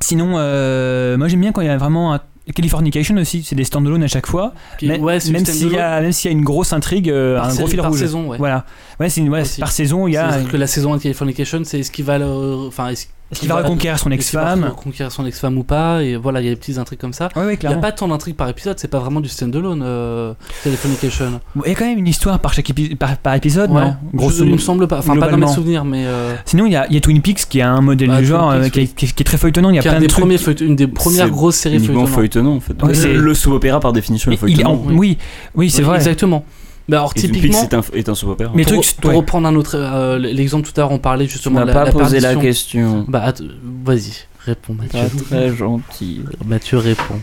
Sinon, euh, moi j'aime bien quand il y a vraiment un. Californication aussi, c'est des standalone à chaque fois. Qui- Mais- ouais, c'est le même système s'il de y, a- même s'il y a une grosse intrigue, euh, Par un gros série- fil par rouge. saison, ouais. Voilà. Ouais, c'est une- ouais, Aussi. par saison, il y a. C'est-à-dire que la saison de Californication, c'est est-ce qu'il va le- Enfin, est-ce Est-ce qu'il va reconquérir son Est-ce qu'il va ex-femme reconquérir son ex-femme ou pas Et voilà, il y a des petites intrigues comme ça. Ouais, ouais, Il n'y a clairement. pas tant d'intrigues par épisode, c'est pas vraiment du standalone euh, Telephonication. Bon, Il y a quand même une histoire par chaque épi- par, par épisode, Ouais. Euh, non Je- il me semble pas, enfin pas dans mes globalement. souvenirs, mais euh, Sinon, il y, a, il y a Twin Peaks qui a un modèle Bah, du genre Twin euh, Peaks, qui, est- qui est- qui est très feuilletonnant. Il y a qui est plein un de des trucs. premiers feuilletons- une des premières C'est grosses séries Uniquement feuilletonnantes. feuilletonnant en fait. Ouais, c'est- le le soap-opéra par définition est Il- il est en- feuilletonnant. Oui, oui, c'est Oui, vrai. Exactement. Bah, alors Et Twin Peaks typiquement, est un, est un soap-opéra. Mais- Les pour, trucs, pour ouais. reprendre un autre euh, l'exemple tout à l'heure, on parlait Tu justement m'as de la, pas la posé la perdition. question. Ah, Bah att- vas-y, réponds Mathieu. Pas très gentil. Mathieu répond.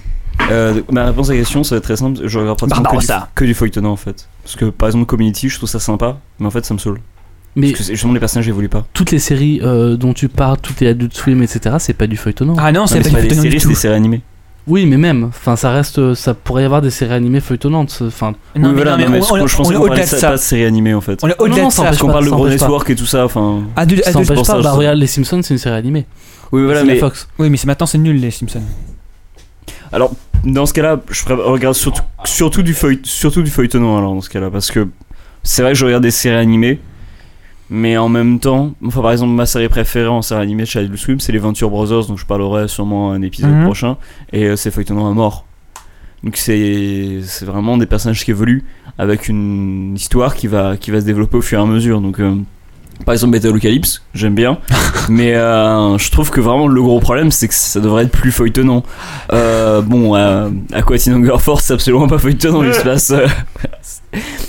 Euh, donc, ma réponse à la question, ça va être très simple. Je regarde pratiquement que du, Barbarossa. que du feuilletonnant en fait. Parce que par exemple, Community, je trouve ça sympa, mais en fait, ça me saoule. Mais Parce que c'est- justement, les personnages évoluent pas. toutes les séries euh, dont tu parles, toutes les Adult Swim, etc., c'est pas du feuilletonnant. Ah non, Non, c'est mais pas, c'est pas des feuilletonnant du séries, c'est tout. des séries animées. Oui, mais même, enfin, ça reste, ça pourrait y avoir des séries animées feuilletonnantes. Enfin, Non, Oui, mais voilà, non, mais non, mais on- on- je pense on est qu'on parlait au-delà de de ça, pas ça. de séries animées en fait. On est Non, au-delà non, de ça ça. empêche Parce qu'on parle de ça Broad empêche pas. Network et tout ça, enfin. Adulte- ça adulte- n'empêche pense pas. à- Bah regarde, les Simpsons, c'est une série animée. Oui, voilà, c'est la mais Fox. Oui, mais c'est maintenant c'est nul les Simpsons. Alors, dans ce cas-là, je pré- regarde surtout, surtout, du feuille, surtout du feuilletonnant, alors, dans ce cas-là, parce que c'est vrai que je regarde des séries animées, mais en même temps, enfin, par exemple, ma série préférée en série animée de Shadow Swim, c'est les Venture Brothers, dont je parlerai sûrement un épisode Mhm. prochain, et euh, c'est feuilletonnant à mort. Donc, c'est c'est vraiment des personnages qui évoluent avec une histoire qui va, qui va se développer au fur et à mesure. Donc, euh, par exemple, Metalocalypse, j'aime bien, mais euh, je trouve que vraiment le gros problème, c'est que ça devrait être plus feuilletonnant. Euh, bon, euh, Aquatine Hunger Force, c'est absolument pas feuilletonnant, il se passe. euh,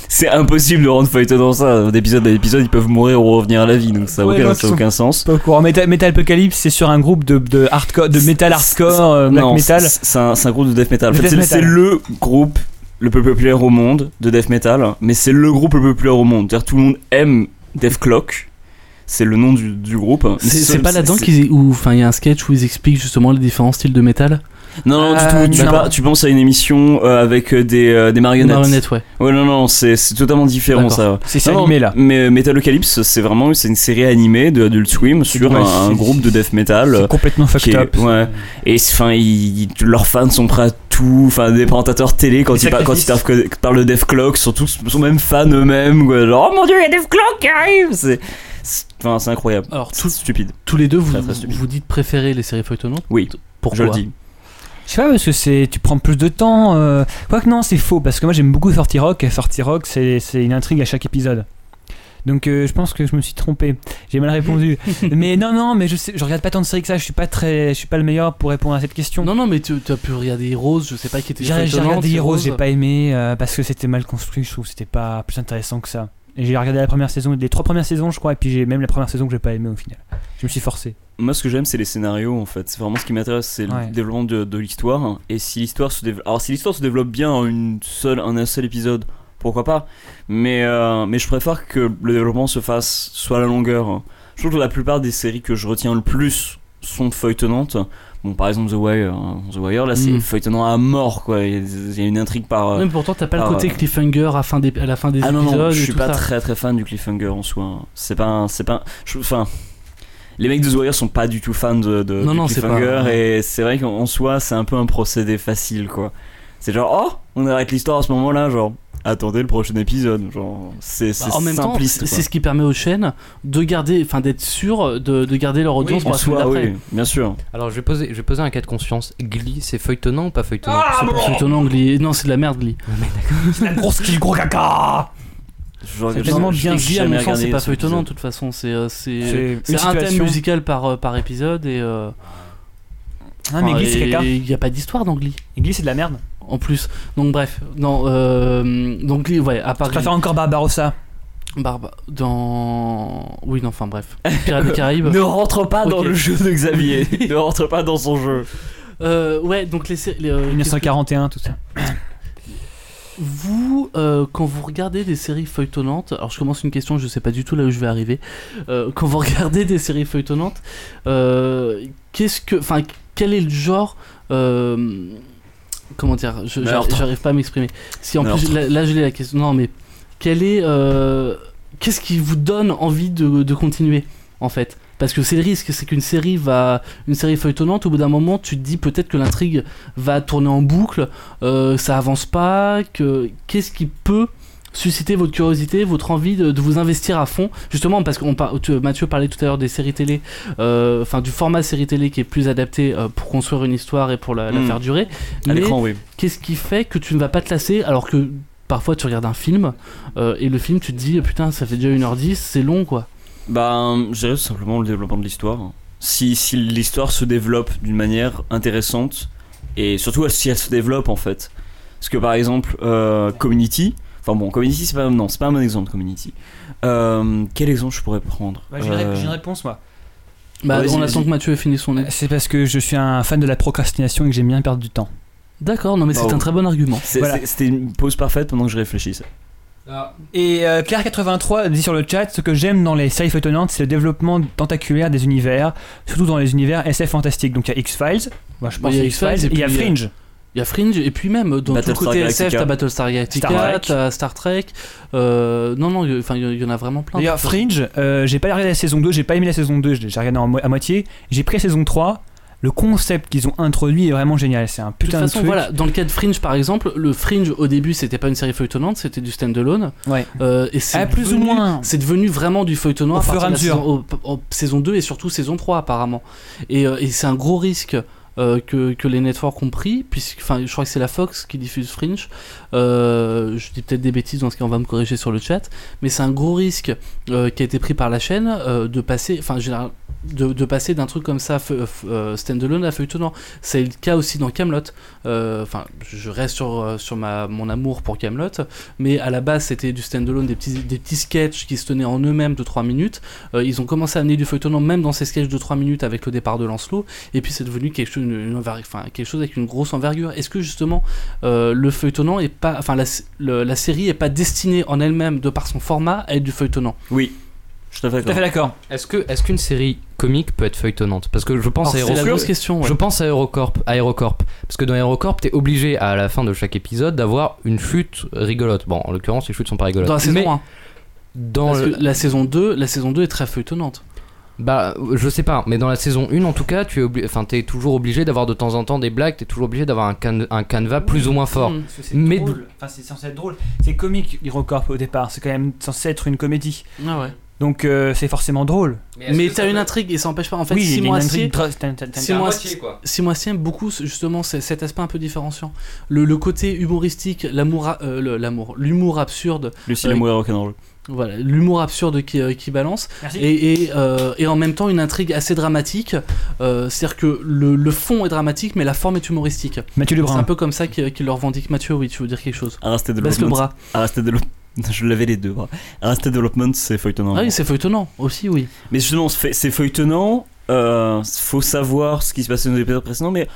c'est impossible de rendre feuilletonnant ça. D'épisode à épisode, ils peuvent mourir ou revenir à la vie, donc ça n'a Ouais, aucun, non, ça a ils sont- aucun sens. Pas au courant. Metal, Metal Apocalypse, c'est sur un groupe de, de hardcore, de C'est- metal hardcore, euh, black non, metal. c'est- c'est un, c'est un groupe de death metal. En De fait, death c'est c'est metal. le groupe le plus populaire au monde de death metal, mais c'est le groupe le plus populaire au monde. C'est-à-dire tout le monde aime Death Clock. C'est le nom du, du groupe. C'est- Mais C'est pas là-dedans c'est- qu'ils, ou enfin, il y a un sketch où ils expliquent justement les différents styles de métal. Non, non, du Euh, tout. Tu, non. pas- tu penses à une émission euh, avec euh, des, euh, des marionnettes. Marionnette, ouais. Ouais, non, non, c'est c'est totalement différent D'accord. ça. C'est c'est Non, non, animé là. Mais euh, Metalocalypse, c'est vraiment c'est une série animée de Adult Swim sur Ouais, un, c'est- un groupe de death metal. C'est euh, complètement qui fucked est- up. ouais. Et c'est- enfin, ils- ils- leurs fans sont prêts à tout. Enfin, des présentateurs télé quand Des ils, par- quand ils sacrifices. parlent parlent de Death Clock sont tous sont même fans eux-mêmes. quoi. Genre, oh mon dieu, il y a Death Clock qui arrive. C'est c'est- enfin, c'est incroyable. Alors, C'est stupide. tous les deux, vous, Très, très stupide. vous dites préférer les séries feuilletonnantes Oui, Pourquoi je le dis. Je sais pas parce que c'est tu prends plus de temps. euh, Quoique non, c'est faux parce que moi j'aime beaucoup 40 Rock et 40 Rock c'est c'est une intrigue à chaque épisode. Donc euh, je pense que je me suis trompé. J'ai mal répondu. mais non non, mais je sais, je regarde pas tant de séries que ça. Je suis pas très, je suis pas le meilleur pour répondre à cette question. Non, non, mais tu, tu as pu regarder Heroes, je sais pas qui était J'ai j'ai feuilletonnante, regardé Heroes, Heroes. j'ai pas aimé euh, parce que c'était mal construit. Je trouve que c'était pas plus intéressant que ça. Et j'ai regardé la première saison, les trois premières saisons, je crois, et puis j'ai même la première saison que j'ai pas aimé au final. Je me suis forcé. Moi, ce que j'aime, c'est les scénarios en fait. C'est vraiment ce qui m'intéresse, c'est Ouais. le développement de, de l'histoire. Et si l'histoire se développe, alors si l'histoire se développe bien en une seule, en un seul épisode, pourquoi pas. Mais euh, mais je préfère que le développement se fasse soit à la longueur. Je trouve que la plupart des séries que je retiens le plus sont feuilletonnantes. Bon, par exemple The Wire, hein. The Wire, là, c'est Mm. feuilletonnant à mort, quoi. Il y a- il y, a une intrigue par. euh, Même pourtant, t'as pas Ah, le côté ouais. cliffhanger à, fin des, à la fin des ah non, épisodes. non, je et suis tout pas ça. très très fan du cliffhanger en soi. hein. C'est pas, un- c'est pas. un- je- Enfin, les mecs de The Wire sont pas du tout fans de, de- Non, du non, c'est pas- cliffhanger et c'est vrai qu'en en soi c'est un peu un procédé facile quoi. C'est genre oh, on arrête l'histoire à ce moment-là, genre attendez le prochain épisode, genre c'est Bah, c'est en même temps, simpliste. c'est quoi. c'est ce qui permet aux chaînes de garder, enfin d'être sûr de, de garder leur audience en pour la semaine soi, d'après. oui, bien sûr. Alors je vais poser, je vais poser un cas de conscience. Glee, c'est feuilletonnant ou pas feuilletonnant C'est ton anglais. Non, c'est de la merde, Glee. Genre, C'est je- tellement je- bien j'ai Glee, à jamais mon sens, regardé c'est pas cet feuilletonnant de épisode. toute façon. C'est euh, c'est C'est c'est un thème musical par euh, par épisode et. euh, Ah, mais enfin, Glee, c'est et- caca. et Il n'y a pas d'histoire dans Glee. Glee, c'est de la merde. En plus, donc bref, non, euh, donc Glee, ouais, à part Je Glee, préfère encore Barbarossa. Barba, dans, oui, non, enfin bref, Pirates des Caraïbes, Ne rentre pas Ah, dans Ok. le jeu de Xavier, ne rentre pas dans son jeu. Euh, ouais, donc les, sé- les, euh, 1941, tout ça. Vous, euh, quand vous regardez des séries feuilletonnantes, alors je commence une question, je sais pas du tout là où je vais arriver. Euh, quand vous regardez des séries feuilletonnantes, euh, qu'est-ce que, enfin, quel est le genre euh, Comment dire je- j'arrive- Meurtre. J'arrive pas à m'exprimer. Si en plus Meurtre. là, là, je l'ai la question. Non mais quel est euh, Qu'est-ce qui vous donne envie de, de continuer en fait Parce que c'est le risque, c'est qu'une série va, une série feuilletonnante, au bout d'un moment, tu te dis peut-être que l'intrigue va tourner en boucle, euh, ça avance pas, que qu'est-ce qui peut susciter votre curiosité, votre envie de, de vous investir à fond. Justement, parce que Mathieu parlait tout à l'heure des séries télé, euh, enfin du format série télé qui est plus adapté euh, pour construire une histoire et pour la, la Mm. faire durer. À Mais l'écran, oui. qu'est-ce qui fait que tu ne vas pas te lasser alors que parfois tu regardes un film euh, et le film tu te dis putain ça fait déjà 1h10, c'est long quoi. Bah, je dirais simplement le développement de l'histoire. Si, si l'histoire se développe d'une manière intéressante, et surtout si elle se développe en fait. Parce que par exemple, euh, Community, enfin bon, Community c'est pas, non, c'est pas un bon exemple, Community. Euh, quel exemple je pourrais prendre Ouais, j'ai une ré- Euh, j'ai une réponse, moi. Bah, Vas-y, on vas-y. attend que Mathieu ait fini son nez. Euh, C'est parce que je suis un fan de la procrastination et que j'aime bien perdre du temps. D'accord, non mais c'est Bah, un très bon argument. c'est- Voilà. c'est- C'était une pause parfaite pendant que je réfléchissais. Et euh, Claire83 dit sur le chat ce que j'aime dans les séries feuilletonnantes, c'est le développement tentaculaire des univers, surtout dans les univers SF fantastiques. Donc il y a X-Files, bah, je Bah, pense il y a à X-Files, X-Files, et euh, et il y a puis, Fringe. Il y a Fringe et puis même dans tout le Battlestar côté Galactica. SF, t'as Battlestar Star Galactica, Trek. t'as Star Trek. euh, non non, il y a- enfin il y, en a vraiment plein. D'ailleurs, Fringe, euh, j'ai pas regardé la saison 2, j'ai pas aimé la saison 2, je l'ai- j'ai regardé en mo- à moitié. J'ai pris la saison 3, le concept qu'ils ont introduit est vraiment génial, c'est un de toute putain de, façon, truc. voilà, dans le cas de Fringe par exemple, le Fringe au début c'était pas une série feuilletonnante, c'était du stand-alone. Ouais. Euh, et c'est Ah, plus ou devenu- moins. C'est devenu vraiment du feuilletonnant Au à fur et partir à de la mesure. saison, au- au- saison 2 et surtout saison 3 apparemment. Et, euh, et c'est un gros risque euh, que, que les networks ont pris, puisque enfin, je crois que c'est la Fox qui diffuse Fringe. Euh, je dis peut-être des bêtises dans ce cas, on va me corriger sur le chat, mais c'est un gros risque euh, qui a été pris par la chaîne euh, de passer, enfin, général- de, de passer d'un truc comme ça fe- f- euh, standalone à feuilletonnant. C'est le cas aussi dans Camelot. Euh, Enfin, je reste sur, euh, sur ma, mon amour pour Camelot, mais à la base c'était du standalone, des petits, des petits sketchs qui se tenaient en eux-mêmes de 3 minutes. Euh, ils ont commencé à amener du feuilletonnant même dans ces sketchs de 3 minutes avec le départ de Lancelot, et puis c'est devenu quelque chose, une, une enverg- enfin, quelque chose avec une grosse envergure. Est-ce que justement euh, le feuilletonnant est pas, enfin la, le- la série est pas destinée en elle-même de par son format à être du feuilletonnant Oui, je suis tout à fait Tout à d'accord. fait d'accord. Est-ce que est-ce qu'une série comique peut être feuilletonnante Parce que je pense Alors, à C'est la Aérocorp. grosse question. ouais. Je pense à Aerocorp, Aerocorp, parce que dans Aerocorp, t'es obligé à la fin de chaque épisode d'avoir une chute rigolote. Bon, en l'occurrence, les chutes sont pas rigolotes. Dans la saison Mais 1. dans Parce le- que la saison 2, la saison 2 est très feuilletonnante. Bah, je sais pas, mais dans la saison 1 en tout cas, tu es, obli- enfin, t'es toujours obligé d'avoir de temps en temps des blagues, t'es toujours obligé d'avoir un, can- un canevas plus ou moins fort. Mm. Mais- drôle, enfin, c'est censé être drôle. C'est comique, Hirocorp au départ, c'est quand même censé être une comédie. Ah ouais. Donc euh, c'est forcément drôle. Mais t'as une intrigue et ça empêche pas. En fait, oui, il y a Simon une Astier, intrigue dra- t'as- t'as- t'as- Simon à moitié, Simon Astier aime beaucoup ce- justement c- cet aspect un peu différenciant. Le, le côté humoristique, l'amour, a- euh, le- l'amour, l'humour absurde, Lucie Euh, Lamour et Rock'n'Roll. voilà, l'humour absurde qui, euh, qui balance, Merci. et, et, euh, et en même temps une intrigue assez dramatique. Euh, C'est-à-dire que le, le fond est dramatique, mais la forme est humoristique. Mathieu C'est Lebrun. un peu comme ça qu'il qu'il le revendique. Mathieu, oui, tu veux dire quelque chose Arrested Baisse le Development. bras. Arrested Development. Je l'avais les deux bras. Arrested Development, c'est feuilletonnant. Ah oui, c'est feuilletonnant aussi, oui. Mais justement, c'est c'est feuilletonnant. Euh, faut savoir ce qui se passait dans les épisodes précédents, mais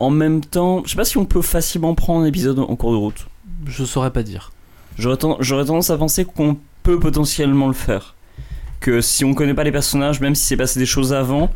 en même temps, je sais pas si on peut facilement prendre un épisode en cours de route. Je saurais pas dire. J'aurais ten- j'aurais tendance à penser qu'on peut potentiellement le faire. Que si on connaît pas les personnages, même si c'est passé des choses avant,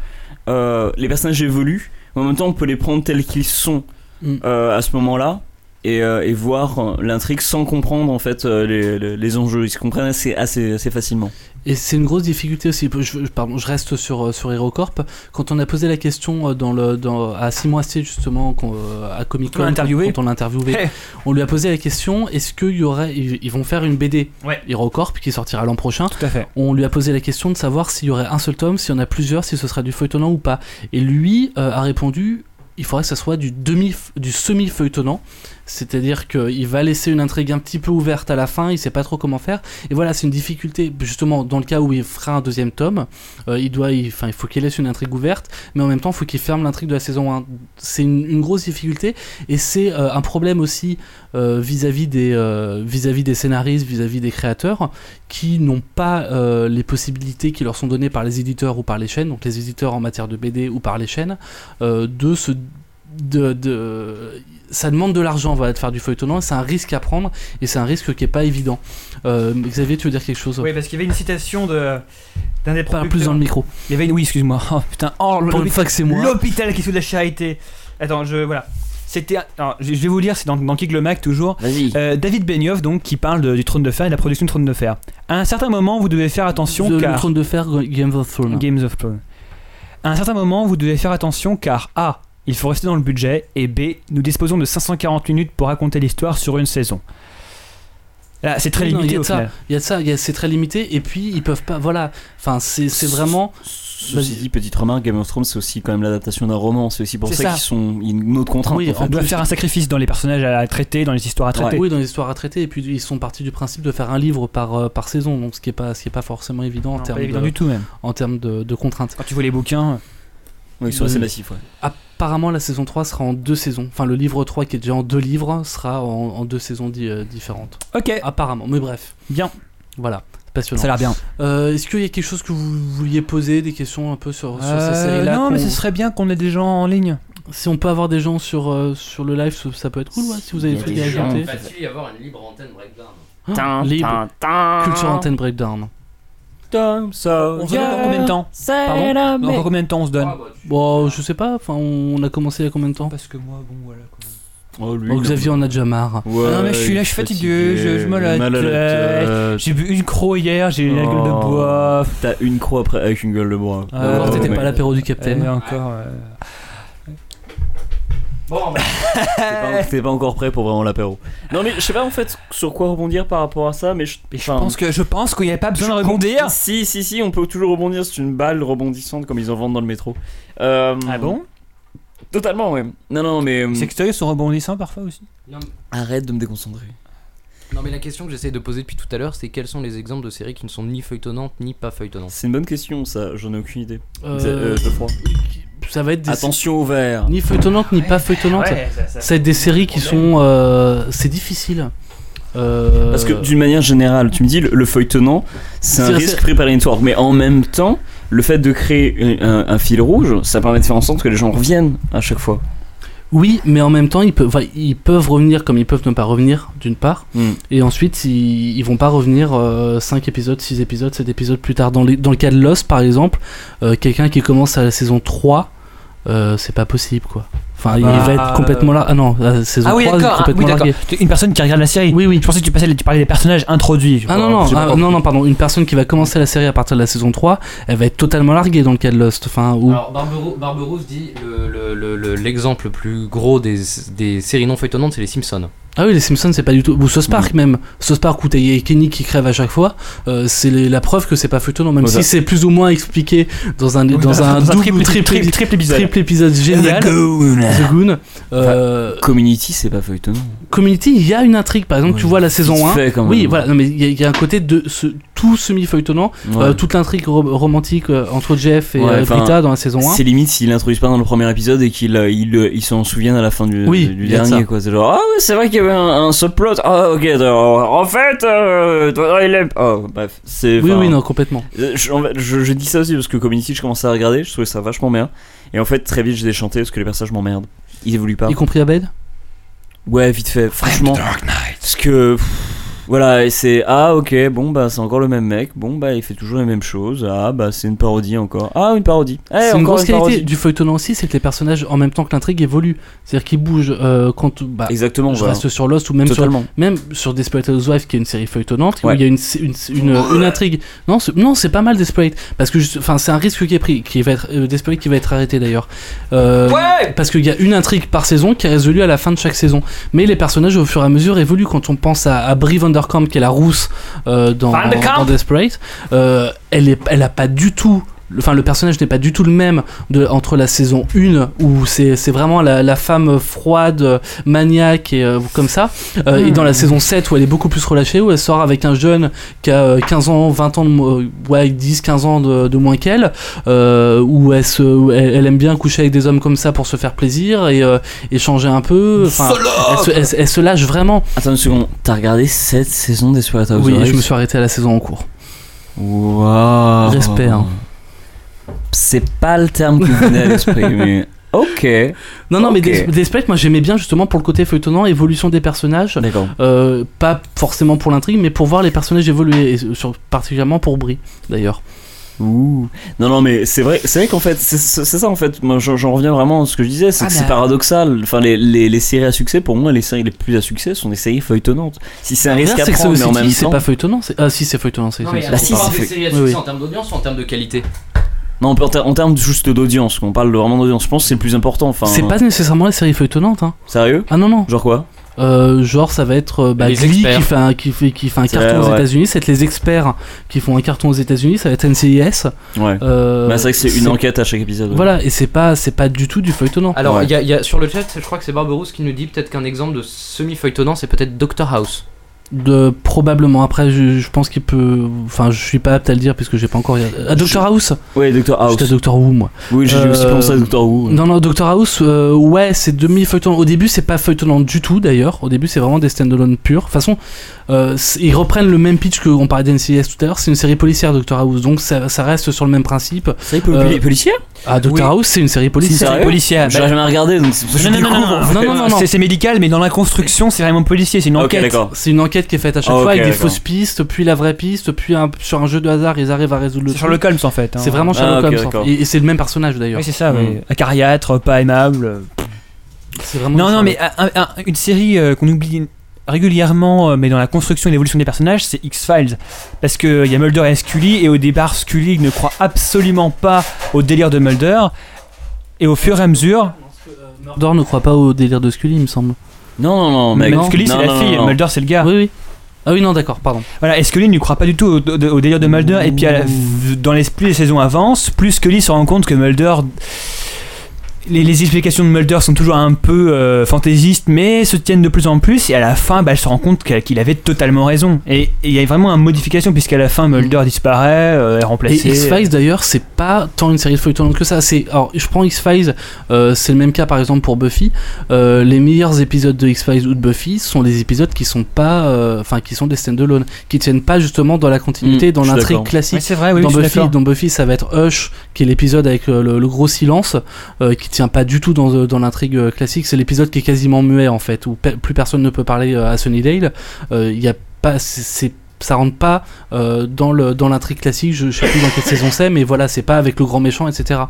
euh, les personnages évoluent. mais En même temps, on peut les prendre tels qu'ils sont Mm. euh, à ce moment-là et, euh, et voir euh, l'intrigue sans comprendre en fait euh, les, les- les enjeux. Ils se comprennent assez, assez, assez facilement. Et c'est une grosse difficulté aussi. Je, je- pardon, je reste sur, euh, sur HeroCorp. Quand on a posé la question euh, dans le, dans, à Simon Astier, justement, qu'on, euh, à Comic Qu'on Con, l'a interviewé. quand on l'a interviewé, Hey. on lui a posé la question est-ce qu'il y aurait. Ils, ils vont faire une BD Ouais. HeroCorp qui sortira l'an prochain. Tout à fait. On lui a posé la question de savoir s'il y aurait un seul tome, s'il y en a plusieurs, si ce sera du feuilletonnant ou pas. Et lui euh, a répondu il faudrait que ça soit du, demi, du semi-feuilletonnant. C'est-à-dire qu'il va laisser une intrigue un petit peu ouverte à la fin, il sait pas trop comment faire. Et voilà, c'est une difficulté. Justement, dans le cas où il fera un deuxième tome, euh, il, doit, il, enfin, il faut qu'il laisse une intrigue ouverte, mais en même temps, il faut qu'il ferme l'intrigue de la saison 1. C'est une, une grosse difficulté, et c'est euh, un problème aussi euh, vis-à-vis des, euh, vis-à-vis des scénaristes, vis-à-vis des créateurs, qui n'ont pas euh, les possibilités qui leur sont données par les éditeurs ou par les chaînes, donc les éditeurs en matière de BD ou par les chaînes, euh, de se... De, de- ça demande de l'argent voilà, de faire du feuilletonnant, et c'est un risque à prendre, et c'est un risque qui est pas évident. Euh, Xavier, tu veux dire quelque chose Oui, parce qu'il y avait une citation de d'un des Parle plus dans producteurs. le micro. Il y avait une... Oui, excuse-moi. Oh putain, oh, Pour une l'hôpital- fois que c'est moi. l'hôpital qui fait de la charité. Attends, je... Voilà. C'était... alors, je je vais vous lire, c'est dans, dans Kick le Mac toujours. Vas-y. Euh, David Benioff, donc, qui parle de- du Trône de Fer et de la production du Trône de Fer. À un certain moment, vous devez faire attention Le- car... Le trône de fer, Game of Thrones. Games of Thrones. À un certain moment, vous devez faire attention car A. Il faut rester dans le budget et B. Nous disposons de 540 minutes pour raconter l'histoire sur une saison. Là, c'est très Non, limité il y a au de ça. final. Il y a de ça. il y a- C'est très limité. Et puis ils peuvent pas. Voilà. Enfin, c'est c'est vraiment. Ceci dit, petite remarque, Game of Thrones, c'est aussi quand même l'adaptation d'un roman. C'est aussi pour C'est ça, ça. qu'ils sont ils ont une autre contrainte. Oui, en fait. en On doit plus- faire un sacrifice dans les personnages à traiter, dans les histoires à traiter. Oui, dans l'histoire à traiter. Et puis ils sont partis du principe de faire un livre par euh, par saison. Donc ce qui est pas ce qui est pas forcément évident en Non, termes pas évident de- du tout même. en termes de, de contraintes. Quand tu vois les bouquins, Oui, ils sont assez massifs, ouais. Apparemment, la saison 3 sera en deux saisons. Enfin, le livre 3 qui est déjà en deux livres sera en, en deux saisons di- euh, différentes. ok, Apparemment, mais bref. bien, Voilà, c'est Ah, passionnant. ça a l'air bien. Euh, Est-ce qu'il y a quelque chose que vous vouliez poser, des questions un peu sur, sur Euh, ces séries-là non, mais qu'on- ce serait bien qu'on ait des gens en ligne. Si on peut avoir des gens sur, euh, sur le live, ça- ça peut être cool, ouais, si vous avez Il y des a trucs des à gens. ajouter. Va-t-il y avoir une libre antenne breakdown Tin, libre. tin, tin. Culture Antenne Breakdown. Tom, so On se donne encore combien de temps Pardon Pardon Encore combien de temps on se donne Ben, Ah, bah, Bon, je sais pas, enfin, on a commencé il y a combien de temps Parce que moi, bon voilà. Oh, lui, Oh, il a- Xavier en a déjà marre. Ouais, Ah non, mais je suis là, je suis fatigué, je- je me la mal à la tête. tête. J'ai bu une croix hier, j'ai eu la Oh. gueule de bois. euh, T'as une croix après avec une gueule de bois. Euh, Ah, Encore, ouais, Euh, t'étais ouais. pas à l'apéro du Capitaine. Et encore. euh, Bon, bah, T'es pas, t'es pas encore prêt pour vraiment l'apéro. Non mais je sais pas en fait sur quoi rebondir par rapport à ça, mais je, Je pense que je pense qu'il n'y avait pas besoin de rebondir. Si si si, on peut toujours rebondir. C'est une balle rebondissante comme ils en vendent dans le métro. Euh, Ah Totalement ouais. Non non mais euh, Les sextoys sont rebondissants parfois aussi. non, mais- arrête de me déconcentrer. non, mais la question que j'essaie de poser depuis tout à l'heure, c'est quels sont les exemples de séries qui ne sont ni feuilletonnantes ni pas feuilletonnantes C'est une bonne question ça. J'en ai aucune idée. Euh, Exa- euh, Geoffroy. Ça va être des Attention au verre. ni feuilletonnantes ni pas feuilletonnantes. C'est des séries qui sont. euh, c'est difficile. Euh, Parce que d'une manière générale, tu me dis le, le feuilletonnant, c'est un C'est- risque c'est- pris par les networks, mais en même temps, le fait de créer un, un fil rouge, ça permet de faire en sorte que les gens reviennent à chaque fois. Oui, mais en même temps, ils peuvent, enfin, ils peuvent revenir comme ils peuvent ne pas revenir, d'une part. Hmm. Et ensuite, ils, ils vont pas revenir 5 épisodes, 6 épisodes, 7 épisodes plus tard. Dans, les- dans le cas de Lost, par exemple, euh, quelqu'un qui commence à la saison 3, euh, c'est pas possible, quoi. Enfin, Bah, il va être complètement là. Ah non, la saison 3 est ah, oui, complètement largué. d'accord. Une personne qui regarde la série. Oui, oui. Je pensais que tu, passais, tu parlais des personnages introduits. Ah non, non, ah, non, non, pardon. Une personne qui va commencer la série à partir de la saison 3, elle va être totalement larguée dans le cas de Lost. Enfin, ou... Alors, Barbero- Barberousse dit le- le- le- le- l'exemple le, plus gros des, des séries non feuilletonnantes, c'est les Simpsons. Ah oui, les Simpsons, c'est pas du tout. Ou South Park même. South Park où t'as Yaya et Kenny qui crève à chaque fois, euh, c'est les- la preuve que c'est pas feuilletonnant, même Ouais, si ça. c'est plus ou moins expliqué dans un, dans un, double, triple, triple, triple, triple, triple épisode. épisode génial. The Goon. Euh, Community, c'est pas feuilletonnant. Community, il y a une intrigue. Par exemple, Oui, tu vois la saison 1. fait, quand Oui, même. voilà. Non, mais il y, a- il y a un côté de ce, tout semi-feuilletonnant. Ouais. euh, toute l'intrigue ro- romantique euh, entre Jeff et Ouais, euh, enfin, Rita dans la saison 1. C'est limite s'ils l'introduisent pas dans le premier épisode et qu'ils euh, ils, le- ils s'en souviennent à la fin du, Oui, du il y a de ça. dernier. quoi. C'est genre, ah ouais, c'est vrai qu'il y avait un, un subplot. Ah ok, alors, en fait, euh, toi, il est. Oh, bref, c'est. Oui, enfin, oui, non, complètement. euh, Je, en fait, je- je dis ça aussi parce que Community, je commençais à regarder, je trouvais ça vachement bien. Et en fait, très vite, je déchantais parce que les personnages m'emmerdent. Ils évoluent pas. Y compris Abed. Ouais, vite fait, franchement. Parce que. pff, Voilà, et c'est. Ah, ok, bon, bah, c'est encore le même mec. Bon, bah, il fait toujours les mêmes choses. Ah, bah, c'est une parodie encore. Ah, une parodie. Eh, c'est encore une grosse qualité parodie. du feuilletonnant aussi, c'est que les personnages, en même temps que l'intrigue, évoluent. C'est-à-dire qu'ils bougent euh, quand. Bah, Exactement, je voilà. reste sur Lost ou même sur, Totalement. même sur Desperate Housewives, qui est une série feuilletonnante, où Ouais. il y a une, une, une, une intrigue. Non, c'est, non, c'est pas mal Desperate. Parce que juste- enfin, c'est un risque qui est pris, qui va être, euh, Desperate qui va être arrêté d'ailleurs. Euh, parce qu'il y a une intrigue par saison qui est résolue à la fin de chaque saison. Mais les personnages, au fur et à mesure, évoluent. Quand on pense à, à Brie Vanderkamp, qui est la rousse euh, dans, dans Desperate, euh, elle, est, elle a pas du tout. le- Enfin, le personnage n'est pas du tout le même de, entre la saison 1, où c'est, c'est vraiment la, la femme froide, euh, maniaque et euh, comme ça, euh, et dans la saison 7, où elle est beaucoup plus relâchée, où elle sort avec un jeune qui a euh, 15 ans, 20 ans, de, mo- euh, ouais, 10, 15 ans de, de moins qu'elle, euh, où, elle, se, où elle, elle aime bien coucher avec des hommes comme ça pour se faire plaisir et euh, échanger un peu. Enfin, elle se, elle se- elle se lâche vraiment. Attends une seconde, t'as regardé cette saison des Desperate oui, Housewives je me suis arrêté à la saison en cours. Waouh. Respect, hein. C'est pas le terme qui me venait à l'esprit, mais. Ok. Non, non, mais Ok. Des- Desperate, moi j'aimais bien justement pour le côté feuilletonnant, évolution des personnages. D'accord. Euh, pas forcément pour l'intrigue, mais pour voir les personnages évoluer, et sur- particulièrement pour Brie d'ailleurs. Ouh. Non, non, mais c'est vrai, c'est vrai qu'en fait, c'est c'est- c'est ça en fait. Moi, j'en j'en reviens vraiment à ce que je disais, c'est Ah, que mais bah. c'est à- paradoxal. Enfin, les, les, les séries à succès, pour moi, les séries les plus à succès sont des séries feuilletonnantes. Si c'est un Ah, risque à C'est que ça prendre, mais en même aussi, c'est temps. pas feuilletonnant. c'est- Ah si, c'est feuilletonnant. c'est- c'est- Bah, si, on parle c'est des fait. séries à Oui, succès oui. en termes d'audience ou en termes de qualité Non, on peut en, ter- en termes juste d'audience, on parle de- vraiment d'audience, je pense que c'est le plus important. Enfin, C'est pas nécessairement les séries feuilletonnantes. Hein. Sérieux Ah non, non. Genre quoi Euh, genre, ça va être euh, bah, Les Glee experts. qui fait un, qui fait, qui fait un C'est carton vrai, aux ouais. États-Unis, ça va être les experts qui font un carton aux États-Unis, ça va être NCIS. Ouais. Euh, Bah, c'est vrai que c'est une enquête à chaque épisode. ouais. Voilà, et c'est pas, c'est pas du tout du feuilletonnant. Alors, Ouais. il y a- il y a, sur le chat, je crois que c'est Barberousse qui nous dit peut-être qu'un exemple de semi-feuilletonnant, c'est peut-être Doctor House. De, probablement. Après, je, je pense qu'il peut. Enfin, je suis pas apte à le dire parce que j'ai pas encore. regardé- Ah, Doctor House Ouais, Doctor House. J'étais à Doctor Who, moi. Oui, j'ai aussi Euh, pensé à Doctor Who. Non, non, Doctor House, euh, ouais, c'est demi-feuilletonnant. Au début, c'est pas feuilletonnant du tout, d'ailleurs. Au début, c'est vraiment des stand-alone purs. De toute façon, euh, c'est- ils reprennent le même pitch qu'on parlait d'NCIS tout à l'heure. C'est une série policière, Doctor House. Donc, ça, ça reste sur le même principe. C'est Euh, poli- policier Ah, Doctor Oui. House, c'est une série policière. sérieux policière. J'ai jamais regardé, donc c'est pour ça que bah, Non, je non, non, non, découvre. non, non, non, non. C'est c'est médical, mais dans la construction, c'est vraiment policier, c'est une Ok, enquête. d'accord. C'est une enquête qui est faite à chaque Ah, fois ok, avec des d'accord. fausses pistes, puis la vraie piste, puis un- sur un jeu de hasard, ils arrivent à résoudre le c'est truc. Sherlock Holmes en fait. hein. C'est vraiment Ah, Sherlock ok, Holmes. en fait. d'accord. Et, et c'est le même personnage d'ailleurs. Oui, c'est ça, Mm. oui. acariâtre, pas aimable. C'est vraiment Non, non, Sherlock. mais un- un- une série euh, qu'on oublie régulièrement, euh, mais dans la construction et l'évolution des personnages, c'est X-Files. Parce qu'il y a Mulder et Scully, et au départ, Scully ne croit absolument pas au délire de Mulder. Et au fur et à mesure, Mordor ne croit pas au délire de Scully, il me semble. Non, non, non, mec. mais Scully Non, c'est la non, fille, non, non. et Mulder c'est le gars. Oui, oui. Ah oui, non, d'accord, pardon. Voilà, et Scully ne croit pas du tout au, au- au délire de Mulder. Et puis, à la- dans les, plus les saisons avancent, plus Scully se rend compte que Mulder. Les, les explications de Mulder sont toujours un peu euh, fantaisistes, mais se tiennent de plus en plus. Et à la fin, bah, elle se rend compte qu'elle- qu'il avait totalement raison. Et et il y a vraiment une modification, puisqu'à la fin, Mulder disparaît, euh, est Et remplacé. X-Files d'ailleurs, c'est pas tant une série de feuilletonnante que ça. C'est alors je prends X-Files, euh, c'est le même cas par exemple pour Buffy. Euh, les meilleurs épisodes de X-Files ou de Buffy sont les épisodes qui sont pas, euh, enfin qui sont des stand-alone, qui tiennent pas justement dans la continuité, Mm, dans je suis l'intrigue d'accord. Ouais, classique. c'est vrai, oui, dans, oui, je suis Buffy, d'accord. dans Buffy, ça va être Hush, qui est l'épisode avec euh, le, le gros silence, euh, qui tient pas du tout dans, euh, dans l'intrigue euh, classique. C'est l'épisode qui est quasiment muet en fait, où pe- plus personne ne peut parler euh, à Sunnydale. Euh, Il y a pas, c'est- c'est ça rentre pas euh, dans le dans l'intrigue classique. Je, je sais plus dans quelle saison c'est, mais voilà, c'est pas avec le grand méchant, etc.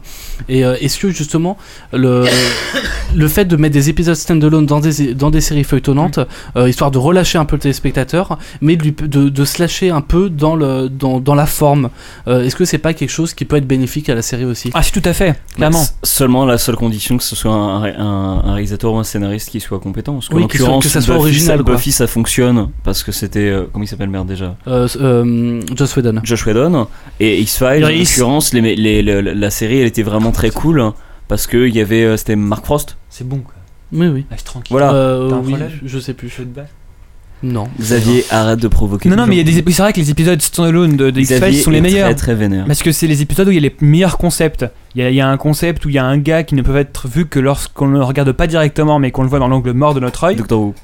Et euh, est-ce que justement le le fait de mettre des épisodes stand-alone dans des dans des séries feuilletonnantes, Mm. euh, histoire de relâcher un peu le téléspectateur, mais de, lui- de, de se lâcher un peu dans le dans, dans la forme. Euh, Est-ce que c'est pas quelque chose qui peut être bénéfique à la série aussi Ah, si, tout à fait, clairement. S- Seulement la seule condition que ce soit un, un- un réalisateur ou un scénariste qui soit compétent. Parce qu'en Oui, que ce- l'occurrence, que ça soit Buffy, original, ça- quoi. Buffy, ça fonctionne parce que c'était. euh, comment il s'appelle, merde déjà euh, euh, Joss Whedon. Josh Whedon. Et X-Files, en Ah. Iris. l'occurrence, les- les- les- la- la série, elle était vraiment très cool parce que il y avait. euh, C'était Mark Frost. C'est bon, quoi. Oui oui. Reste tranquille. Voilà. Euh, T'as un oui, problème je- je sais plus. Je te bats. Non. Xavier, arrête de provoquer. Non, les non, mais il y a gens. des ép- c'est vrai que les épisodes standalone de, de X-Files Xavier sont les est meilleurs. Très, très vénère. Ah. Parce que c'est les épisodes où il y a les meilleurs concepts. Il y a, il y a un concept où il y a un gars qui ne peut être vu que lorsqu'on ne le regarde pas directement, mais qu'on le voit dans l'angle mort de notre œil. Doctor Who.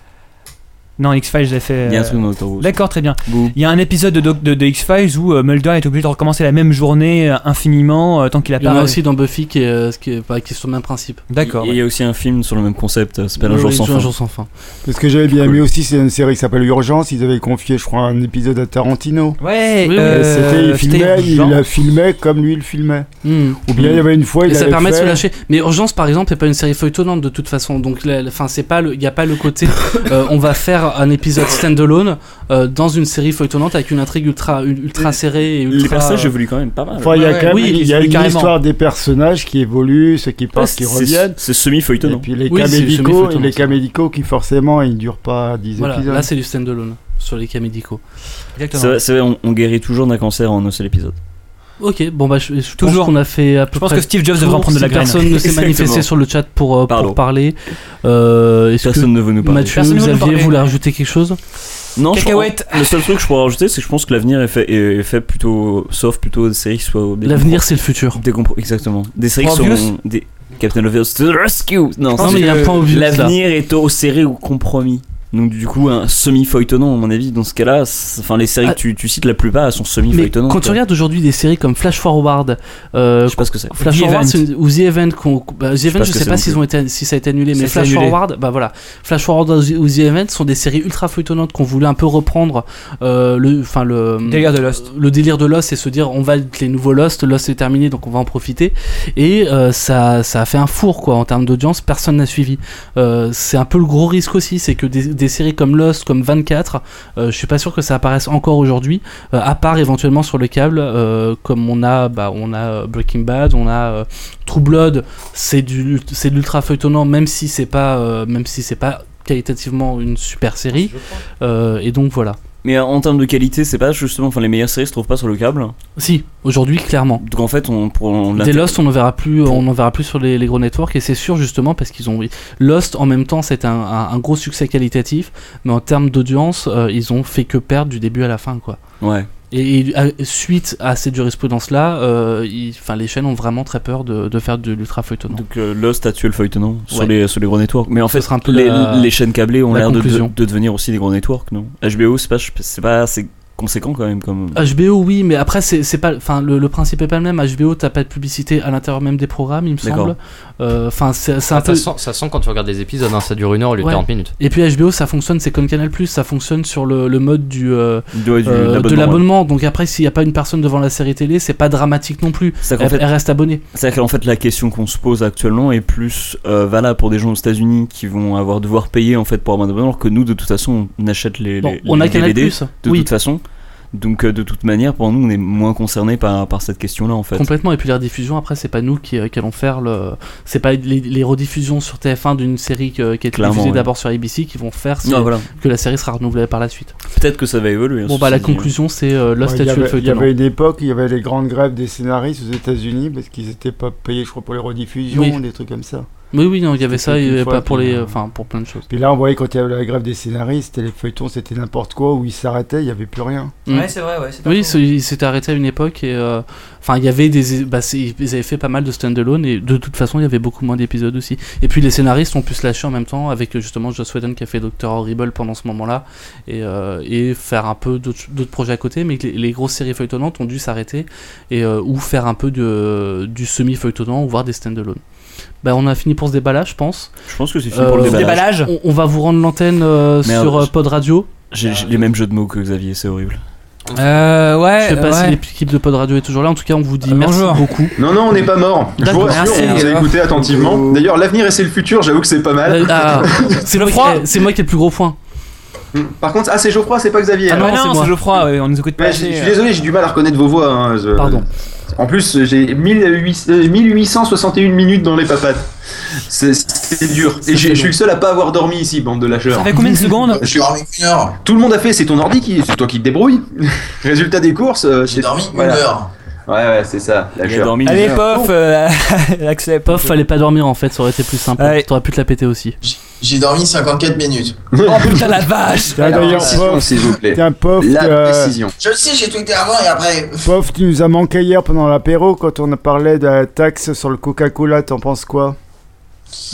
Non, X-Files, j'ai fait. Il y a un euh, truc dans Doctor Who. D'accord, très bien. Bouh. Il y a un épisode de, Doc- de- de X-Files où euh, Mulder est obligé de recommencer la même journée euh, infiniment euh, tant qu'il a Il y en pas. a aussi dans Buffy qui est, euh, ce qui est, bah, qui est sur le même principe. D'accord. Et Il y a aussi un film sur le même concept, ça s'appelle Un jour Oui, sans Un fin. jour sans fin. Parce que j'avais bien aimé aussi, c'est une série qui s'appelle Urgence. Ils avaient confié, je crois, un épisode à Tarantino. Ouais, Oui, oui. Et c'était, il euh, filmait, il urgent. la filmait comme lui le filmait. Hmm. Ou bien il y avait une fois, il Et ça avait permet de se fait- lâcher. Mais Urgence, par exemple, n'est pas une série feuilletonnante de toute façon. Donc, la- la- enfin, c'est pas il n'y a pas le côté. euh, on va faire un épisode standalone euh, dans une série feuilletonnante avec une intrigue ultra ultra serrée et ultra. Les personnages évoluent quand même pas mal. Enfin, il y a Ouais, quand même oui, il y a oui, une carrément. histoire des personnages qui évoluent, ceux qui Ouais, partent, qui reviennent. C'est Et semi-feuilletonnant. puis les Oui, cas c'est- c'est médicaux, et méfeuilletonnant, les ça. cas médicaux qui forcément ils ne durent pas 10 Voilà, épisodes. là c'est du standalone sur les cas médicaux. C'est Exactement. vrai, c'est vrai, on, on guérit toujours d'un cancer en un seul épisode. Ok, bon bah je, je Toujours. pense qu'on a fait à peu Je pense près que Steve Jobs le devrait en tour. prendre de la Si graine. Personne ne s'est Exactement. manifesté sur le chat pour, euh, Pardon. pour parler. Euh, Est-ce Personne que ne veut nous parler. Mathieu, Personne ne veut nous Xavier, parler. voulait rajouter quelque chose Non, je Cacahuète. pense- le seul truc que je pourrais rajouter, c'est que je pense que l'avenir est fait, est- est fait plutôt, sauf plutôt des séries qui soient. des- L'avenir c'est le futur. Des compro- Exactement. Des séries qui Obvious. sont. Des... Captain Obvious to the rescue Non, Non c'est- mais il y a un point obvious là. L'avenir est aux séries au compromis. Donc du coup, un semi-feuilletonnant, à mon avis, dans ce cas-là, c'est- enfin les séries Ah. que tu, tu cites, la plupart, elles sont Mais semi-feuilletonnantes. quand tu quoi. regardes aujourd'hui des séries comme Flash Forward, euh, Je sais pas ce que c'est. Flash The Forward Event. c'est une- ou The Event, qu'on- bah, The Event, pas je ce sais que c'est pas non s'ils plus. ont été, si ça a été annulé, mais Ça, c'est Flash annulé. Forward, bah voilà, Flash Forward ou The Event sont des séries ultra feuilletonnantes qu'on voulait un peu reprendre euh, le, enfin le Délire de Lost. le délire de Lost et se dire on va être les nouveaux Lost, Lost est terminé donc on va en profiter et euh, ça, ça a fait un four quoi en termes d'audience, personne n'a suivi. Euh, c'est un peu le gros risque aussi, c'est que des, des séries comme Lost, comme 24, euh, je suis pas sûr que ça apparaisse encore aujourd'hui, euh, à part éventuellement sur le câble euh, comme on a, bah, on a euh, Breaking Bad, on a euh, True Blood, c'est du c'est de l'ultra feuilletonnant même si c'est pas euh, même si c'est pas qualitativement une super série. Euh, et donc voilà. Mais euh, en termes de qualité, c'est pas justement. Enfin, les meilleures séries se trouvent pas sur le câble. Si, aujourd'hui, clairement. Donc en fait, on. pour- on Bah, Dès Lost, on en verra plus, on en verra plus sur les, les gros networks et c'est sûr justement parce qu'ils ont Lost en même temps c'est un, un- un gros succès qualitatif, mais en termes d'audience, euh, ils ont fait que perdre du début à la fin quoi. Ouais. Et, et, à- suite à cette jurisprudence là, les chaînes ont vraiment très peur de, de faire de l'ultra feuilletonnant. Donc euh, Lost a tué le feuilletonnant sur, Ouais. les, sur les gros networks. Mais en Ce fait, sera un peu les, la- les chaînes câblées ont la l'air de, de, conclusion. de devenir aussi des gros networks, non HBO, c'est pas, c'est pas assez conséquent quand même. Comme... HBO oui, mais après c'est c'est pas, enfin le, le principe est pas le même. HBO t'as pas de publicité à l'intérieur même des programmes, il me D'accord. semble. Euh, Enfin c'est c'est un Ah, peu. ça, sent, ça sent quand tu regardes les épisodes, hein, ça dure une heure au lieu de Ouais. 40 minutes. Et puis HBO, ça fonctionne, c'est comme Canal ça fonctionne sur le, le mode du, euh, Ouais, du- euh, l'abonnement, de l'abonnement. Donc après, s'il n'y a pas une personne devant la série télé, c'est pas dramatique non plus. C'est-à-dire Elle, qu'en fait- elle reste abonnée. C'est-à-dire qu'en fait, la question qu'on se pose actuellement est plus euh, valable pour des gens aux États-Unis qui vont avoir devoir payer en fait pour avoir un abonnement, alors que nous, de toute façon, on achète les, Bon, les- on les a Canal+, DVD de oui. toute façon. Donc, euh, de toute manière, pour nous, on est moins concernés par, par cette question-là en fait. Complètement. Et puis les rediffusions, après, c'est pas nous qui, euh, qui allons faire le. C'est pas les, les rediffusions sur TF1 d'une série que- qui a été Clairement, diffusée ouais. d'abord sur ABC qui vont faire si- Ouais, Ah, voilà. que la série sera renouvelée par la suite. Peut-être que ça va évoluer. hein, Bon, bah, ceci la dit. conclusion, c'est euh, Lost Ouais, a tué il y le avait- Il y feuilletonnant. avait une époque, il y avait les grandes grèves des scénaristes aux États-Unis parce qu'ils n'étaient pas payés, je crois, pour les rediffusions, Oui. des trucs comme ça. Oui, oui, non, il y avait C'était ça, il y qu'une avait fois, pas pour puis, les. euh, Enfin, pour plein de choses. Puis là, on voyait quand il y avait la grève des scénaristes, et les feuilletons, c'était n'importe quoi, où ils s'arrêtaient, il n'y avait plus rien. Mm. Oui, c'est- il s'était arrêté à une époque et euh, enfin il y avait des bah, c'est- ils avaient fait pas mal de stand-alone et de toute façon il y avait beaucoup moins d'épisodes aussi. Et puis les scénaristes ont pu se lâcher en même temps avec euh, justement Joss Whedon qui a fait Doctor Horrible pendant ce moment-là et, euh, et faire un peu d'autres d'autres projets à côté, mais que les, les grosses séries feuilletonnantes ont dû s'arrêter et euh, ou faire un peu de, du semi feuilletonnant ou voir des stand-alone. Bah, on a fini pour ce déballage, je pense. Je pense que c'est Euh, fini pour bah, le déballage. On, on va vous rendre l'antenne euh, Merde. sur euh, Pod Radio. J'ai j'ai les mêmes jeux de mots que Xavier, c'est horrible. Euh, ouais. Je sais pas ouais. Euh, si l'équipe de Pod Radio est toujours là. En tout cas, on vous dit merci bonjour. beaucoup. Non, non, on n'est pas mort. Je D'accord. vous rassure, Merci, on vous les a gars. écouté attentivement. D'ailleurs, l'avenir et c'est le futur, j'avoue que c'est pas mal. Euh, ah, c'est le Eh, froid. C'est moi qui ai le plus gros point. Par contre, ah, c'est Geoffroy, c'est pas Xavier. Ah alors. eh, non, non, c'est Geoffroy, ouais, on nous écoute pas. Ouais, je je assez, suis euh. désolé, j'ai du mal à reconnaître vos voix. hein, je- Pardon. En plus, j'ai 1800 euh, 1861 minutes dans les papates. C'est- C'est dur. Et j'ai- je suis le seul à pas avoir dormi ici, bande de lâcheurs. Ça fait combien de secondes Je suis dormi une heure. Tout le monde a fait, c'est ton ordi qui. C'est toi qui te débrouille. Résultat des courses. J'ai dormi une heure. Ouais, ouais, c'est ça, Il a lâcheur. dormi. Allez, déjà. pof, euh, accepte. Pof, fallait pas dormir en fait, ça aurait été plus simple. Ouais. T'aurais pu te la péter aussi. J'ai dormi 54 minutes. Oh putain, la vache Tiens, La d'ailleurs, précision, Pof, s'il vous plaît. tiens, Pof, La euh, précision. Je le sais, j'ai tweeté avant et après. Pof, tu nous as manqué hier pendant l'apéro quand on parlait de la taxe sur le Coca-Cola, t'en penses quoi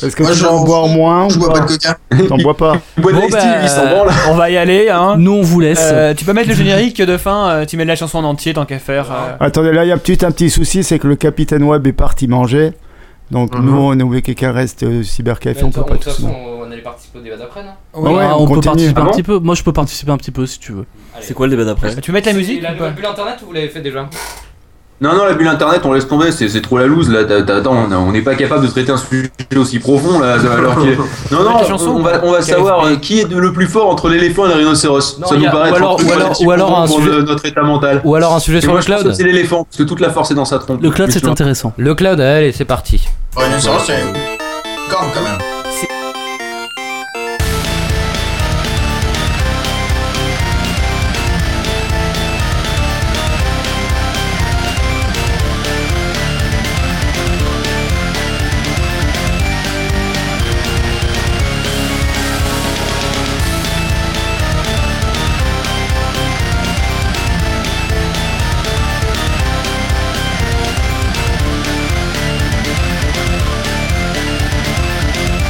Est-ce que Moi, tu vas j'en- en boire moins Je ou bois pas pas de coca. T'en bois pas Boîte Bon, de bah, textile, il s'en branle. on va y aller, hein. Nous, on vous laisse. Euh, tu peux mettre le générique de fin, euh, tu mets de la chanson en entier tant qu'à faire. euh. Attendez, là, il y a peut-être un petit souci, c'est que le capitaine Web est parti manger. Donc Mhm. nous, on a oublié que quelqu'un reste au cybercafé, on peut pas tout ça. on allait participer au débat d'après, non ouais, Ah, on on peut continue. participer Ah un bon petit peu. Moi, je peux participer un petit peu si tu veux. C'est quoi le débat d'après Tu peux mettre la musique ou pas bulle internet, vous l'avez fait déjà Non, non, la bulle internet, on laisse tomber, c'est c'est trop la loose là. T'as- t'as- Attends, on- on n'est pas capable de traiter un sujet aussi profond là. Alors qu'il est- non, non, Avec les chansons, on, on va, on va qu'elle savoir euh, qui est de- le plus fort entre l'éléphant et le rhinocéros. Non, Ça il y nous a- paraît ou être alors- un truc ou alors- relativement ou alors un pour sujet- le- notre état mental. Ou alors un sujet Et sur moi, le je pense que cloud C'est l'éléphant, parce que toute la force est dans sa trompe. Le cloud, Mais c'est tu- intéressant. Le cloud, allez, c'est parti. Rhinocéros, c'est une corne quand même. Rhinocéros,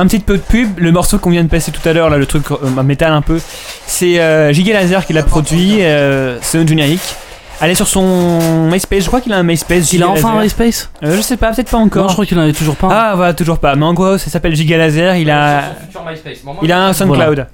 un petit peu de pub. Le morceau qu'on vient de passer tout à l'heure, là, le truc euh, métal un peu, c'est euh, Giga Laser qui l'a produit. euh, c'est un générique. Allez sur son MySpace, je crois qu'il a un MySpace. Il a Giga enfin Laser. un MySpace Euh, Je sais pas, peut-être pas encore. Non, je crois qu'il en est toujours pas. Ah, voilà, toujours pas. Mais en gros, ça s'appelle Giga Laser. Il a, Sur MySpace, moi, moi, il a un SoundCloud.